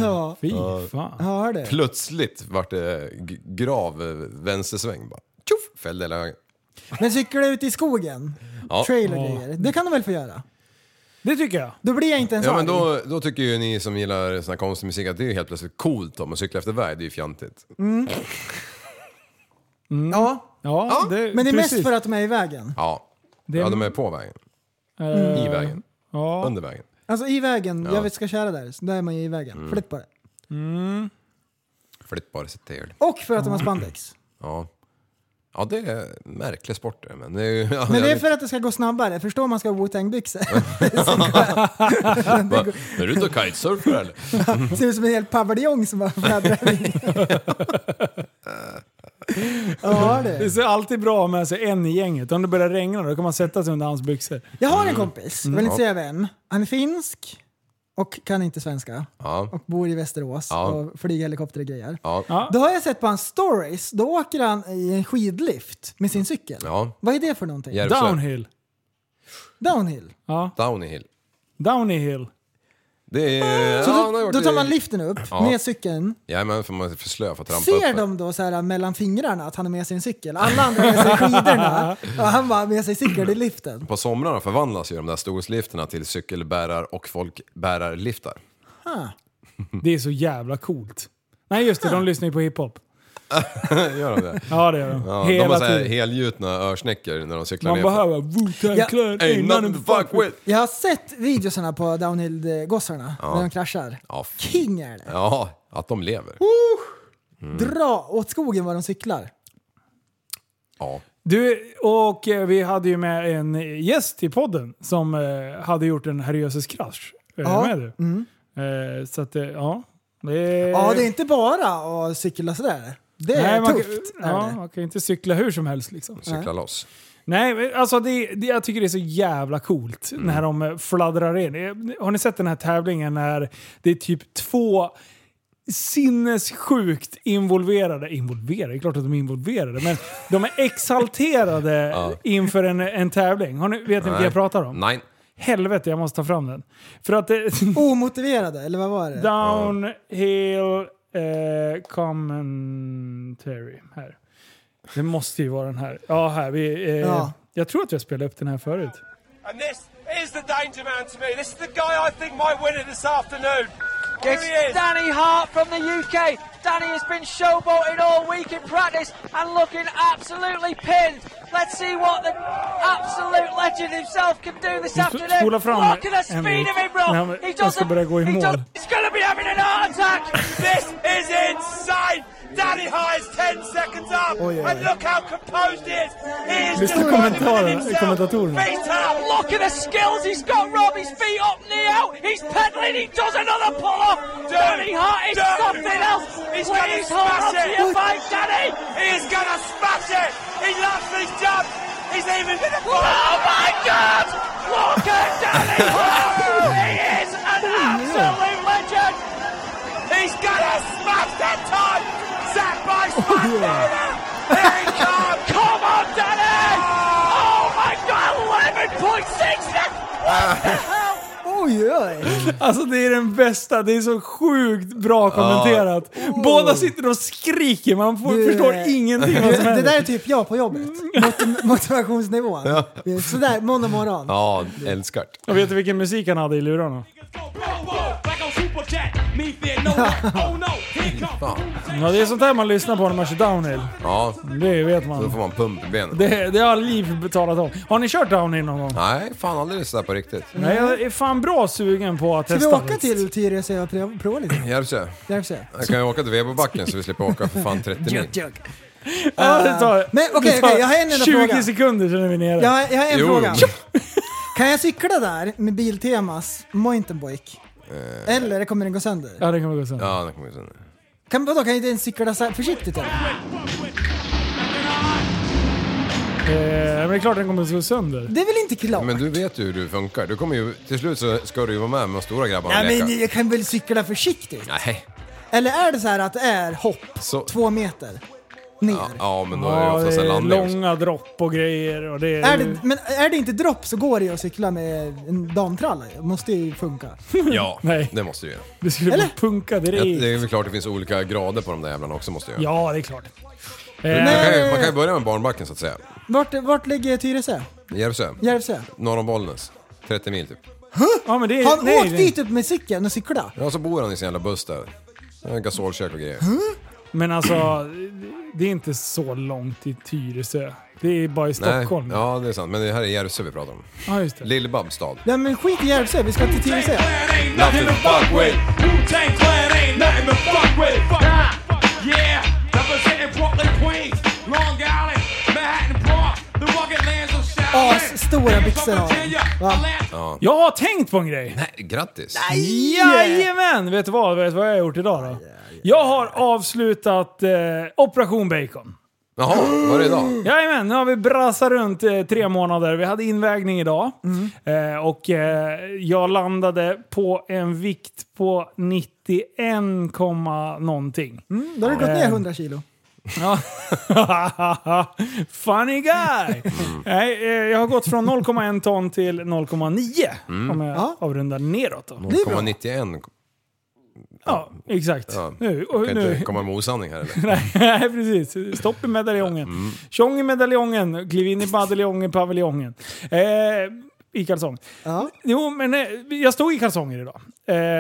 Speaker 2: Ja,
Speaker 1: Fy fan.
Speaker 2: ja du.
Speaker 3: Plötsligt vart det g- grav eh, vänstersväng bara. Tjoff! Fällde hela högen.
Speaker 2: Men cykla ute i skogen?
Speaker 3: Ja.
Speaker 2: Trailergrejer. Det kan de väl få göra?
Speaker 1: Det tycker jag.
Speaker 2: Då blir jag inte ens
Speaker 3: Ja men
Speaker 2: arg.
Speaker 3: då, då tycker ju ni som gillar sån här konstig musik att det är ju helt plötsligt coolt om att cykla efter väg, det är ju fjantigt.
Speaker 2: Ja,
Speaker 1: Ja, det,
Speaker 2: men det är
Speaker 1: precis.
Speaker 2: mest för att de är i vägen.
Speaker 3: Ja.
Speaker 1: Det,
Speaker 3: Ja, de är på vägen.
Speaker 1: eh,
Speaker 3: I vägen.
Speaker 1: Ja.
Speaker 3: Under vägen.
Speaker 2: Alltså i vägen,
Speaker 3: Ja. Mm.
Speaker 2: jag vet ska köra där, så där är man ju i vägen. Flytt på det.
Speaker 3: Flyttbar citerad.
Speaker 2: Och för att de har spandex.
Speaker 3: Ja. Ja, det är en märklig sport det. Men det är ju... Ja,
Speaker 2: Men det är
Speaker 3: jag-
Speaker 2: för att det ska gå snabbare, förstår om man ska ha Wu-Tang-byxor.
Speaker 3: Va? Är du ute och kitesurfar eller?
Speaker 2: Ser ut som en hel paviljong som bara fladdrar. i. ja,
Speaker 1: Det
Speaker 2: du.
Speaker 1: ser alltid bra att ha med sig en i gänget. Om det börjar regna då kan man sätta sig under hans byxor.
Speaker 2: Jag har en kompis,
Speaker 3: Mm.
Speaker 2: jag vill inte säga vem. Han är finsk och kan inte svenska.
Speaker 3: Ja.
Speaker 2: Och bor i Västerås
Speaker 3: Ja.
Speaker 2: och flyger helikopter och grejer.
Speaker 3: Ja.
Speaker 1: Ja.
Speaker 2: Då har jag sett på hans stories, då åker han i en skidlift med sin cykel.
Speaker 3: Ja.
Speaker 2: Vad är det för någonting?
Speaker 3: Järvsö.
Speaker 1: Downhill.
Speaker 2: Downhill.
Speaker 1: Ja.
Speaker 3: Downhill.
Speaker 1: Downhill.
Speaker 3: Det är...
Speaker 2: Så
Speaker 3: ja, han har
Speaker 2: då,
Speaker 3: gjort
Speaker 2: då tar
Speaker 3: det-
Speaker 2: man liften upp
Speaker 3: Ja.
Speaker 2: med cykeln.
Speaker 3: Jajamän, för man är för slö för att trampa
Speaker 2: Ser
Speaker 3: upp.
Speaker 2: de då så här äh, mellan fingrarna att han har med sig en cykel? Alla andra har med sig skidorna och han bara har med sig cykeln i liften.
Speaker 3: På somrarna förvandlas ju de där storslifterna till cykelbärar och folkbärarliftar. Mm.
Speaker 1: Det är så jävla coolt. Nej just det, de lyssnar ju på hiphop.
Speaker 3: Gör de det?
Speaker 1: Ja det gör de.
Speaker 3: Ja, de har
Speaker 1: Hela
Speaker 3: såhär
Speaker 1: tiden.
Speaker 3: helgjutna örsnäckor när de cyklar
Speaker 1: Man
Speaker 3: nerför.
Speaker 1: behöver
Speaker 2: Ja.
Speaker 1: Wu-Tang-kläder
Speaker 3: Ain't
Speaker 1: innan
Speaker 3: nothing
Speaker 1: en
Speaker 3: to fuck with!
Speaker 2: Jag har sett videosarna på downhill-gossarna när de kraschar.
Speaker 3: Ja, f-
Speaker 2: King är det.
Speaker 3: ja, att de lever. Mm.
Speaker 2: Dra åt skogen vad de cyklar.
Speaker 3: Ja.
Speaker 1: Du, och eh, vi hade ju med en gäst i podden som eh, hade gjort en Herrejösses krasch. Är du
Speaker 2: Ja. Mm.
Speaker 1: med du? Eh, så att, eh, ja. Det,
Speaker 2: Ja, det är inte bara att cykla sådär. Det är
Speaker 1: Eh. Nej, man, kan-
Speaker 2: tufft. är
Speaker 1: ja,
Speaker 2: det.
Speaker 1: man kan ju inte cykla hur som helst liksom.
Speaker 3: Cykla loss.
Speaker 1: Nej, men alltså det, det, jag tycker det är så jävla coolt
Speaker 3: Mm.
Speaker 1: när de eh, fladdrar in. Eh, Har ni sett den här tävlingen när det är typ två sinnessjukt involverade, involverade, det är klart att de är involverade, men de är exalterade inför en, en tävling. Har ni, vet ni vad jag pratar om?
Speaker 3: Nej.
Speaker 1: Helvete, jag måste ta fram den. För att eh, det,
Speaker 2: Omotiverade, eller vad var det?
Speaker 1: Downhill eh, commentary. Här. Det måste ju vara den här. Ja, här. Vi, eh,
Speaker 2: Ja.
Speaker 1: Jag tror att jag spelade upp den här förut.
Speaker 5: And this is the danger man to me. This is the guy I think might win it this afternoon. Here he is.
Speaker 6: Danny Hart from the UK. Danny has been showboating all week in practice and looking absolutely pinned. Let's see what the absolute legend himself can do this
Speaker 1: Du sp-
Speaker 6: afternoon.
Speaker 1: spolar fram
Speaker 6: Look at the
Speaker 1: Henrik
Speaker 6: speed of him,
Speaker 1: när
Speaker 6: bro.
Speaker 1: han-
Speaker 6: He
Speaker 1: han ska
Speaker 6: doesn't.
Speaker 1: börja gå i
Speaker 6: He
Speaker 1: mål.
Speaker 6: does. He's going to be having an heart attack.
Speaker 5: This is insane. Danny High is 10 seconds up.
Speaker 2: Oj, oj, oj.
Speaker 5: And look how composed he is. He is
Speaker 1: Lyssna
Speaker 5: just
Speaker 1: på
Speaker 5: running
Speaker 1: kommentarer-
Speaker 5: within himself.
Speaker 1: kommentatorerna.
Speaker 5: Feet up.
Speaker 6: Look at the skills he's got, Rob. His feet up, knee out. He's pedaling. He does another pull off. Danny Hart is
Speaker 5: Dude.
Speaker 6: something else.
Speaker 5: He's gonna
Speaker 6: Please hold on
Speaker 5: smash
Speaker 6: to your
Speaker 5: it.
Speaker 6: bike, Danny.
Speaker 5: He is going to smash it. He loves his job. He's even going to
Speaker 6: Oh my God! Look at Danny Hart. He is an absolute legend.
Speaker 5: He's gonna smash that time! Sack by Spastina! Here he comes! Come on, Danny! Oh my god, 11.6
Speaker 2: Oj, oj.
Speaker 1: Alltså det är den bästa, det är så sjukt bra kommenterat. Båda sitter och skriker, man får,
Speaker 2: Du,
Speaker 1: förstår
Speaker 2: eh,
Speaker 1: ingenting
Speaker 2: Det,
Speaker 1: vad som
Speaker 2: det
Speaker 1: händer. Mm.
Speaker 2: där är typ jag på jobbet. Mot, motivationsnivån. Sådär, måndag morgon.
Speaker 3: Ja, älskar't.
Speaker 1: Jag vet du vilken musik han hade i lurarna?
Speaker 5: Oh,
Speaker 1: Ja, det är sånt här man lyssnar på när man kör downhill.
Speaker 3: Ja,
Speaker 1: Det vet
Speaker 3: då
Speaker 1: man.
Speaker 3: får man pumpben.
Speaker 1: Det, det har Liv betalat om. Har ni kört downhill någon gång?
Speaker 3: Nej, fan aldrig sådär på riktigt.
Speaker 1: Nej, jag är fan bra sugen på att
Speaker 2: Ska vi
Speaker 1: testa.
Speaker 2: åka
Speaker 1: faktiskt.
Speaker 2: till Tyresö och prova- prova lite?
Speaker 3: Järvsö.
Speaker 2: Järvsö.
Speaker 3: Jag kan ju åka till Vebobacken så vi slipper åka för fan 30 mil.
Speaker 1: Ja, det tar,
Speaker 2: Eh, Men okej,
Speaker 1: det tar
Speaker 2: okej, jag har en enda
Speaker 1: 20
Speaker 2: fråga.
Speaker 1: sekunder sen är vi nere.
Speaker 2: Jag, har- jag har en
Speaker 3: Jo.
Speaker 2: fråga. Kan jag cykla där med Biltemas mountainbike?
Speaker 3: Eh.
Speaker 2: Eller kommer den gå sönder?
Speaker 1: Ja, det kan vi gå sen.
Speaker 3: Ja, det kommer vi sen.
Speaker 2: Kan, vadå, kan jag inte ens cykla så här försiktigt eller?
Speaker 1: Eh, men det är klart den kommer att gå sönder.
Speaker 2: Det är väl inte klart?
Speaker 3: Men du vet ju hur du funkar. Du kommer ju, till slut så ska du ju vara med med de stora grabbarna och
Speaker 2: Nej,
Speaker 3: leka.
Speaker 2: men jag kan väl cykla försiktigt?
Speaker 3: Nej.
Speaker 2: Eller är det så här att det är hopp
Speaker 3: Så-
Speaker 2: två meter ner?
Speaker 3: Ja, ja, men då är det
Speaker 1: Ja,
Speaker 3: oftast
Speaker 1: det
Speaker 3: en
Speaker 1: är
Speaker 3: landning. också.
Speaker 1: långa dropp och grejer. Och det är,
Speaker 2: Är det, men är det inte dropp så går det ju att cykla med en damtralla. Det måste ju funka.
Speaker 3: Ja,
Speaker 1: Nej.
Speaker 3: det måste du göra.
Speaker 1: det skulle
Speaker 2: Eller?
Speaker 1: bli punka
Speaker 3: Ja, Det
Speaker 1: direkt.
Speaker 3: är väl klart det finns olika grader på de där jävlarna också måste jag göra.
Speaker 1: Ja, det är klart.
Speaker 3: Man,
Speaker 1: Eh,
Speaker 3: kan ju, man kan ju börja med barnbacken så att säga.
Speaker 2: Vart, vart ligger Tyresö?
Speaker 3: Järvsö.
Speaker 2: Järvsö?
Speaker 3: Norr om Bollnäs. 30 mil typ.
Speaker 1: ja, men det är,
Speaker 2: Har han
Speaker 1: nej,
Speaker 2: åkt
Speaker 1: det-
Speaker 2: dit upp med cykeln och cyklat?
Speaker 3: Ja, så bor han i sin jävla buss där. Han har Gasolkök och grejer.
Speaker 1: Men alltså, det är inte så långt till Tyresö. Det är bara i Stockholm.
Speaker 3: Nej, ja, det är sant. Men det här är Järvsö vi pratar om.
Speaker 1: Ja, just det.
Speaker 3: Lill-Babs stad.
Speaker 2: Nej men skit i Järvsö, vi ska till Tyresö.
Speaker 3: Nothing to fuck with.
Speaker 5: Wu-Tang Clan ain't nothing to fuck with. Yeah, representing Brooklyn, Queens, Long Island, Manhattan Park, the rugged lands of Shaolin.
Speaker 2: Asstora byxor har han. Va?
Speaker 1: Jag har tänkt på en grej.
Speaker 3: Nej, grattis!
Speaker 1: Jajamän! Vet du vad, vet du vad jag har gjort idag då? Jag har avslutat eh, Operation Bacon.
Speaker 3: Jaha, var det idag?
Speaker 1: Jajamän, nu har vi brassat runt eh, tre månader. Vi hade invägning idag.
Speaker 3: Mm.
Speaker 1: Eh, och eh, jag landade på en vikt på 91, komma någonting.
Speaker 2: Mm, Då har du gått ner 100 kilo.
Speaker 1: Ja. Funny guy!
Speaker 3: Mm.
Speaker 1: Nej, eh, jag har gått från 0,1 ton till 0,9
Speaker 3: Mm.
Speaker 1: om jag
Speaker 2: Ja.
Speaker 1: avrundar neråt. Då.
Speaker 3: 0,91.
Speaker 1: Ja, exakt.
Speaker 3: Ja.
Speaker 1: Nu, och,
Speaker 3: Kan inte
Speaker 1: nu.
Speaker 3: komma med osanning här eller?
Speaker 1: Nej, precis. Stopp i medaljongen.
Speaker 3: Mm.
Speaker 1: Tjong i medaljongen, kliv in i badeljongen, paviljongen. Eh, I kalsong.
Speaker 2: Ja.
Speaker 1: Jo, men eh, jag stod i kalsonger idag.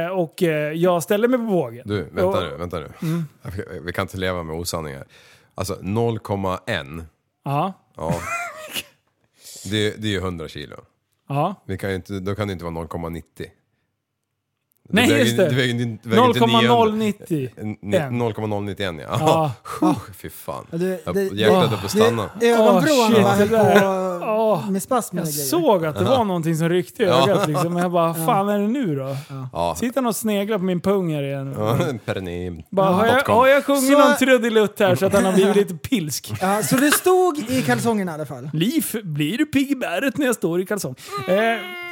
Speaker 1: Eh, och eh, jag ställde mig på bågen.
Speaker 3: Du, vänta
Speaker 1: Och-
Speaker 3: nu, vänta nu.
Speaker 1: Mm.
Speaker 3: Vi- Vi kan inte leva med osanningar. Alltså 0,1.
Speaker 1: Ja,
Speaker 3: Ja. Det, det är ju 100 kilo.
Speaker 1: ja.
Speaker 3: Vi kan ju inte, då kan det inte vara 0,90.
Speaker 1: Nej,
Speaker 3: väger-
Speaker 1: just det.
Speaker 3: väger inte- väger inte
Speaker 1: 0,090.
Speaker 3: 900. Ni- 0,091 ja.
Speaker 1: Ja.
Speaker 3: ja. Puh, Fy fan.
Speaker 2: Ja, det-
Speaker 3: Jag-
Speaker 2: det-
Speaker 3: Hjärtat höll på att stanna.
Speaker 2: Det-
Speaker 1: Åh,
Speaker 2: Ögonvrån
Speaker 1: shit,
Speaker 2: oh, höll
Speaker 1: det där.
Speaker 2: på
Speaker 1: Åh.
Speaker 2: med spasmer
Speaker 1: Jag
Speaker 2: och grejer.
Speaker 1: såg att det var någonting som ryckte i
Speaker 3: Ja.
Speaker 1: ögat liksom. Men jag bara, fan är det nu då?
Speaker 3: Ja.
Speaker 1: Sitter han och sneglar på min pung här igen?
Speaker 3: Pernim.
Speaker 1: Bara, har, jag,
Speaker 3: .com.
Speaker 1: har jag sjungit
Speaker 2: Så-
Speaker 1: någon trudelutt här så att han har blivit lite pilsk?
Speaker 2: Ja, så det stod i kalsongerna i alla fall.
Speaker 1: Liv, blir du pigg i bäret när jag står i kalsong? Eh,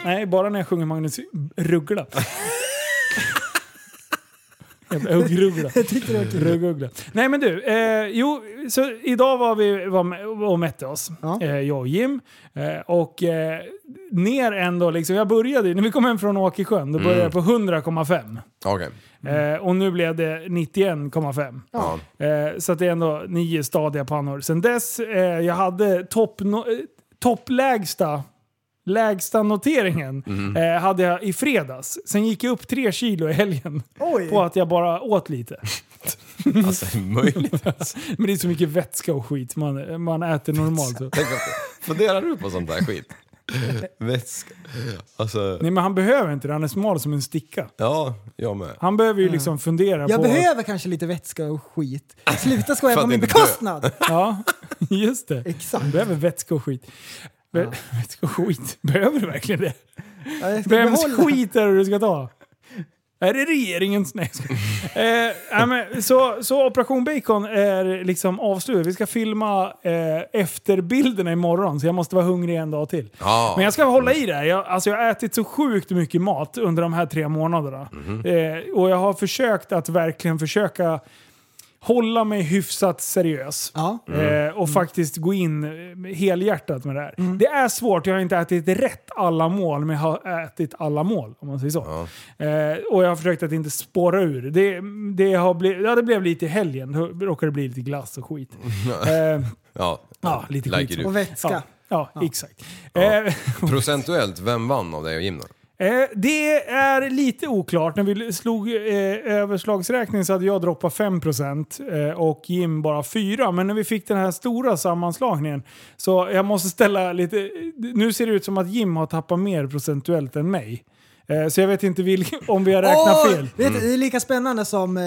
Speaker 1: nej, bara när jag sjunger Magnus Ruggla. Jävla Uggruggla. Ruggugla. Nej men du, eh, jo, så idag var vi var med och mätte oss,
Speaker 2: Ja.
Speaker 1: eh, jag och Jim. Eh, och eh, ner ändå, liksom, jag började ju- när vi kom hem från Åkersjön, då började jag på 100,5.
Speaker 3: Okej.
Speaker 1: Eh, och nu blev det 91,5.
Speaker 3: Ja.
Speaker 1: Eh, så att det är ändå nio stadiga pannor. Sen dess, eh, jag hade topp no- eh, topplägsta Lägsta noteringen
Speaker 2: Mhm.
Speaker 1: eh, hade jag i fredags. Sen gick jag upp tre kilo i helgen
Speaker 2: Oj.
Speaker 1: på att jag bara åt lite.
Speaker 3: Alltså är det möjligt ens?
Speaker 1: Men det är så mycket vätska och skit man, man äter normalt. Så.
Speaker 3: Tänk att- Funderar du på sånt där skit? Vätska. Alltså,
Speaker 1: Nej men han behöver inte det, han är smal som en sticka.
Speaker 3: ja, jag med.
Speaker 1: Han behöver ju liksom fundera
Speaker 2: Mm. Jag
Speaker 1: på...
Speaker 2: behöver kanske lite vätska och skit. Sluta skoja
Speaker 3: För
Speaker 2: på
Speaker 3: att
Speaker 2: min
Speaker 3: inte dö.
Speaker 2: bekostnad!
Speaker 1: Ja, just det.
Speaker 2: Exakt.
Speaker 1: Han behöver vätska och skit. Be- Vätska och skit, behöver du verkligen det?
Speaker 2: Ja, jag ska
Speaker 1: Vems
Speaker 2: behålla-
Speaker 1: skit är det du ska ta? Är det regeringens? Nej, jag skojar. eh, nej, men, så, så Operation Bacon är liksom avslutad. Vi ska filma eh, efterbilderna imorgon, så jag måste vara hungrig en dag till.
Speaker 3: Ja.
Speaker 1: Men jag ska hålla i det här. Jag, alltså, jag har ätit så sjukt mycket mat under de här tre månaderna. Eh, och jag har försökt att verkligen försöka hålla mig hyfsat seriös.
Speaker 2: Ja.
Speaker 1: Eh, och faktiskt gå in eh, helhjärtat med det här. Det är svårt, jag har inte ätit rätt alla mål, men jag har ätit alla mål. Om man säger så. Eh, och jag har försökt att inte spåra ur. Det, det, har bli, ja, det blev lite i helgen, då råkade det bli lite glass och skit. eh,
Speaker 3: Ja,
Speaker 1: ja, lite
Speaker 3: Like
Speaker 1: skit.
Speaker 3: it
Speaker 2: Och vätska.
Speaker 1: Ja, ja, exakt. Eh,
Speaker 3: Procentuellt, vem vann av dig och Jim då?
Speaker 1: Eh, det är lite oklart. När vi slog eh, överslagsräkning så hade jag droppat 5% eh, och Jim bara 4%. Men när vi fick den här stora sammanslagningen så jag måste ställa lite... Nu ser det ut som att Jim har tappat mer procentuellt än mig. Eh, så jag vet inte vilk, om vi har räknat
Speaker 2: Åh,
Speaker 1: fel.
Speaker 2: Vet du,
Speaker 3: Mm.
Speaker 2: det är lika spännande som eh,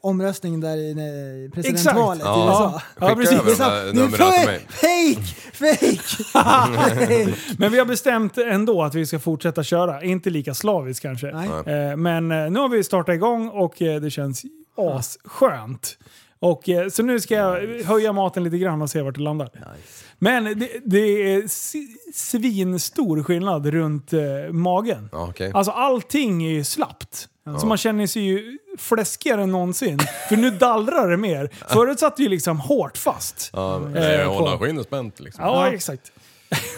Speaker 2: omröstningen där i eh,
Speaker 1: Exakt!
Speaker 2: presidentvalet i USA.
Speaker 1: ja. Ja, precis.
Speaker 3: över
Speaker 2: Så,
Speaker 3: de här numren till mig.
Speaker 2: Fake! Fake!
Speaker 1: Men vi har bestämt ändå att vi ska fortsätta köra. Inte lika slaviskt kanske.
Speaker 2: Nej.
Speaker 1: Eh, Men eh, nu har vi startat igång och eh, det känns asskönt. Och, eh, så nu ska jag höja maten lite grann och se vart det landar. Men det, det är si- svinstor skillnad runt eh, magen.
Speaker 3: Ja, okej.
Speaker 1: Alltså allting är ju slappt. Så man känner sig ju fläskigare än någonsin. För nu dallrar det mer. Förut satt det ju liksom hårt fast.
Speaker 3: Ja,
Speaker 1: Eh,
Speaker 3: jag håller
Speaker 1: på-
Speaker 3: skinn och spänt liksom.
Speaker 1: Ja, exakt.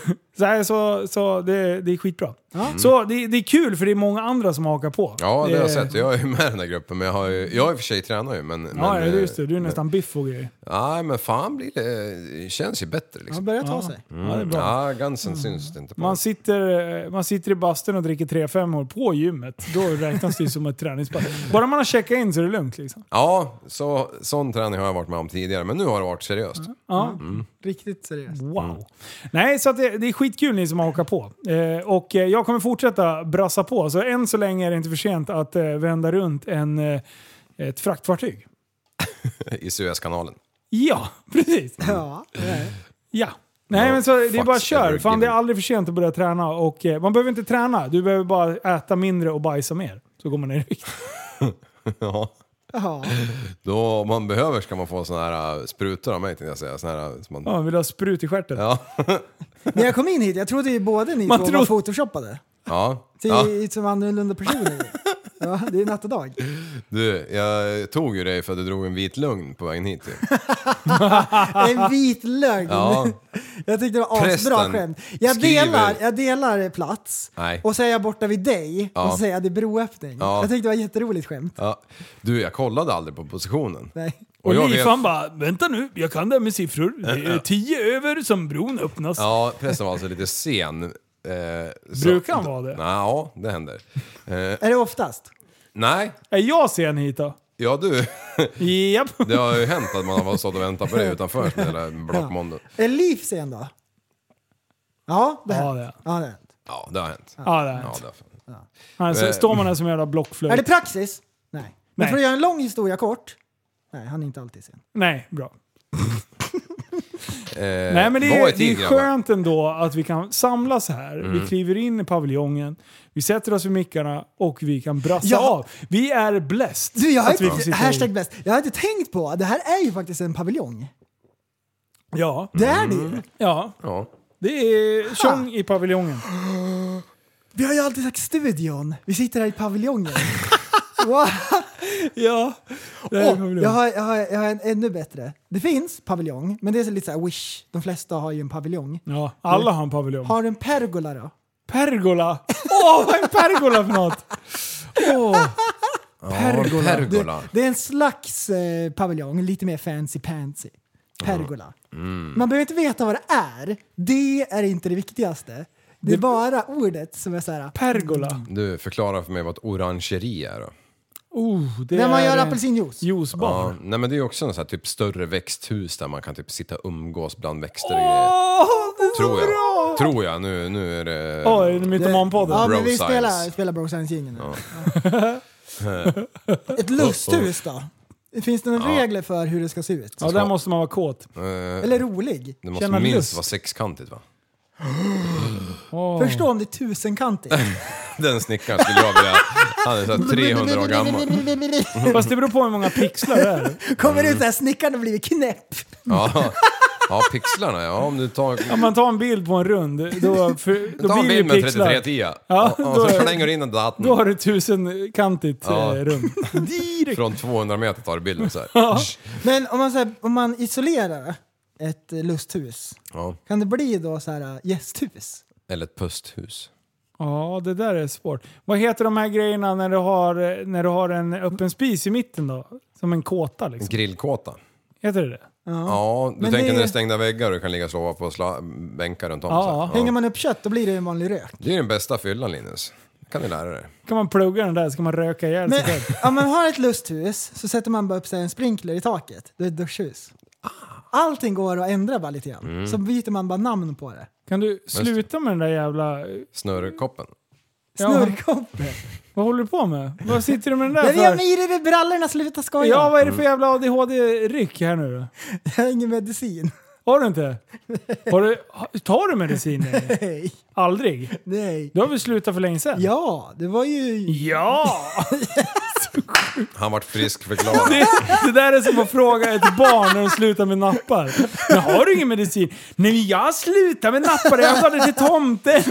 Speaker 1: Så, här, så, så det, det är skitbra. Så det, det är kul för det är många andra som hakar på. Eh,
Speaker 3: Ja, det har jag sett. Jag är ju med i den här gruppen, men jag, har ju, jag i och för sig tränar ju. Men,
Speaker 1: Ja,
Speaker 3: men, eh,
Speaker 1: ja, just det. Du är
Speaker 3: men-
Speaker 1: nästan biff och grejer.
Speaker 3: Nej, men fan blir det... känns ju bättre
Speaker 2: Han
Speaker 3: liksom. Mm.
Speaker 2: börjar ta sig.
Speaker 1: Ja, det är bra. Mm.
Speaker 3: Ja, Gansen syns det inte på.
Speaker 1: Man sitter, eh, man sitter i bastun och dricker 3-5 år på gymmet. Då räknas det ju som ett träningspass. Bara man har checkat in så är det lugnt liksom.
Speaker 3: Ja, så, sån träning har jag varit med om tidigare, men nu har det varit seriöst.
Speaker 1: Ja.
Speaker 3: Mm.
Speaker 2: Riktigt seriöst.
Speaker 1: Wow. Nej, så att det, det är skitkul ni som hakar på. Eh, och eh, jag kommer fortsätta brassa på. Så än så länge är det inte för sent att eh, vända runt en, eh, ett fraktfartyg.
Speaker 3: I Suezkanalen.
Speaker 1: Ja, precis.
Speaker 2: Ja, det är det.
Speaker 1: Ja. Nej,
Speaker 3: No
Speaker 1: men så det är bara
Speaker 3: fucks
Speaker 1: kör.
Speaker 3: ever
Speaker 1: Fan, det är
Speaker 3: given.
Speaker 1: aldrig för sent att börja träna. Och, eh, man behöver inte träna. Du behöver bara äta mindre och bajsa mer. Så går man ner i vikt.
Speaker 3: Ja.
Speaker 2: ja.
Speaker 3: Då, om man behöver ska man få såna här äh, sprutor av mig tänkte jag säga. Såna här eh, som man...
Speaker 1: Ja, vill du ha sprut i stjärten?
Speaker 3: Ja.
Speaker 2: När jag kom in hit, jag trodde ju båda ni
Speaker 1: Man
Speaker 2: två
Speaker 1: tror-
Speaker 2: var photoshoppade.
Speaker 3: ja.
Speaker 2: Till,
Speaker 3: ja.
Speaker 2: Som annorlunda personer. Ja, det är natt och dag.
Speaker 3: Du, jag tog ju dig för att du drog en vit lögn på vägen hit ju.
Speaker 2: En vit lögn.
Speaker 3: Ja.
Speaker 2: Jag tyckte det var asbra
Speaker 3: Prästen
Speaker 2: skämt. Jag
Speaker 3: skriver-
Speaker 2: delar, jag delar plats
Speaker 3: Nej.
Speaker 2: och så är jag borta vid dig och
Speaker 3: Ja.
Speaker 2: så säger jag det är broöppning.
Speaker 3: Ja.
Speaker 2: Jag tyckte det var ett jätteroligt skämt.
Speaker 3: Ja. Du, jag kollade aldrig på positionen.
Speaker 2: Nej.
Speaker 1: Och,
Speaker 3: jag
Speaker 1: ni
Speaker 3: vet-
Speaker 1: fan bara, vänta nu, jag kan det här med siffror. Det är tio över som bron öppnas.
Speaker 3: Ja, prästen var alltså lite sen. Eh, så-
Speaker 1: Brukar han vara det?
Speaker 3: Nej, ja, det händer. Eh,
Speaker 2: Är det oftast?
Speaker 3: nej,
Speaker 1: Är jag sen hit då?
Speaker 3: ja du.
Speaker 1: Japp.
Speaker 3: Det har ju hänt att man har stått och väntat på dig utanför den där blockmondon.
Speaker 2: Är Liv sen då? Ja, det
Speaker 1: Ja,
Speaker 2: har
Speaker 1: det
Speaker 2: hänt. Ja, det har hänt.
Speaker 3: Ja, det har
Speaker 1: Ja,
Speaker 3: hänt.
Speaker 1: det har
Speaker 3: Ja,
Speaker 1: hänt.
Speaker 3: det har hänt.
Speaker 1: Alltså,
Speaker 3: Eh.
Speaker 1: står man där som en jävla
Speaker 2: Är det
Speaker 1: blockflöjt.
Speaker 2: praxis? Nej. Men
Speaker 1: Nej.
Speaker 2: för att göra en lång historia kort. Nej, han är inte alltid sen.
Speaker 1: Nej, bra.
Speaker 3: Eh,
Speaker 1: Nej, men det
Speaker 3: vad
Speaker 1: är, det
Speaker 3: tid,
Speaker 1: är
Speaker 3: grabbar?
Speaker 1: skönt ändå att vi kan samlas här.
Speaker 3: Mm.
Speaker 1: Vi kliver in i paviljongen, vi sätter oss vid mickarna och vi kan brassa
Speaker 2: Ja.
Speaker 1: av. Vi är blessed
Speaker 2: Du, jag har
Speaker 1: att vi får
Speaker 2: inte,
Speaker 1: sitta
Speaker 2: hashtag
Speaker 1: i-
Speaker 2: bäst. Jag har inte tänkt på, det här är ju faktiskt en paviljong.
Speaker 1: Ja,
Speaker 2: Det är det
Speaker 1: Mm.
Speaker 2: ju.
Speaker 1: ja,
Speaker 3: Ja.
Speaker 1: det är tjong i paviljongen.
Speaker 2: Vi har ju alltid sagt studion. Vi sitter här i paviljongen. wow.
Speaker 1: Ja, det är
Speaker 2: Åh, jag,
Speaker 1: paviljongen.
Speaker 2: har, jag, har, jag har en ännu bättre. Det finns paviljong, men det är så lite såhär wish. De flesta har ju en paviljong.
Speaker 1: Ja, alla har en paviljong.
Speaker 2: Har du en pergola då?
Speaker 1: Pergola! Åh, vad är en pergola för något? Åh,
Speaker 3: Pergola.
Speaker 2: Det,
Speaker 3: Pergola.
Speaker 2: det är en slags eh, paviljong, lite mer fancy pansy. Pergola.
Speaker 1: Mm.
Speaker 2: Man behöver inte veta vad det är. Det är inte det viktigaste. Det är bara ordet som är såhär...
Speaker 1: pergola.
Speaker 3: Du, förklara för mig vad ett orangeri är då.
Speaker 1: Oh, det
Speaker 2: När man
Speaker 1: är eh,
Speaker 2: gör
Speaker 1: en
Speaker 2: apelsinjuice.
Speaker 1: Juicebar.
Speaker 3: Ja, nej men det är ju också en sån här typ större växthus där man kan typ sitta och umgås bland växter och grejer.
Speaker 1: Åh, det är
Speaker 3: Tror
Speaker 1: så
Speaker 3: jag.
Speaker 1: bra!
Speaker 3: Tror jag. Nu, nu är det...
Speaker 1: Åh, är det Mytomanpodden?
Speaker 2: Ja,
Speaker 3: Bro
Speaker 2: men vi
Speaker 3: Science.
Speaker 2: spelar, spelar Bro Science-jingeln nu. Ja. Ett lusthus då? Finns det några regler för hur det ska se ut?
Speaker 1: Ja, där måste man vara kåt.
Speaker 3: Eh,
Speaker 2: Eller rolig?
Speaker 3: det måste
Speaker 1: känna
Speaker 3: minst
Speaker 1: lust.
Speaker 3: vara sexkantigt va?
Speaker 2: Förstå om det är tusenkantigt.
Speaker 3: Den snickaren skulle jag vilja... Han är såhär 300 år gammal.
Speaker 1: Fast det beror på hur många pixlar det är.
Speaker 2: Kommer ut såhär, snickaren har blivit knäpp.
Speaker 3: Ja, ja pixlarna ja. Om du tar...
Speaker 1: Om man tar en bild på en rund, då, för, då
Speaker 3: Ta en
Speaker 1: blir
Speaker 3: bild
Speaker 1: det
Speaker 3: med
Speaker 1: pixlar.
Speaker 3: 3310
Speaker 1: Ja,
Speaker 3: och, och
Speaker 1: då
Speaker 3: så
Speaker 1: är-
Speaker 3: slänger du in en datorn.
Speaker 1: Då har du tusenkantigt
Speaker 3: Ja.
Speaker 1: eh, rum. Direkt.
Speaker 3: Från 200 meter tar du bilden så här.
Speaker 2: Men om man, så här, om man isolerar ett eh, lusthus,
Speaker 3: Ja.
Speaker 2: kan det bli då så här eh, gästhus?
Speaker 3: Eller ett pusthus.
Speaker 1: Ja, det där är svårt. Vad heter de här grejerna när du har, eh, när du har en öppen spis i mitten då? Som en kåta liksom.
Speaker 3: Grillkåta.
Speaker 1: Heter det det?
Speaker 3: Ja, du
Speaker 2: Men
Speaker 3: tänker
Speaker 2: det-
Speaker 3: när det är stängda väggar och du kan ligga och sova på sla- bänkar runt om.
Speaker 1: Ja,
Speaker 3: så här.
Speaker 2: Hänger man upp kött då blir det en vanlig rök.
Speaker 3: Det är den bästa fyllan Linus. kan du lära dig.
Speaker 1: kan man plugga den där så kan man röka ihjäl sig
Speaker 2: Men
Speaker 1: själv.
Speaker 2: om man har ett lusthus så sätter man bara upp så här en sprinkler i taket. Då är det duschhus.
Speaker 1: Ah.
Speaker 2: Allting går att ändra bara lite grann.
Speaker 1: Mm.
Speaker 2: Så byter man bara namn på det.
Speaker 1: Kan du sluta med den där jävla...
Speaker 3: Snurrkoppen.
Speaker 1: Ja.
Speaker 2: Snurrkoppe.
Speaker 1: Vad håller du på med? Vad sitter du med den
Speaker 2: Ja.
Speaker 1: där
Speaker 2: Jag ger
Speaker 1: för?
Speaker 2: mig i det i brallorna, sluta skoja.
Speaker 1: Ja, vad är det för jävla ADHD-ryck här nu då?
Speaker 2: Jag har ingen medicin.
Speaker 1: Har du inte? Har du, har- tar du medicin längre?
Speaker 2: Nej,
Speaker 1: Aldrig?
Speaker 2: nej.
Speaker 1: Du har väl slutat för länge sedan?
Speaker 2: Ja, det var ju...
Speaker 1: Ja!
Speaker 3: Han vart friskförklarad.
Speaker 1: Det, det där är som att fråga ett barn när de slutar med nappar. Men har du ingen medicin? Nej, men jag slutar med nappar. Jag gav det till tomten.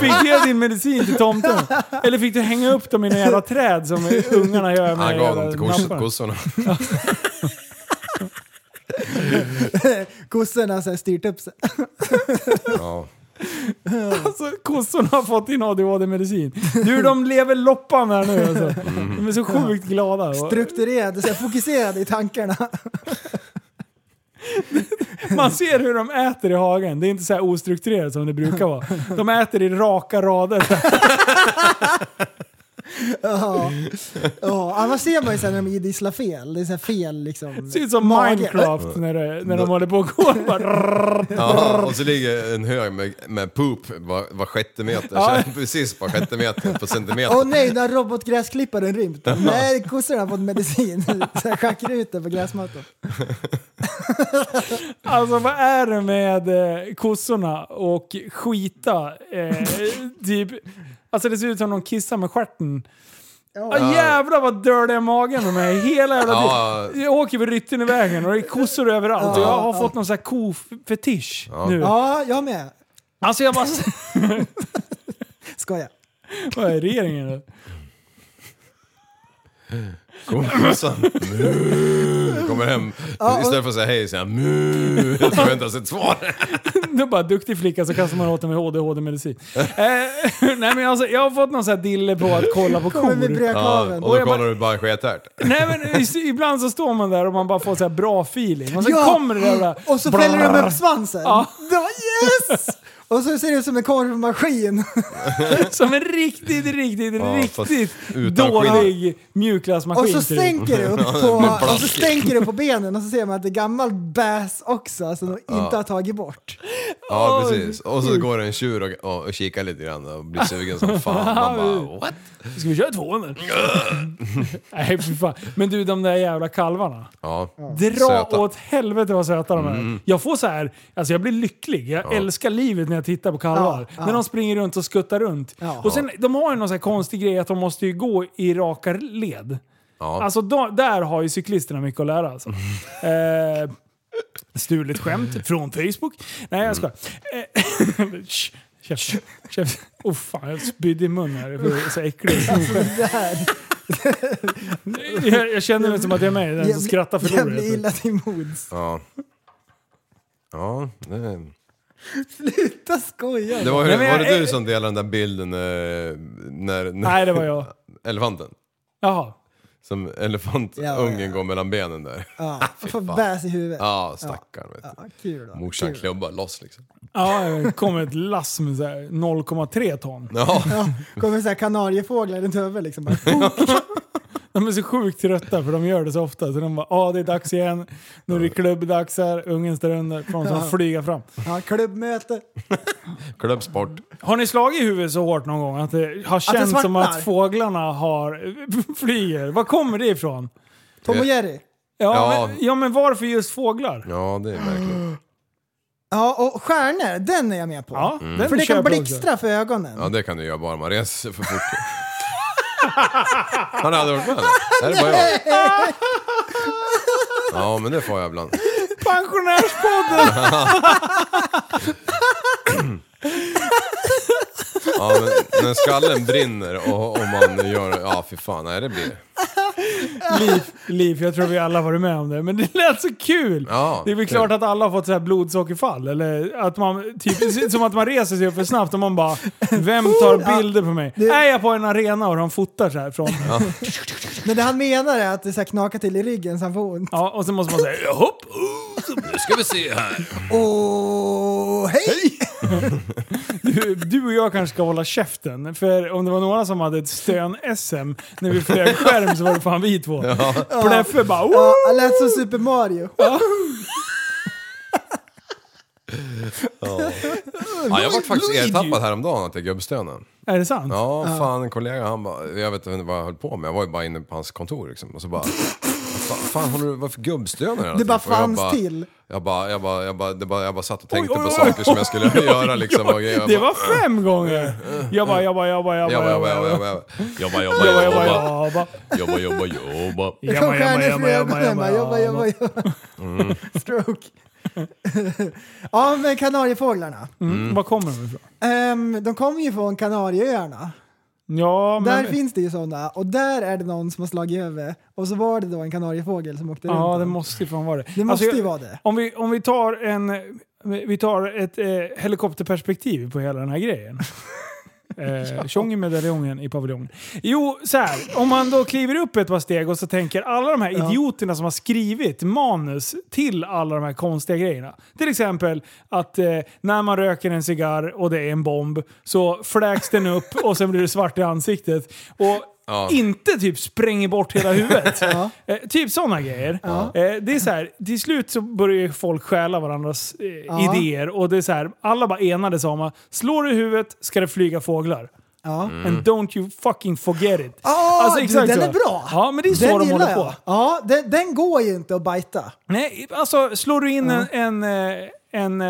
Speaker 1: Fick jag din medicin till tomten? Eller fick du hänga upp dem i några jävla träd som ungarna gör med
Speaker 3: Han gav
Speaker 1: jävla
Speaker 3: dem till kos-
Speaker 1: nappar?
Speaker 3: kossorna.
Speaker 2: Kossen har så här styrt upp sig.
Speaker 3: Ja.
Speaker 1: Alltså kossorna har fått in ADHD-medicin. Du, de lever loppan här nu alltså. De är så sjukt glada. Och
Speaker 2: Strukturerade, så här, fokuserade i tankarna.
Speaker 1: Man ser hur de äter i hagen. Det är inte så här ostrukturerat som det brukar vara. De äter i raka rader.
Speaker 2: Ja, ja. annars ser man ju sen när de idisslar fel. Det är så här fel liksom.
Speaker 1: Det ser ut som
Speaker 2: mage.
Speaker 1: Minecraft när, det, när de håller på och går. Bara,
Speaker 3: Ja, och så ligger en hög med, med poop var, var sjätte meter.
Speaker 1: Ja.
Speaker 3: Så, precis var sjätte meter på centimeter.
Speaker 2: Åh oh, nej, den här robotgräsklipparen rymt. Nej, kossorna har fått medicin. Så här Schackrutor på gräsmattan.
Speaker 1: Alltså vad är det med eh, kossorna och skita? Eh, typ, alltså det ser ut som de kissar med stjärten.
Speaker 2: Ja.
Speaker 1: Ah, jävlar vad dirty magen med mig hela jävla
Speaker 3: Ja.
Speaker 1: tiden. Jag åker vid Ryttenevägen och det är kossor överallt. och jag har fått någon sån här kofetisch nu.
Speaker 2: Ja, jag med.
Speaker 1: Alltså jag bara...
Speaker 2: Skoja.
Speaker 1: vad är regeringen då?
Speaker 3: Kossan. Mu. Kommer hem. Istället för att säga hej säger han mu. Förväntar sig ett svar.
Speaker 1: Du är bara duktig flicka så kastar man åt dem med ADHD-medicin. eh, nej men alltså jag har fått någon sån här dille på att kolla på
Speaker 2: Kommer vi
Speaker 1: kor.
Speaker 3: Ja,
Speaker 2: brödkaveln.
Speaker 3: och då
Speaker 1: jag bara-
Speaker 3: kollar du bara en sketärt.
Speaker 1: Nej men is- ibland så står man där och man bara får så här bra feeling. Och sen kommer det där jävla-
Speaker 2: Och så fäller de upp svansen.
Speaker 1: Ja.
Speaker 2: Det var yes! Och så ser det ut som en korvmaskin.
Speaker 1: som en riktigt, riktigt,
Speaker 3: Ja, fast
Speaker 1: riktigt
Speaker 3: utan
Speaker 1: dålig
Speaker 2: Och
Speaker 1: mjukglassmaskin. typ.
Speaker 2: så
Speaker 1: ser det ut.
Speaker 2: stänker det upp på, och så stänker det på benen och så ser man att det är gammal bäs också som de inte har tagit bort.
Speaker 3: Ja,
Speaker 1: Oj.
Speaker 3: precis. Och så går en tjur och, och, och kikar lite grann och blir sugen som fan. Man bara, what?
Speaker 1: Ska vi köra två nu? Nej fy fan. Men du de där jävla kalvarna.
Speaker 3: Ja.
Speaker 1: Dra
Speaker 3: Söta. Mm.
Speaker 1: åt helvete vad söta de är. Jag får så här, alltså jag blir lycklig. Jag älskar livet när jag tittar på kalvar.
Speaker 2: Ja, ja.
Speaker 1: När de springer runt och skuttar runt.
Speaker 2: Ja.
Speaker 1: Och sen, de har ju någon så här konstig grej att de måste ju gå i raka led.
Speaker 3: Ja.
Speaker 1: Alltså da- där har ju cyklisterna mycket att lära alltså.
Speaker 3: Mm.
Speaker 1: eh, stulet skämt från Facebook. Nej
Speaker 3: Mm.
Speaker 1: jag skojar. Eh, tsch, Käften. käften. Oh, fan, jag spydde i munnen här. Jag blev så äcklig.
Speaker 2: Alltså,
Speaker 1: Jag, jag känner mig som att jag är med i den som skrattar
Speaker 2: Jag
Speaker 1: förlorar.
Speaker 2: blir illa till mods.
Speaker 3: Ja. Ja, det...
Speaker 2: Sluta skoja.
Speaker 3: Det var, ju-
Speaker 1: Nej, men
Speaker 3: var
Speaker 1: jag-
Speaker 3: det du som delade den där bilden eh, när, när...
Speaker 1: Nej, det var jag.
Speaker 3: Elefanten.
Speaker 1: Jaha.
Speaker 3: Som elefantungen
Speaker 2: Ja, ja, ja.
Speaker 3: går mellan benen där.
Speaker 2: Ja, och får
Speaker 3: fan.
Speaker 2: bäs i huvudet.
Speaker 3: Ja, stackarn vet du.
Speaker 2: Ja, kul då.
Speaker 3: Morsan
Speaker 2: kul.
Speaker 3: klubbar loss liksom.
Speaker 1: Ja, det kom ett lass med så här 0,3 ton.
Speaker 3: Ja,
Speaker 2: Kommer så här kanariefåglar runt huvudet liksom. Bara,
Speaker 1: De är så sjukt trötta för de gör det så ofta. Så de bara ah, det är dags igen. Nu är det klubbdags här. Ungen står under. Får de som flyga fram.
Speaker 2: ja, klubbmöte.
Speaker 3: klubbsport.
Speaker 1: Har ni slagit i huvudet så hårt någon gång att det har känts som
Speaker 2: svartnar?
Speaker 1: att fåglarna har, flyger? Var kommer det ifrån?
Speaker 2: Tom och Jerry.
Speaker 1: Ja,
Speaker 3: Ja.
Speaker 1: Men, ja, men varför just fåglar?
Speaker 3: Ja, det är märkligt.
Speaker 2: Ja, och stjärnor, den är jag med på.
Speaker 1: Ja, den
Speaker 2: För det
Speaker 1: köper
Speaker 2: kan
Speaker 1: jag också.
Speaker 2: blixtra för ögonen.
Speaker 3: Ja, det kan du göra bara man reser för fort. Han hade varit med. Det här är bara jag. Ja, men det får jag ibland.
Speaker 1: Pensionärspodden!
Speaker 3: Ja, men när skallen brinner och, och man gör... Ja, fy fan. Nej, det blir...
Speaker 1: Liv, Liv, jag tror vi alla har varit med om det. Men det lät så kul!
Speaker 3: Ja,
Speaker 1: det är väl
Speaker 3: kul.
Speaker 1: klart att alla har fått så här blodsockerfall. Eller att man, typ, som att man reser sig upp för snabbt och man bara Vem
Speaker 3: Oh,
Speaker 1: tar bilder på mig? Är jag på en arena och de fotar så här från mig? Ja.
Speaker 2: Men det han menar är att det så här knakar till i ryggen så han får ont.
Speaker 1: och så måste man säga hopp! oh,
Speaker 3: Nu ska vi se här.
Speaker 2: Åh, hej!
Speaker 1: Du, du och jag kanske ska hålla käften. För om det var några som hade ett stön-SM när vi flög skärm så var det fan vi två. Pleffe bara Woo!
Speaker 2: Ja, han lät som Super Mario.
Speaker 3: Ja, jag vart faktiskt ertappad häromdagen att jag gubbstönade.
Speaker 1: Är det sant?
Speaker 3: Ja, fan en kollega han bara, jag vet inte vad jag höll på med. Jag var ju bara inne på hans kontor liksom. Och så bara, fan, fan håller du, varför gubbstönar du hela
Speaker 2: Det bara
Speaker 3: tiden?" Och jag
Speaker 2: fanns till.
Speaker 3: Jag bara, jag bara, jag bara, det bara, jag bara satt och tänkte
Speaker 1: Oj, oj,
Speaker 3: på
Speaker 1: oj.
Speaker 3: saker som jag skulle göra liksom. Och grejer. jag
Speaker 1: Det
Speaker 3: bara,
Speaker 1: var fem gånger! Jag bara, jag bara, jag bara, "Äh." jag bara,
Speaker 3: Jobba,
Speaker 1: jag
Speaker 3: jobba,
Speaker 1: bara, jag
Speaker 3: jobba,
Speaker 1: bara.
Speaker 3: jobba. Jobba, jobba, jobba,
Speaker 1: Jag bara, jag
Speaker 3: jobba.
Speaker 1: bara, jag bara.
Speaker 3: Jobba, jobba, jobba.
Speaker 2: Det kom stjärnor för ögonen. bara, Jobba, jobba, jobba. Stroke. Ja, men kanariefåglarna.
Speaker 1: Mm. Var kommer de ifrån?
Speaker 2: Ehm, de kommer ju från Kanarieöarna.
Speaker 1: Ja, men...
Speaker 2: Där finns det ju sådana och där är det någon som har slagit över och så var det då en kanariefågel som åkte runt.
Speaker 1: ja, det
Speaker 2: den.
Speaker 1: måste ju fan vara det.
Speaker 2: Det måste
Speaker 1: jag-
Speaker 2: ju vara det.
Speaker 1: Om vi, om vi tar en... vi tar ett eh, helikopterperspektiv på hela den här grejen. Eh, Tjong i medaljongen i paviljongen. Jo, så här. Om man då kliver upp ett par steg och så tänker alla de här idioterna som har skrivit manus till alla de här konstiga grejerna. Till exempel att eh, när man röker en cigarr och det är en bomb så fläks den upp och sen blir det svart i ansiktet. Och
Speaker 3: Ja.
Speaker 1: inte typ spränger bort hela huvudet. Eh, typ sådana grejer. Eh, det är så här, till slut så börjar ju folk stjäla varandras eh,
Speaker 2: Ja.
Speaker 1: idéer och det är så här, alla bara enades om att slår du i huvudet ska det flyga fåglar.
Speaker 2: Ja.
Speaker 3: Mm.
Speaker 1: And don't you fucking forget it.
Speaker 2: Ah, du, den
Speaker 1: Alltså, så.
Speaker 2: är bra!
Speaker 1: Ja, men det är så
Speaker 2: Den
Speaker 1: de
Speaker 2: gillar
Speaker 1: håller på.
Speaker 2: jag. Ja, den, den går ju inte att bajta.
Speaker 1: Nej, alltså slår du in en, en, eh, en,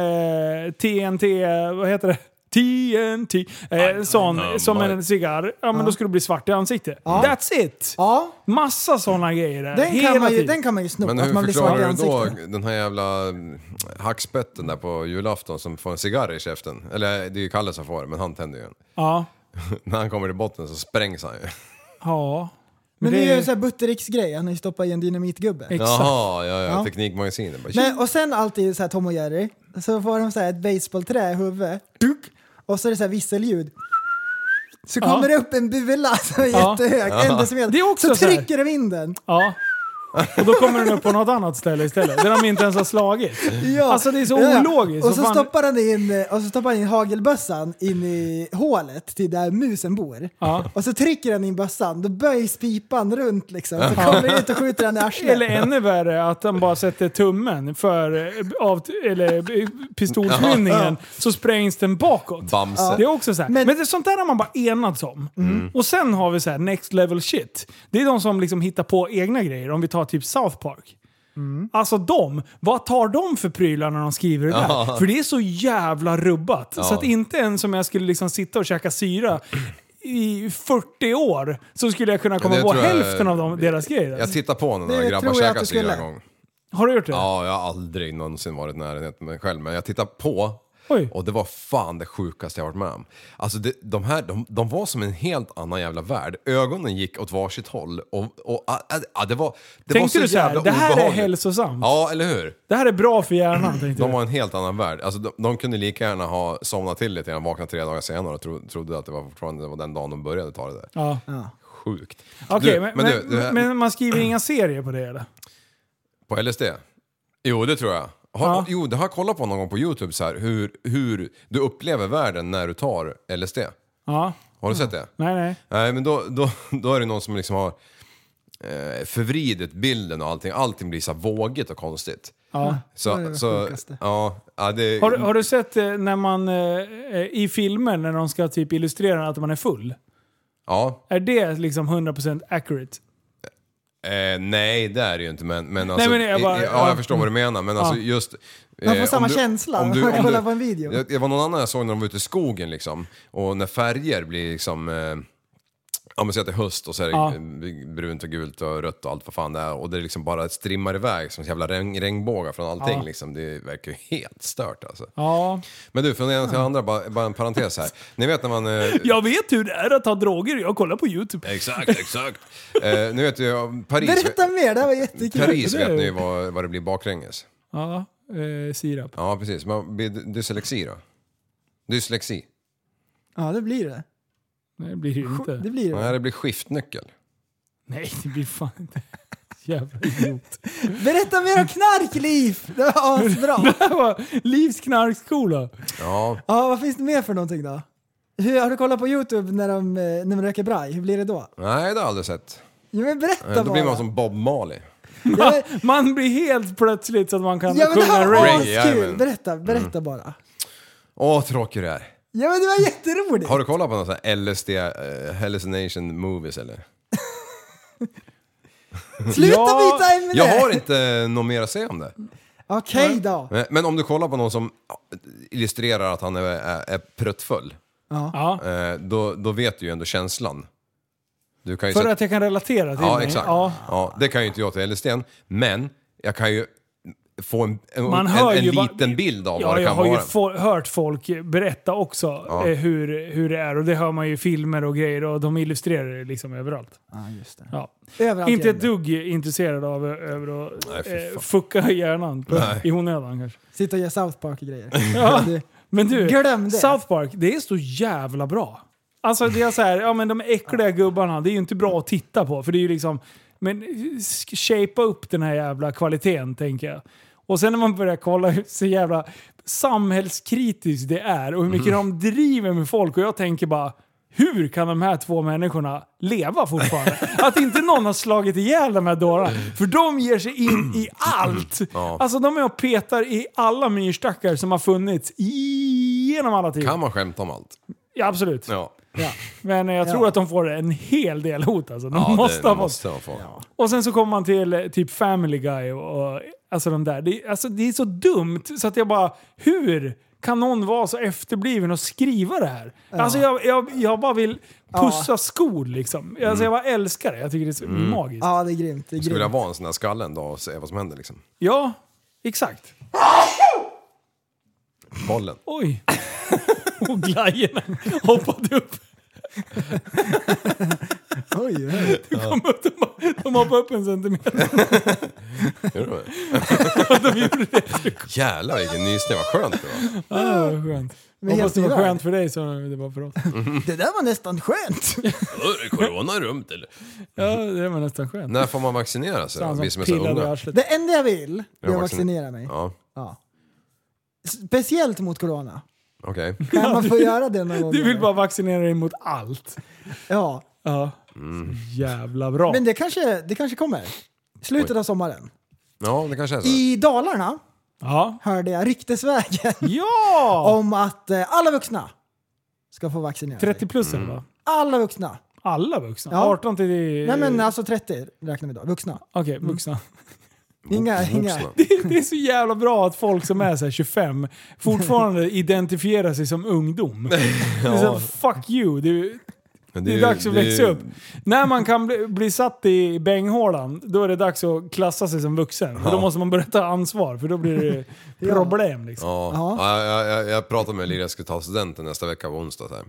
Speaker 1: eh, TNT, eh, vad heter det? TNT, eh, en sån
Speaker 3: nej,
Speaker 1: som
Speaker 3: nej.
Speaker 1: en cigarr, ja men då skulle du bli svart i ansiktet. That's it!
Speaker 2: Ja,
Speaker 1: Massa sådana grejer där.
Speaker 2: den
Speaker 1: hela
Speaker 2: kan, man ju,
Speaker 1: tiden.
Speaker 2: den kan man ju sno.
Speaker 3: Men
Speaker 2: att man
Speaker 3: hur
Speaker 2: blir svart i
Speaker 3: förklarar du då
Speaker 2: ansiktet.
Speaker 3: den här jävla mm, hackspetten där på julafton som får en cigarr i käften? Eller det är ju Kalle som får det, men han tänder ju en.
Speaker 1: Ja.
Speaker 3: När han kommer till botten så sprängs han ju.
Speaker 1: ja.
Speaker 2: Men det är ju en sån här Buttericks-grej, han har ju stoppat i en dynamitgubbe.
Speaker 1: Exakt.
Speaker 3: Jaha, ja, ja,
Speaker 2: Ja.
Speaker 3: teknikmagasinet bara...
Speaker 2: Men, och sen alltid så här Tom och Jerry, så får de så här ett baseballträ i huvudet. Dunk! Och så är det så här visselljud. Så
Speaker 1: Ja.
Speaker 2: kommer det upp en bula som är
Speaker 1: Ja.
Speaker 2: jättehög, en decimeter.
Speaker 1: Det är också
Speaker 2: så
Speaker 1: så här.
Speaker 2: trycker de in den.
Speaker 1: Ja. Och då kommer den upp på något annat ställe istället. Där de inte ens har slagit.
Speaker 2: Ja.
Speaker 1: Alltså det är så
Speaker 2: Ja.
Speaker 1: ologiskt.
Speaker 2: Och så,
Speaker 1: fan-
Speaker 2: stoppar han in, eh, och så stoppar han in hagelbössan in i hålet till där musen bor.
Speaker 1: Ja.
Speaker 2: Och så trycker han in bössan, då böjs pipan runt liksom. Så kommer det ut och skjuter han i arslet.
Speaker 1: Eller ännu värre, att han bara sätter tummen för eh, av, eller, eh, pistolsmynningen så sprängs den bakåt.
Speaker 3: Bamse. Mm.
Speaker 1: Det är också så här. Men,
Speaker 2: Men-
Speaker 1: det är sånt där har man bara enats om. Och sen har vi så här next level shit. Det är de som liksom hittar på egna grejer. Om vi tar typ South Park. Alltså de, vad tar de för prylar när de skriver det där?
Speaker 3: Ja.
Speaker 1: För det är så jävla rubbat. Så
Speaker 3: Ja.
Speaker 1: att inte ens som jag skulle liksom sitta och käka syra i 40 år så skulle jag kunna komma
Speaker 3: det
Speaker 1: på
Speaker 3: tror jag-
Speaker 1: hälften av de, deras grejer.
Speaker 3: Jag tittar på när
Speaker 2: Det
Speaker 3: några grabbar
Speaker 2: tror jag att
Speaker 3: käkar
Speaker 2: du
Speaker 3: syra
Speaker 2: skulle.
Speaker 3: en gång.
Speaker 1: Har du gjort det?
Speaker 3: Ja, jag har aldrig någonsin varit nära det med själv, men jag tittar på
Speaker 1: Oj.
Speaker 3: och det var fan det sjukaste jag varit med om. Alltså det, de här, de, de var som en helt annan jävla värld. Ögonen gick åt varsitt håll och, och ah, ah, ah, det var, det var
Speaker 1: Tänkte
Speaker 3: så
Speaker 1: du så här,
Speaker 3: jävla
Speaker 1: det här
Speaker 3: obehagligt.
Speaker 1: är hälsosamt.
Speaker 3: Ja, eller hur?
Speaker 1: Det här är bra för hjärnan, tänkte
Speaker 3: De
Speaker 1: jag.
Speaker 3: var en helt annan värld. Alltså, de, de kunde lika gärna ha somnat till lite grann, vaknat tre dagar senare och tro, trodde att det var fortfarande det var den dagen de började ta det där.
Speaker 1: Ja.
Speaker 3: Sjukt.
Speaker 1: Okej,
Speaker 3: Du,
Speaker 1: men,
Speaker 3: men du,
Speaker 1: men,
Speaker 3: det här-
Speaker 1: men man skriver inga serier på det eller?
Speaker 3: På LSD? Jo, det tror jag. Har,
Speaker 1: Ja.
Speaker 3: Jo, det har jag kollat på någon gång på YouTube så här, hur, hur du upplever världen när du tar LSD.
Speaker 1: Ja.
Speaker 3: Har du sett det?
Speaker 1: Nej, nej.
Speaker 3: Nej, men då, då, då är det någon som liksom har eh, förvridit bilden och allting. Allting blir så här vågigt och konstigt.
Speaker 1: Ja.
Speaker 3: Så,
Speaker 2: det
Speaker 3: så,
Speaker 2: sjukaste.
Speaker 3: ja, ja, det,
Speaker 1: Har, du- har du sett eh, när man eh, eh, i filmer när de ska typ illustrera att man är full?
Speaker 3: ja,
Speaker 1: Är det liksom 100% accurate?
Speaker 3: eh, nej det är det ju inte men, men, alltså,
Speaker 1: men jag bara-
Speaker 3: i- i- ja,
Speaker 1: ja.
Speaker 3: jag förstår vad du menar men alltså just... eh,
Speaker 2: Man får
Speaker 3: om
Speaker 2: samma känsla när man kollar på en video.
Speaker 3: Det, det var någon annan jag såg när de var ute i skogen liksom och när färger blir liksom... Eh, Ja men säg att det är höst och så är det
Speaker 1: Ja.
Speaker 3: eh, brunt och gult och rött och allt vad fan det är och det liksom bara strimmar iväg som jävla regn, regnbågar från allting
Speaker 1: Ja.
Speaker 3: liksom. Det verkar ju helt stört alltså.
Speaker 1: Ja.
Speaker 3: Men du, från det ena till det andra, bara, bara en parentes här. Ni vet när man... eh,
Speaker 1: Jag vet hur det är att ta droger, jag kollar på YouTube.
Speaker 3: Exakt, exakt. eh, nu vet du, ja, Paris...
Speaker 2: Berätta mer, det här var jättekul.
Speaker 3: Paris
Speaker 1: Det är
Speaker 3: vet ni
Speaker 1: ju-
Speaker 3: ju vad, vad det blir baklänges.
Speaker 1: Ja, eh, sirap.
Speaker 3: Ja, precis. Man blir dy- dyslexi då? Dyslexi?
Speaker 2: Ja, det blir det.
Speaker 1: Nej, det blir det ju
Speaker 2: Det
Speaker 1: inte.
Speaker 2: blir det.
Speaker 3: Nej, det blir skiftnyckel.
Speaker 1: Nej, det blir fan inte. Jävla idiot.
Speaker 2: Berätta mer om knarkliv! Det var asbra.
Speaker 1: Det var Livs knarkskola.
Speaker 3: Ja,
Speaker 2: Ja, vad finns det mer för någonting då? Hur, har du kollat på Youtube när de, eh, när de röker braj? Hur blir det då?
Speaker 3: nej det har jag aldrig sett.
Speaker 2: Jo men berätta
Speaker 3: Eh,
Speaker 2: bara!
Speaker 3: Då blir man som Bob Marley.
Speaker 2: Ja,
Speaker 1: Man blir helt plötsligt så att man kan
Speaker 2: ja men det
Speaker 1: sjunga
Speaker 2: här
Speaker 1: reggae.
Speaker 2: var
Speaker 3: Reggae,
Speaker 2: askul!
Speaker 3: jajamän.
Speaker 2: Berätta, berätta
Speaker 3: Mm.
Speaker 2: bara.
Speaker 3: Åh, vad tråkig du är.
Speaker 2: Ja men det var jätteroligt!
Speaker 3: Har du kollat på någon sån här LSD, eh, hallucination movies eller?
Speaker 2: Sluta
Speaker 1: Ja,
Speaker 2: byta ämne!
Speaker 3: Jag har inte något mer att säga om det.
Speaker 2: Okej då.
Speaker 3: Men- Men om du kollar på någon som illustrerar att han är, är, är pruttfull,
Speaker 1: Ja.
Speaker 3: eh, då, då vet du ju ändå känslan. Du kan ju
Speaker 1: För
Speaker 3: sätta-
Speaker 1: att jag kan relatera till
Speaker 3: Ja,
Speaker 1: mig.
Speaker 3: exakt.
Speaker 1: Ja.
Speaker 3: Ja. det kan ju inte jag till LSD, men jag kan ju få en, en,
Speaker 1: Man
Speaker 3: en,
Speaker 1: hör
Speaker 3: en
Speaker 1: ju vad-
Speaker 3: liten bild av vad
Speaker 1: Ja,
Speaker 3: det
Speaker 1: jag
Speaker 3: kan
Speaker 1: har
Speaker 3: vara.
Speaker 1: ju fo- hört folk berätta också
Speaker 3: Ja.
Speaker 1: eh, hur, hur det är och det hör man ju i filmer och grejer och de illustrerar det liksom överallt.
Speaker 2: Ja, just det.
Speaker 1: Ja.
Speaker 2: Överallt
Speaker 1: Inte ett
Speaker 2: gäller det.
Speaker 1: dugg intresserad av eh, över att
Speaker 3: Nej, fy
Speaker 1: eh,
Speaker 3: fan.
Speaker 1: fucka hjärnan på,
Speaker 3: Nej.
Speaker 1: i onödan kanske.
Speaker 2: Sitta och göra South Park-grejer.
Speaker 1: Ja. Men du,
Speaker 2: Glöm det.
Speaker 1: South Park, det är så jävla bra. Alltså det är så här, ja men de äckliga gubbarna, det är ju inte bra att titta på för det är ju liksom, men sk- shapea upp den här jävla kvaliteten tänker jag. Och sen när man börjar kolla hur så jävla samhällskritiskt det är och hur mycket
Speaker 3: Mm.
Speaker 1: de driver med folk och jag tänker bara, hur kan de här två människorna leva fortfarande? Att inte någon har slagit ihjäl de här dårarna. För de ger sig in i allt.
Speaker 3: Ja.
Speaker 1: Alltså de är och petar i alla myrstackar som har funnits genom alla tider.
Speaker 3: Kan man skämta om allt?
Speaker 1: Ja, absolut.
Speaker 3: Ja,
Speaker 1: Ja. Men eh, jag tror att de får en hel del hot alltså. De
Speaker 3: ja det-
Speaker 1: måste ha
Speaker 3: det
Speaker 1: fått.
Speaker 3: måste man få.
Speaker 1: Och sen så kommer man till eh, typ Family Guy och, och alltså de där. Det, är- alltså, det är så dumt så att jag bara, hur kan någon vara så efterbliven och skriva det här? Alltså jag, jag, jag bara vill pussa skor liksom.
Speaker 3: Mm.
Speaker 1: Alltså jag bara älskar det. Jag tycker det är så magiskt.
Speaker 2: Ja, det är grymt. Det är
Speaker 3: Skulle vilja
Speaker 2: grymt.
Speaker 3: vara en sån där skalle en dag och se vad som händer liksom.
Speaker 1: Ja, exakt.
Speaker 3: Bollen.
Speaker 1: Oj. Och glajjorna hoppade upp.
Speaker 2: Oj, oj.
Speaker 1: De hoppade upp en centimeter.
Speaker 3: Gör du det? Jävlar vilken nysning, vad skönt det var.
Speaker 1: Ah, vad skönt.
Speaker 2: Men
Speaker 1: Hoppas
Speaker 2: helt
Speaker 1: det var
Speaker 2: nya.
Speaker 1: skönt för dig som det var för oss.
Speaker 2: Det där var nästan skönt.
Speaker 3: Är det corona rumt eller?
Speaker 1: Ja, det var nästan skönt.
Speaker 3: När får man vaccinera sig då?
Speaker 1: Han
Speaker 3: Vi som
Speaker 1: som
Speaker 3: är så
Speaker 1: pillade i
Speaker 3: unga.
Speaker 1: arslet.
Speaker 2: Det enda jag vill det är
Speaker 3: Jag
Speaker 2: att
Speaker 3: vaccin-
Speaker 2: vaccinera mig.
Speaker 3: Ja,
Speaker 2: Ja. Speciellt mot corona.
Speaker 3: okej.
Speaker 2: Kan man få göra det någon gång?
Speaker 1: Du vill
Speaker 2: eller?
Speaker 1: bara vaccinera dig mot allt.
Speaker 2: Ja.
Speaker 1: Ja.
Speaker 3: Mm.
Speaker 1: Så jävla bra.
Speaker 2: Men det kanske, det kanske kommer. Slutet av sommaren.
Speaker 3: Ja, det kanske är så.
Speaker 2: I Dalarna
Speaker 1: Ja.
Speaker 2: hörde jag ryktesvägen
Speaker 1: Ja!
Speaker 2: om att eh, alla vuxna ska få vaccinera sig.
Speaker 1: 30 plus
Speaker 3: Mm.
Speaker 1: eller va?
Speaker 2: Alla vuxna.
Speaker 1: Alla vuxna?
Speaker 2: Ja.
Speaker 1: 18 till...
Speaker 2: Nej men
Speaker 1: Eh.
Speaker 2: alltså 30 räknar vi då. Vuxna.
Speaker 1: Okej, vuxna.
Speaker 2: Inga, inga.
Speaker 3: Vuxna.
Speaker 1: Det, det är så jävla bra att folk som är så här 25 fortfarande identifierar sig som ungdom. Det är så här, fuck you. Du,
Speaker 3: Men
Speaker 1: Det är
Speaker 3: ju-
Speaker 1: dags att
Speaker 3: det är
Speaker 1: växa
Speaker 3: ju-
Speaker 1: upp. När man kan bli, bli satt i bänghålan, då är det dags att klassa sig som vuxen. För då måste man börja ta ansvar, för då blir det problem. Liksom.
Speaker 3: Ja, ja. Jag, jag, jag pratade med en lirare, jag skulle ta studenten nästa vecka på onsdag. Så här.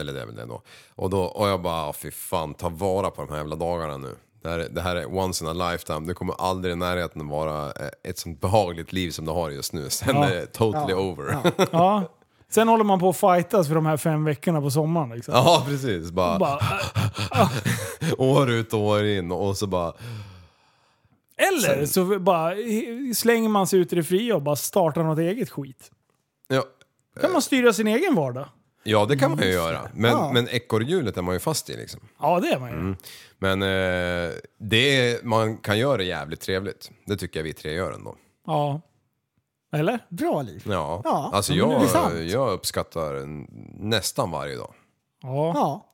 Speaker 3: Eller det är väl det då. Och, då. och jag bara, "Ah, fy fan, ta vara på de här jävla dagarna nu. Det här, är- det här är once in a lifetime, det kommer aldrig i närheten att vara eh, ett sånt behagligt liv som du har just nu. Sen
Speaker 1: Ja.
Speaker 3: är det totally over. Ja,
Speaker 1: Ja. Sen håller man på att fightas för de här fem veckorna på sommaren. Liksom.
Speaker 3: precis. Bara,
Speaker 1: Bara, äh,
Speaker 3: år ut och år in och så bara...
Speaker 1: eller så bara he- slänger man sig ut i det fria och bara startar något eget skit.
Speaker 3: Ja,
Speaker 1: kan man styra sin egen vardag.
Speaker 3: ja det kan man ju göra. Men, men ekorrhjulet är man ju fast i liksom.
Speaker 1: Ja, det är man ju.
Speaker 3: Men eh, det är, man kan göra det jävligt trevligt. Det tycker jag vi tre gör ändå.
Speaker 1: Ja. Eller?
Speaker 2: Bra liv.
Speaker 3: Ja,
Speaker 2: Ja,
Speaker 3: alltså
Speaker 2: men det är
Speaker 3: jag,
Speaker 2: sant.
Speaker 3: jag uppskattar en- nästan varje dag.
Speaker 1: Ja.
Speaker 2: Ja.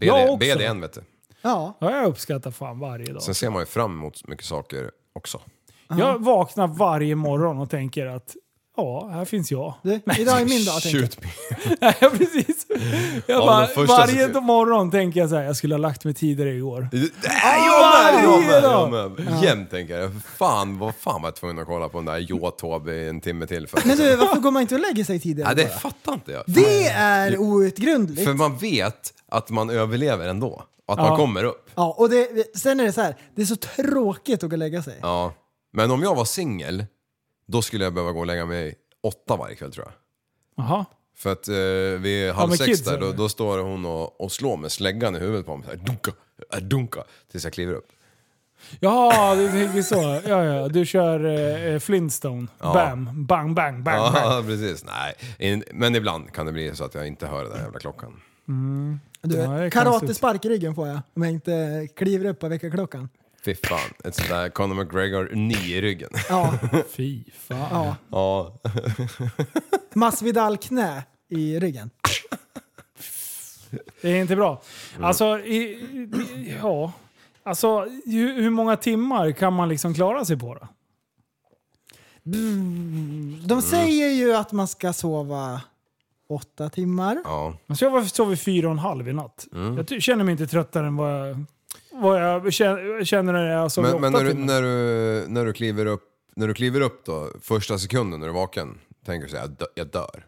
Speaker 1: Jag också.
Speaker 3: BD, BDN vet du.
Speaker 2: Ja.
Speaker 1: ja. Jag uppskattar fan varje dag.
Speaker 3: Sen ser man ju fram emot mycket saker också.
Speaker 1: Jag vaknar varje morgon och tänker att ja, här finns jag.
Speaker 2: Du, idag är min dag tänker jag. Ah,
Speaker 3: Shoot me.
Speaker 1: Ja, precis. Jag
Speaker 3: Ja,
Speaker 1: bara,
Speaker 3: den första
Speaker 1: varje
Speaker 3: sekund-
Speaker 1: morgon tänker jag så här, jag skulle ha lagt mig tidigare igår.
Speaker 3: Nej, jag med! Jag med!
Speaker 1: dag.
Speaker 3: Jag med. Jämt tänker jag. Fan vad fan var jag tvungen att kolla på den där Youtube en timme till för.
Speaker 2: Men du, varför går man inte och lägger sig tidigare?
Speaker 3: Ja, det
Speaker 2: bara?
Speaker 3: fattar inte jag.
Speaker 2: det är outgrundligt.
Speaker 3: För man vet att man överlever ändå. Och att
Speaker 1: Ja.
Speaker 3: man kommer upp.
Speaker 2: Ja, och det, sen är det så här, det är så tråkigt att gå och lägga sig.
Speaker 3: Ja. Men om jag var singel, då skulle jag behöva gå och lägga mig åtta varje kväll tror jag.
Speaker 1: Jaha.
Speaker 3: För att eh, vid halv
Speaker 1: med
Speaker 3: sex
Speaker 1: kids,
Speaker 3: där, då,
Speaker 1: eller?
Speaker 3: då står hon och, och slår med släggan i huvudet på mig. Så här, dunka, äh, dunka, tills jag kliver upp.
Speaker 1: Ja, du tänker så. Ja, ja. Du kör eh, eh, Flintstone. Bam, bang, bang, bang. bang.
Speaker 3: Ja, precis. Nej. In, men ibland kan det bli så att jag inte hör den där jävla klockan.
Speaker 2: Du,
Speaker 1: Ja, det är konstigt.
Speaker 2: karatespark i ryggen får jag om jag inte kliver upp på veckaklockan.
Speaker 3: Fy fan, ett sånt där Conor McGregor 9 i ryggen.
Speaker 2: Ja,
Speaker 1: Fy fan.
Speaker 2: ja.
Speaker 3: Ja,
Speaker 2: Masvidal knä i ryggen.
Speaker 1: Det är inte bra.
Speaker 3: Mm.
Speaker 1: Alltså, i, i- ja. Alltså, hur, hur många timmar kan man liksom klara sig på då?
Speaker 3: Mm.
Speaker 2: De säger ju att man ska sova åtta timmar.
Speaker 3: ja.
Speaker 1: Alltså jag var- sov i fyra och en halv i natt.
Speaker 3: Mm.
Speaker 1: Jag ty- känner mig inte tröttare än vad jag, vad jag kä- känner när jag sover
Speaker 3: Men,
Speaker 1: åtta
Speaker 3: men när, du,
Speaker 1: timmar.
Speaker 3: när, du, när du kliver upp när du kliver upp då, första sekunden när du är vaken, tänker du så här, jag, dö, jag dör.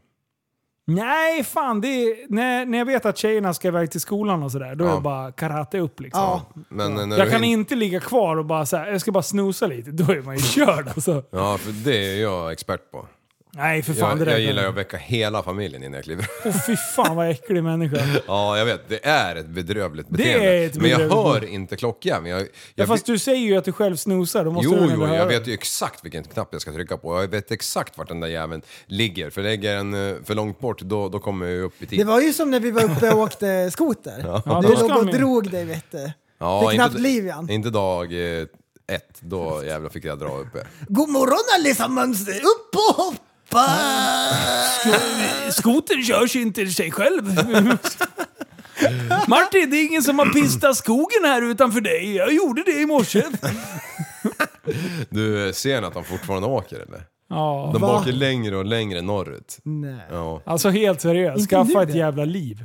Speaker 1: Nej, fan. Det är, när, när jag vet att tjejerna ska iväg till skolan och sådär, då är
Speaker 3: Ja.
Speaker 1: det bara karate upp liksom.
Speaker 2: Ja.
Speaker 3: Men eh, när
Speaker 1: Jag
Speaker 3: du
Speaker 1: kan
Speaker 3: hin-
Speaker 1: inte ligga kvar och bara såhär, jag ska bara snusa lite. Då är man ju körd alltså.
Speaker 3: Ja, för det är jag expert på.
Speaker 1: Nej, för fan.
Speaker 3: Jag,
Speaker 1: det
Speaker 3: jag gillar att väcka hela familjen innan jag kliver upp.
Speaker 1: Åh fy fan vad äcklig människa.
Speaker 3: Ja, jag vet. Det är ett bedrövligt
Speaker 1: är
Speaker 3: beteende.
Speaker 1: ett
Speaker 3: Men
Speaker 1: bedrövligt
Speaker 3: jag hör
Speaker 1: beteende.
Speaker 3: inte klockjäveln. Jag, jag,
Speaker 1: Ja, fast
Speaker 3: vet-
Speaker 1: du säger ju att du själv snusar, då måste
Speaker 3: Jo,
Speaker 1: du väl
Speaker 3: jo,
Speaker 1: höra
Speaker 3: jag
Speaker 1: det.
Speaker 3: vet ju exakt vilken knapp jag ska trycka på. Jag vet exakt vart den där jäveln ligger. För lägger jag den eh, för långt bort, då, då kommer jag ju upp i tid.
Speaker 2: Det var ju som när vi var uppe och åkte skoter.
Speaker 1: Ja,
Speaker 2: Du
Speaker 1: då ska
Speaker 2: låg och
Speaker 1: man ju-
Speaker 2: drog dig vet du.
Speaker 3: Ja,
Speaker 2: det är knappt
Speaker 3: inte,
Speaker 2: liv igen.
Speaker 3: Inte dag eh, ett, då jävlar fick jag dra upp det.
Speaker 2: God morgon allesammans! Upp och hoppa!
Speaker 1: Skoten körs inte sig själv. Martin, det är ingen som har pistat skogen här utanför dig. Jag gjorde det i morse.
Speaker 3: Du, eh, ser ni att de fortfarande åker eller?
Speaker 1: Ja,
Speaker 3: De
Speaker 2: Va?
Speaker 3: åker längre och längre norrut.
Speaker 2: Nej.
Speaker 3: Ja.
Speaker 1: alltså helt seriöst.
Speaker 2: Inte nu
Speaker 1: Skaffa ett
Speaker 2: det.
Speaker 1: jävla liv.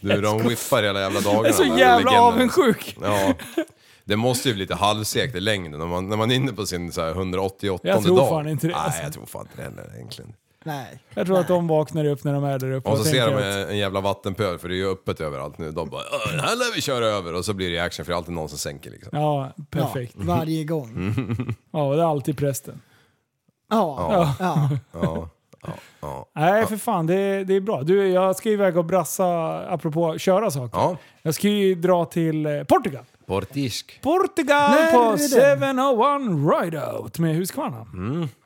Speaker 3: Du, de whiffar hela jävla dagarna.
Speaker 1: Jag är så
Speaker 3: de här
Speaker 1: jävla
Speaker 3: legenderna.
Speaker 1: avundsjuk.
Speaker 3: Ja. Det måste ju bli lite halvsegt i längden när man, när man är inne på sin så här 188 dag.
Speaker 1: Jag tror fan inte det,
Speaker 3: Nej,
Speaker 1: alltså.
Speaker 3: jag tror fan inte det heller egentligen.
Speaker 2: Nej.
Speaker 1: Jag tror att de vaknar upp när de är där uppe.
Speaker 3: Och så ser de eh,
Speaker 1: tänker att-
Speaker 3: en, en jävla vattenpöl, för det är ju öppet överallt nu. De bara "Åh, den här lär vi köra över” och så blir det action för det är alltid någon som sänker liksom.
Speaker 1: Ja,
Speaker 2: Ja,
Speaker 1: perfekt. Mm.
Speaker 2: varje gång.
Speaker 1: Ja, och det är alltid prästen.
Speaker 2: Ja.
Speaker 1: Ja.
Speaker 2: Ja.
Speaker 3: Ja, ja, ja.
Speaker 1: Nej, för fan. Det, det är bra. Du, jag ska ju iväg och brassa, apropå köra saker.
Speaker 3: ja.
Speaker 1: Jag ska ju dra till eh, Portugal.
Speaker 3: Portisk.
Speaker 1: Portugal
Speaker 2: När är
Speaker 1: på
Speaker 2: det? Mm.
Speaker 1: 701 Rideout med Husqvarna.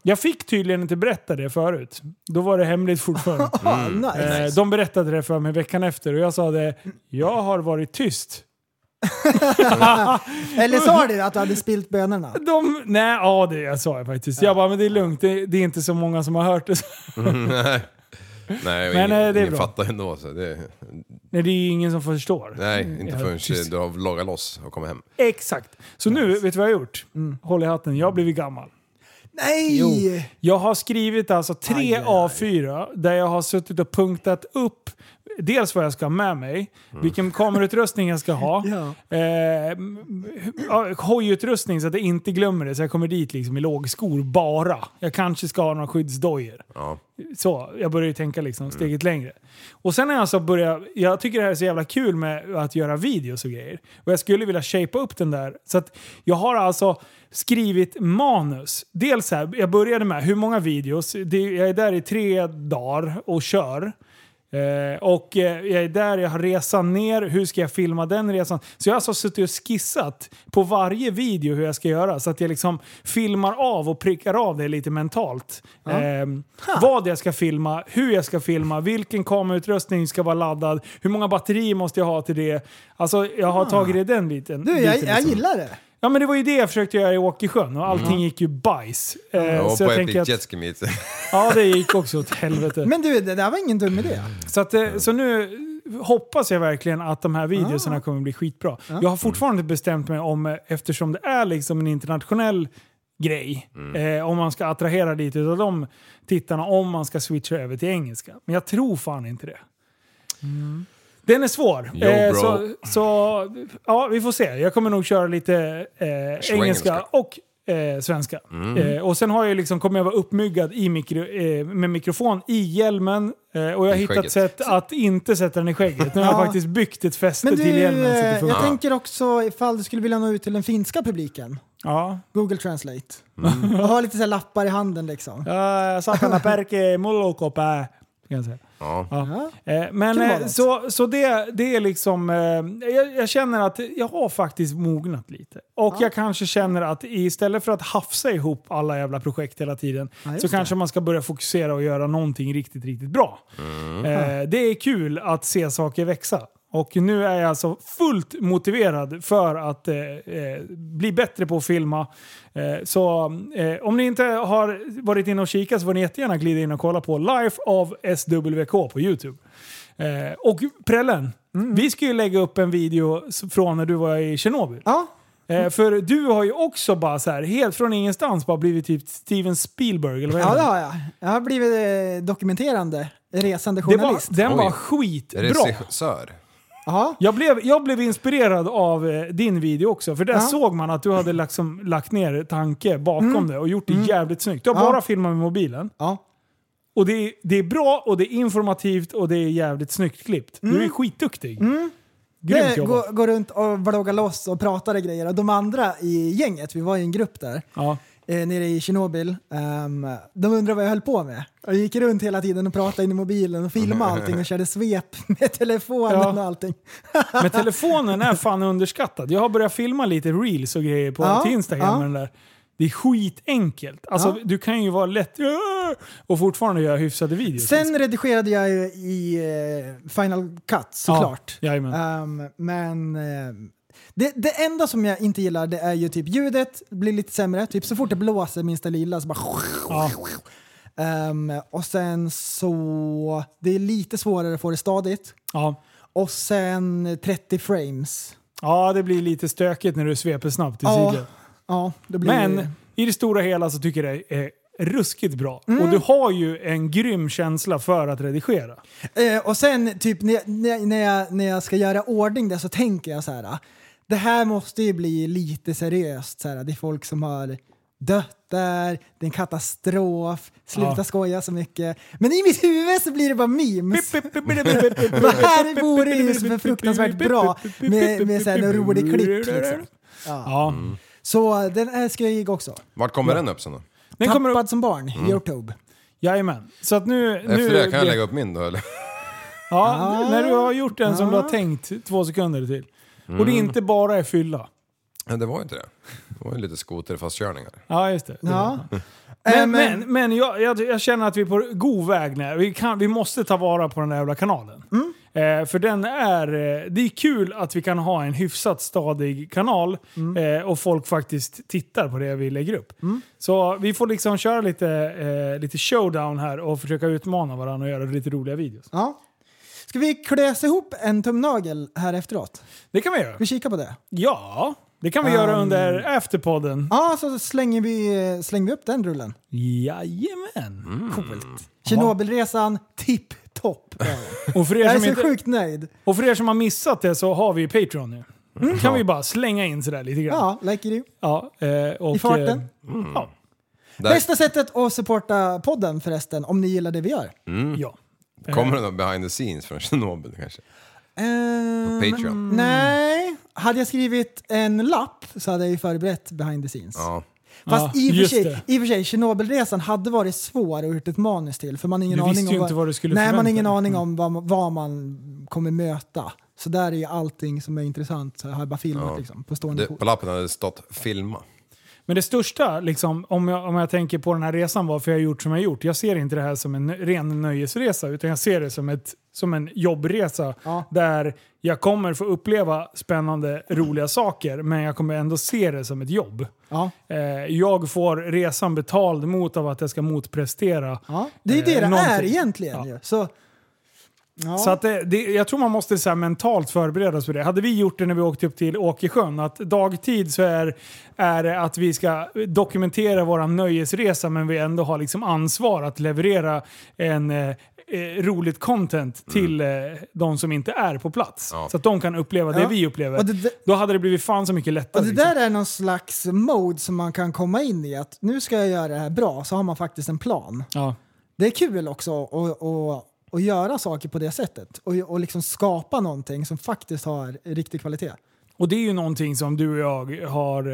Speaker 1: Jag fick tydligen inte berätta det förut. Då var det hemligt fortfarande.
Speaker 2: Ah, nice.
Speaker 1: Eh, De berättade det för mig veckan efter och jag sa det, jag har varit tyst.
Speaker 2: Eller sa du att du hade spilt bönorna?
Speaker 1: De, nej, ja det sa jag faktiskt. Jag bara, men det är lugnt, det, det är inte så många som har hört det.
Speaker 3: nej, nej
Speaker 1: Men,
Speaker 3: men,
Speaker 1: eh, det är
Speaker 3: ingen, ingen
Speaker 1: bra.
Speaker 3: fattar ändå. Så det,
Speaker 1: Nej, det är ju ingen som förstår.
Speaker 3: nej, inte
Speaker 1: Mm, Ja,
Speaker 3: förrän
Speaker 1: tyst.
Speaker 3: du har lagat loss och kommit hem.
Speaker 1: Exakt. Så nu, vet du vad jag har gjort?
Speaker 2: Mm.
Speaker 1: Håll i hatten, jag har blivit gammal.
Speaker 2: Nej!
Speaker 1: Jag har skrivit alltså tre A4 där jag har suttit och punktat upp dels vad jag ska ha med mig, vilken kamerautrustning jag ska ha,
Speaker 2: Mm. Ja.
Speaker 1: eh, m- ja, hojutrustning så att jag inte glömmer det så jag kommer dit liksom i lågskor bara. Jag kanske ska ha några skyddsdojor.
Speaker 3: Ja.
Speaker 1: Så, jag börjar ju tänka liksom steget längre. Och sen har jag alltså börjat, jag tycker det här är så jävla kul med att göra videos och grejer. Och jag skulle vilja shapea upp den där. Så att jag har alltså skrivit manus. Dels så här, jag började med hur många videos, det, jag är där i tre dagar och kör. Eh, och eh, jag är där, jag har resan ner, hur ska jag filma den resan? Så jag har alltså suttit och skissat på varje video hur jag ska göra så att jag liksom filmar av och prickar av det lite mentalt. Ehm, vad jag ska filma, hur jag ska filma, vilken kamerautrustning ska vara laddad, hur många batterier måste jag ha till det. Alltså jag har tagit det i den biten.
Speaker 2: Ah. Du,
Speaker 1: biten
Speaker 2: jag,
Speaker 1: liksom.
Speaker 2: jag gillar Mm. det.
Speaker 1: Ja men det var ju det jag försökte göra i Åkersjön och allting gick ju bajs. Eh,
Speaker 3: och
Speaker 1: så
Speaker 3: på
Speaker 1: jag
Speaker 3: ett
Speaker 1: tänker
Speaker 3: gick
Speaker 1: att,
Speaker 3: jetski mitt.
Speaker 1: ja det gick också åt helvete.
Speaker 2: Men du, det där var ingen dum idé.
Speaker 1: Så, att,
Speaker 3: Mm.
Speaker 1: eh, så nu hoppas jag verkligen att de här
Speaker 3: Ah.
Speaker 1: videorna kommer bli skitbra. Jag
Speaker 3: Mm.
Speaker 1: har fortfarande inte bestämt mig om, eh, eftersom det är liksom en internationell grej,
Speaker 3: Mm.
Speaker 1: eh, om man ska attrahera lite av de tittarna, om man ska switcha över till engelska. Men jag tror fan inte det. Den är svår. Eh,
Speaker 3: Yo, Mm. bro.
Speaker 1: så, så ja, vi får se. Jag kommer nog köra lite eh, engelska och eh, svenska.
Speaker 3: Mm.
Speaker 1: Eh, och sen har jag liksom, kommer jag vara uppmyggad i mikro, eh, med mikrofon i hjälmen. Eh, och jag har
Speaker 3: I
Speaker 1: hittat
Speaker 3: skägget.
Speaker 1: sätt att inte sätta den i skägget. Nu har jag
Speaker 2: Ja.
Speaker 1: faktiskt byggt ett fäste
Speaker 2: Men du,
Speaker 1: till hjälmen så att det
Speaker 2: eh,
Speaker 1: funkar.
Speaker 2: jag tänker också ifall du skulle vilja nå ut till den finska publiken.
Speaker 1: Ja.
Speaker 2: Google Translate.
Speaker 1: Mm.
Speaker 2: Och ha lite så här lappar i handen liksom.
Speaker 1: Ja, Sakana perke mullokopä. kan jag säga.
Speaker 3: Ja.
Speaker 1: Ja. Eh, Men
Speaker 2: Kul var
Speaker 1: eh,
Speaker 2: det.
Speaker 1: så, så det, det är liksom, eh, jag, jag känner att jag har faktiskt mognat lite. Och jag kanske känner att istället för att hafsa ihop alla jävla projekt hela tiden
Speaker 2: just
Speaker 1: så
Speaker 2: det.
Speaker 1: kanske man ska börja fokusera och göra någonting riktigt, riktigt bra. Eh, det är kul att se saker växa. Och nu är jag alltså fullt motiverad för att eh, eh, bli bättre på att filma. Eh, så eh, om ni inte har varit inne och kikat så får ni jättegärna glida in och kolla på Life of SWK på Youtube. Eh, och Prellen,
Speaker 2: Mm.
Speaker 1: vi ska ju lägga upp en video s- från när du var i Tjernobyl.
Speaker 2: Ja,
Speaker 1: Eh, för du har ju också bara så här, helt från ingenstans bara blivit typ Steven Spielberg eller vad
Speaker 2: ja
Speaker 1: heter
Speaker 2: det
Speaker 1: han?
Speaker 2: har jag. Jag har blivit eh, dokumenterande resande
Speaker 1: det var,
Speaker 2: journalist.
Speaker 1: Den var
Speaker 3: Oj.
Speaker 1: skitbra.
Speaker 3: Regissör.
Speaker 2: Jaha.
Speaker 1: Jag blev, jag blev inspirerad av eh, din video också, för där
Speaker 2: Ja.
Speaker 1: såg man att du hade liksom, lagt ner tanke bakom det och gjort det jävligt snyggt. Du har
Speaker 2: Mm. Ja.
Speaker 1: bara filmat med mobilen.
Speaker 2: Ja.
Speaker 1: Och det är, det är bra och det är informativt och det är jävligt snyggt klippt. Du är skitduktig. Grymt
Speaker 2: Mm. Det
Speaker 1: jobbat.
Speaker 2: går, går Eh, runt och vloggar loss och pratade grejer. Och de andra i gänget, vi var i en grupp där,
Speaker 1: Ja.
Speaker 2: eh, nere i Tjernobyl, ehm, de undrade vad jag höll på med. Jag gick runt hela tiden och pratade in i mobilen och filmade allting och körde svep med telefonen
Speaker 1: Ja.
Speaker 2: och allting.
Speaker 1: Men telefonen är fan underskattad. Jag har börjat filma lite reels och grejer på
Speaker 2: Ja,
Speaker 1: till Instagram
Speaker 2: ja.
Speaker 1: med den där. Det är skitenkelt. Alltså,
Speaker 2: Ja.
Speaker 1: Du kan ju vara lätt och fortfarande göra hyfsade videos.
Speaker 2: Sen redigerade jag ju i eh, Final Cut såklart.
Speaker 1: Ja, jajamän.
Speaker 2: Ehm, men ehm, det, det enda som jag inte gillar det är ju typ ljudet blir lite sämre. Typ så fort det blåser minsta lilla så bara...
Speaker 1: Ja.
Speaker 2: Ehm, och sen så... Det är lite svårare att få det stadigt.
Speaker 1: Ja.
Speaker 2: Och sen 30 frames.
Speaker 1: ja, det blir lite stökigt när du sveper snabbt i
Speaker 2: Ja,
Speaker 1: sidled.
Speaker 2: Ja, det blir...
Speaker 1: Men i det stora hela så tycker jag det är ruskigt bra.
Speaker 2: Mm.
Speaker 1: Och du har ju en grym känsla för att redigera.
Speaker 2: Eh, och sen typ när, när, när, jag, när jag ska göra ordning det så tänker jag så här. "Ah, Det här måste ju bli lite seriöst. Så här, det är folk som har dött där, det är en katastrof, sluta
Speaker 1: Ja.
Speaker 2: skoja så mycket. Men i mitt huvud så blir det bara memes. Vad här vore ju så fruktansvärt bra med, med så här, en rolig klipp. Liksom.
Speaker 1: Ja.
Speaker 2: Så den är skojig också.
Speaker 3: Vart kommer den upp sen då?
Speaker 1: Den kommer Mm.
Speaker 2: Tappad
Speaker 1: upp.
Speaker 2: som barn, Youtube.
Speaker 1: Jajamän. Så att nu...
Speaker 3: Efter
Speaker 1: nu
Speaker 3: det kan jag lägga upp min då eller?
Speaker 1: Ja,
Speaker 2: Ah.
Speaker 1: när du har gjort den som du har tänkt två sekunder till. Och det
Speaker 3: Mm.
Speaker 1: inte bara är fylla.
Speaker 3: Nej det var ju inte det. Det var ju lite skoterfastkörningar.
Speaker 1: Ja, just det.
Speaker 2: Ja. Eh,
Speaker 1: Men, men, men jag, jag, jag känner att vi är på god väg nu. Vi, kan, vi måste ta vara på den där jävla kanalen. Eh, för den är... Eh, det är kul att vi kan ha en hyfsat stadig kanal eh, och folk faktiskt tittar på det vi lägger upp. Så vi får liksom köra lite, eh, lite showdown här och försöka utmana varandra och göra lite roliga videos.
Speaker 2: ja. Ska vi klösa ihop en tumnagel här efteråt?
Speaker 1: Det kan vi göra. Ehm.
Speaker 2: Ska vi kika på det?
Speaker 1: Ja, det kan vi göra under efterpodden.
Speaker 2: Ja, så slänger vi, eh, slänger vi upp den rullen.
Speaker 1: Jajamän. Mm. Coolt.
Speaker 2: Tjernobylresan tipp-topp.
Speaker 1: Och för,
Speaker 2: Jag
Speaker 1: er
Speaker 2: är
Speaker 1: som
Speaker 2: så
Speaker 1: inte,
Speaker 2: sjukt nöjd.
Speaker 1: och för er som har missat det så har vi ju Patreon nu. Mm. kan vi bara slänga in sådär lite grann.
Speaker 2: Ja, like it.
Speaker 1: Ja, eh, och,
Speaker 2: I farten.
Speaker 1: eh, Ja,
Speaker 3: Där
Speaker 2: Bästa sättet att supporta podden förresten, om ni gillar det vi gör.
Speaker 1: ja.
Speaker 3: kommer den då behind the scenes från Tjernobyl kanske.
Speaker 2: Ehm,
Speaker 1: Mm.
Speaker 3: Patreon.
Speaker 2: Nej, hade jag skrivit en lapp så hade jag ju förberett behind the scenes.
Speaker 3: Ja.
Speaker 2: Fast
Speaker 1: Ja,
Speaker 2: i, och för
Speaker 1: just
Speaker 2: sig,
Speaker 1: det.
Speaker 2: i och för sig, Tjernobylresan hade varit svår att gjort ett manus till. För man har ingen
Speaker 1: Du
Speaker 2: aning
Speaker 1: visste
Speaker 2: om
Speaker 1: ju inte vad du skulle
Speaker 2: Nej, man
Speaker 1: förvänta
Speaker 2: har ingen
Speaker 1: dig. Mm.
Speaker 2: aning om vad, vad man kommer möta. Så där är ju allting som är intressant, så jag har jag bara filmat liksom, på stående
Speaker 3: Det,
Speaker 2: fot.
Speaker 3: på lappen hade det stått filma.
Speaker 1: Men det största, liksom, om, jag, om jag tänker på den här resan, varför jag har gjort som jag har gjort. Jag ser inte det här som en nö- ren nöjesresa, utan jag ser det som, ett, som en jobbresa.
Speaker 2: Ja.
Speaker 1: Där jag kommer få uppleva spännande, roliga saker, men jag kommer ändå se det som ett jobb.
Speaker 2: Ja.
Speaker 1: Eh, jag får resan betald mot av att jag ska motprestera.
Speaker 2: Ja, det är ju det
Speaker 1: eh,
Speaker 2: det är
Speaker 1: någonting.
Speaker 2: egentligen
Speaker 1: Ja.
Speaker 2: ju. Så, ja.
Speaker 1: Så att det, det, jag tror man måste så här mentalt förbereda sig för det. Hade vi gjort det när vi åkte upp till Åkersjön, att dagtid så är, är det att vi ska dokumentera vår nöjesresa men vi ändå har liksom ansvar att leverera en eh, eh, roligt content
Speaker 2: Mm.
Speaker 1: till eh, de som inte är på plats.
Speaker 3: Ja.
Speaker 1: Så att de kan uppleva det
Speaker 2: Ja.
Speaker 1: vi upplever.
Speaker 2: Och det där-
Speaker 1: Då hade det blivit fan så mycket lättare.
Speaker 2: och det
Speaker 1: liksom.
Speaker 2: där är någon slags mode som man kan komma in i. Att nu ska jag göra det här bra, så har man faktiskt en plan.
Speaker 1: liksom. ja.
Speaker 2: Det är kul också att, att, att göra saker på det sättet. Och, och liksom skapa någonting som faktiskt har riktig kvalitet.
Speaker 1: Och det är ju någonting som du och jag har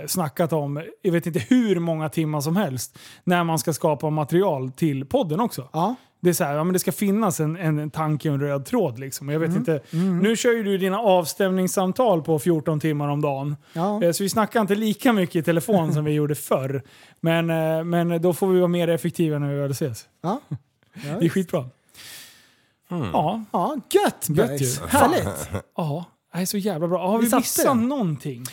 Speaker 1: eh, snackat om, jag vet inte hur många timmar som helst, när man ska skapa material till podden också.
Speaker 2: Ja.
Speaker 1: Det är så här, ja, men det ska finnas en, en, en tanke och en röd tråd. Liksom. Jag vet
Speaker 2: Mm.
Speaker 1: inte, Nu kör ju du dina avstämningssamtal på 14 timmar om dagen.
Speaker 2: Ja.
Speaker 1: Eh, Så vi snackar inte lika mycket i telefon som vi gjorde förr. Men, eh, men då får vi vara mer effektiva när vi väl ses.
Speaker 2: Ja.
Speaker 1: Det är skitbra. Ja,
Speaker 2: Ja, gött
Speaker 1: Gött ju.
Speaker 2: boys! Härligt!
Speaker 1: ja. Det här är så jävla bra. Har
Speaker 2: Vi
Speaker 1: vi,
Speaker 2: satte
Speaker 1: missat
Speaker 2: den.
Speaker 1: någonting?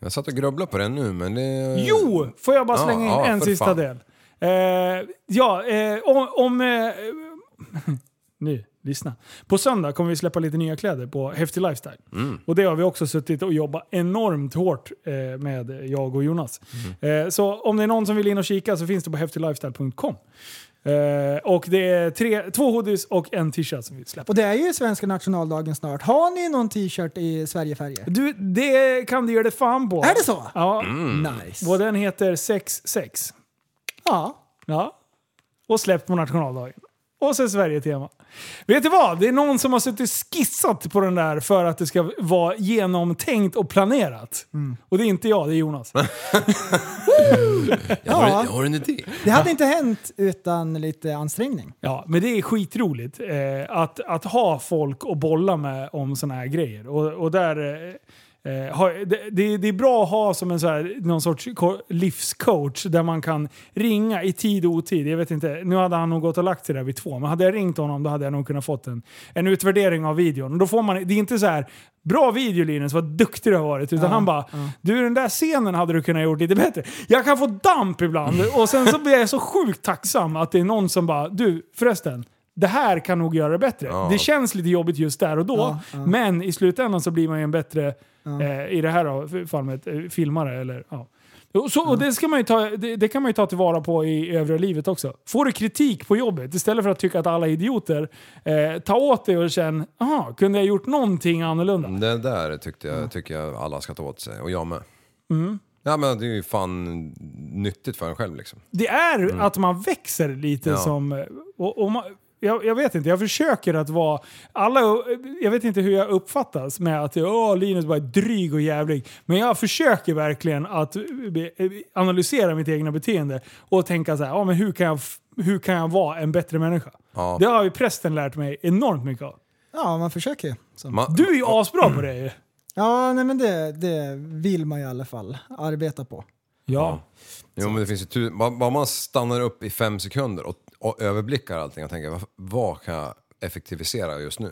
Speaker 3: Jag satt och grubblade på den nu men det...
Speaker 1: Jo! Får jag bara
Speaker 3: Ja,
Speaker 1: slänga in
Speaker 3: ja,
Speaker 1: en
Speaker 3: för
Speaker 1: sista
Speaker 3: fan.
Speaker 1: del? Eh, ja, eh, om... om eh, nu, lyssna. På söndag kommer vi släppa lite nya kläder på Häftig Lifestyle.
Speaker 3: Mm.
Speaker 1: Och det har vi också suttit och jobbat enormt hårt eh,
Speaker 3: Mm.
Speaker 1: med, jag och Jonas. Eh, så om det är någon som vill in och kika så finns det på häftiglifestyle.com. Eh, och det är tre, två hoodies och en t-shirt som vi släpper.
Speaker 2: Och det är ju svenska nationaldagen snart. Har ni någon t-shirt i Sverigefärger?
Speaker 1: Du, det kan du göra det fan på.
Speaker 2: Är det så?
Speaker 1: Ja.
Speaker 3: Mm.
Speaker 1: Mm.
Speaker 2: Nice.
Speaker 1: Och den heter 66.
Speaker 2: Ja.
Speaker 1: Ja. Och släppt på nationaldagen. Och sen Sverige-tema. Vet du vad? Det är någon som har suttit och skissat på den där för att det ska vara genomtänkt och planerat. Och det är inte jag, det är Jonas.
Speaker 3: Jag har,
Speaker 2: Ja.
Speaker 3: en, jag har en idé.
Speaker 2: Det hade inte hänt utan lite ansträngning.
Speaker 1: Ja, men det är skitroligt eh, att, att ha folk att bolla med om sådana här grejer. Och, och där, eh, eh, har, det, det, det är bra att ha som en så här, någon sorts ko- livscoach där man kan ringa i tid och otid. Jag vet inte, nu hade han nog gått och lagt sig där vid två, men hade jag ringt honom då hade jag nog kunnat fått en, en utvärdering av videon. Och då får man, det är inte så här Bra video Linus, vad duktig du har varit. Utan han bara, du den där scenen hade du kunnat gjort lite bättre. Jag kan få damp ibland och sen så blir jag så sjukt tacksam att det är någon som bara, du förresten, det här kan nog göra det bättre.
Speaker 3: Ja.
Speaker 1: Det känns lite jobbigt just där och då, men i slutändan så blir man ju en bättre, eh, i det här då, fallet, eh, filmare. Eller, ja. Och, så, och det, ska man ju ta, det, det kan man ju ta tillvara på i övriga livet också. Får du kritik på jobbet, istället för att tycka att alla är idioter, eh, ta åt dig och känn, aha, kunde jag gjort någonting annorlunda?
Speaker 3: Det där tyckte jag, tycker jag alla ska ta åt sig, och jag med.
Speaker 1: Mm.
Speaker 3: Ja men det är ju fan nyttigt för en själv liksom.
Speaker 1: Det är att man växer lite
Speaker 3: Ja.
Speaker 1: som... eh, Och, och man, jag, jag vet inte, jag försöker att vara... Alla, jag vet inte hur jag uppfattas med att Åh, Linus bara är dryg och jävlig. Men jag försöker verkligen att be- analysera mitt egna beteende och tänka så här, "Ja, men hur kan jag, f- hur kan jag vara en bättre människa?
Speaker 3: Ja.
Speaker 1: Det har ju prästen lärt mig enormt mycket av.
Speaker 2: Ja, man försöker ju. Så.
Speaker 3: Man,
Speaker 1: Du är ju asbra
Speaker 3: Mm.
Speaker 1: på det ju.
Speaker 2: Ja, nej men det, det vill man ju i alla fall arbeta på.
Speaker 1: Ja.
Speaker 3: Jo, men det finns ju tu- bara, bara man stannar upp i fem sekunder och, och överblickar allting och tänker vad, vad kan jag effektivisera just nu?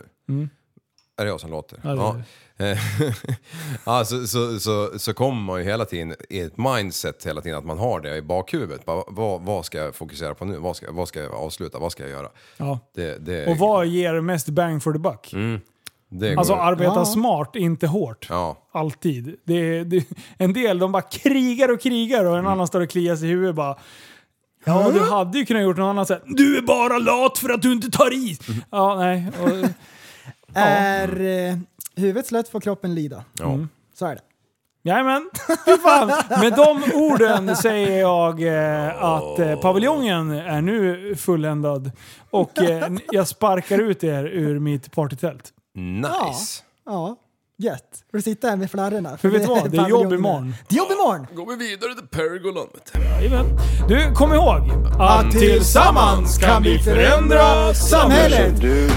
Speaker 3: Är det jag som låter?
Speaker 1: Mm. det är
Speaker 3: Ja. Eh, ja, så, så, så, så kommer man ju hela tiden i ett mindset hela tiden att man har det i bakhuvudet. Bara, vad, vad ska jag fokusera på nu? Vad ska, vad ska jag avsluta? Vad ska jag göra?
Speaker 1: ja.
Speaker 3: Det, det,
Speaker 1: Och vad ger mest bang for the buck?
Speaker 3: det går-
Speaker 1: Alltså arbeta
Speaker 2: Ja.
Speaker 1: smart, inte hårt.
Speaker 3: Mm. ja.
Speaker 1: Alltid. Det, det, en del de bara krigar och krigar och en annan står och kliar sig i huvudet bara Ja, du hade ju kunnat gjort något annat sätt. Du är bara lat för att du inte tar i! Ja, nej. Och,
Speaker 2: Är eh, huvudet slött får kroppen lida.
Speaker 3: Ja.
Speaker 1: Mm.
Speaker 2: Så är det.
Speaker 1: jajamän, fy fan. Med de orden säger jag eh, att eh, paviljongen är nu fulländad och eh, jag sparkar ut er ur mitt partytält.
Speaker 3: Nice!
Speaker 2: Ja, gött. Får du sitta här med flarrorna?
Speaker 1: För vet du vad? Det är jobb
Speaker 2: paviljongen.
Speaker 1: imorgon.
Speaker 2: Det är jobb imorgon!
Speaker 3: Går vi vidare till Pergolan.
Speaker 1: Jajamän. Du, kom ihåg att tillsammans kan vi förändra samhället!
Speaker 2: Samhället!
Speaker 7: Du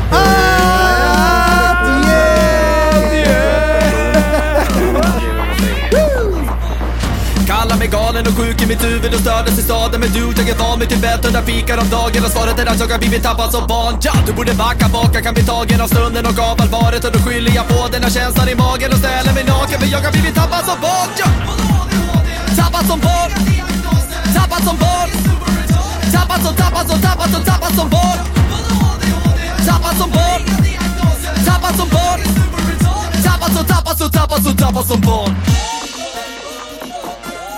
Speaker 8: Kallar mig galen och sjuk i mitt huvud och stördes i staden Men du, jag är van vid Tibet och där fikar om dagen Och svaret är att jag har blivit tappad som barn ja, Du borde backa bak, jag kan bli tagen av stunden och av allvaret Och då skyller jag på den här känslan i magen och ställer mig naken För jag har blivit tappad som barn ja. Tappad som barn Tappad som barn Tappad som, tappad som, tappad som, tappad som barn Tappad som barn Tappad som barn Tappad som, tappad som, tappad som, tappad som barn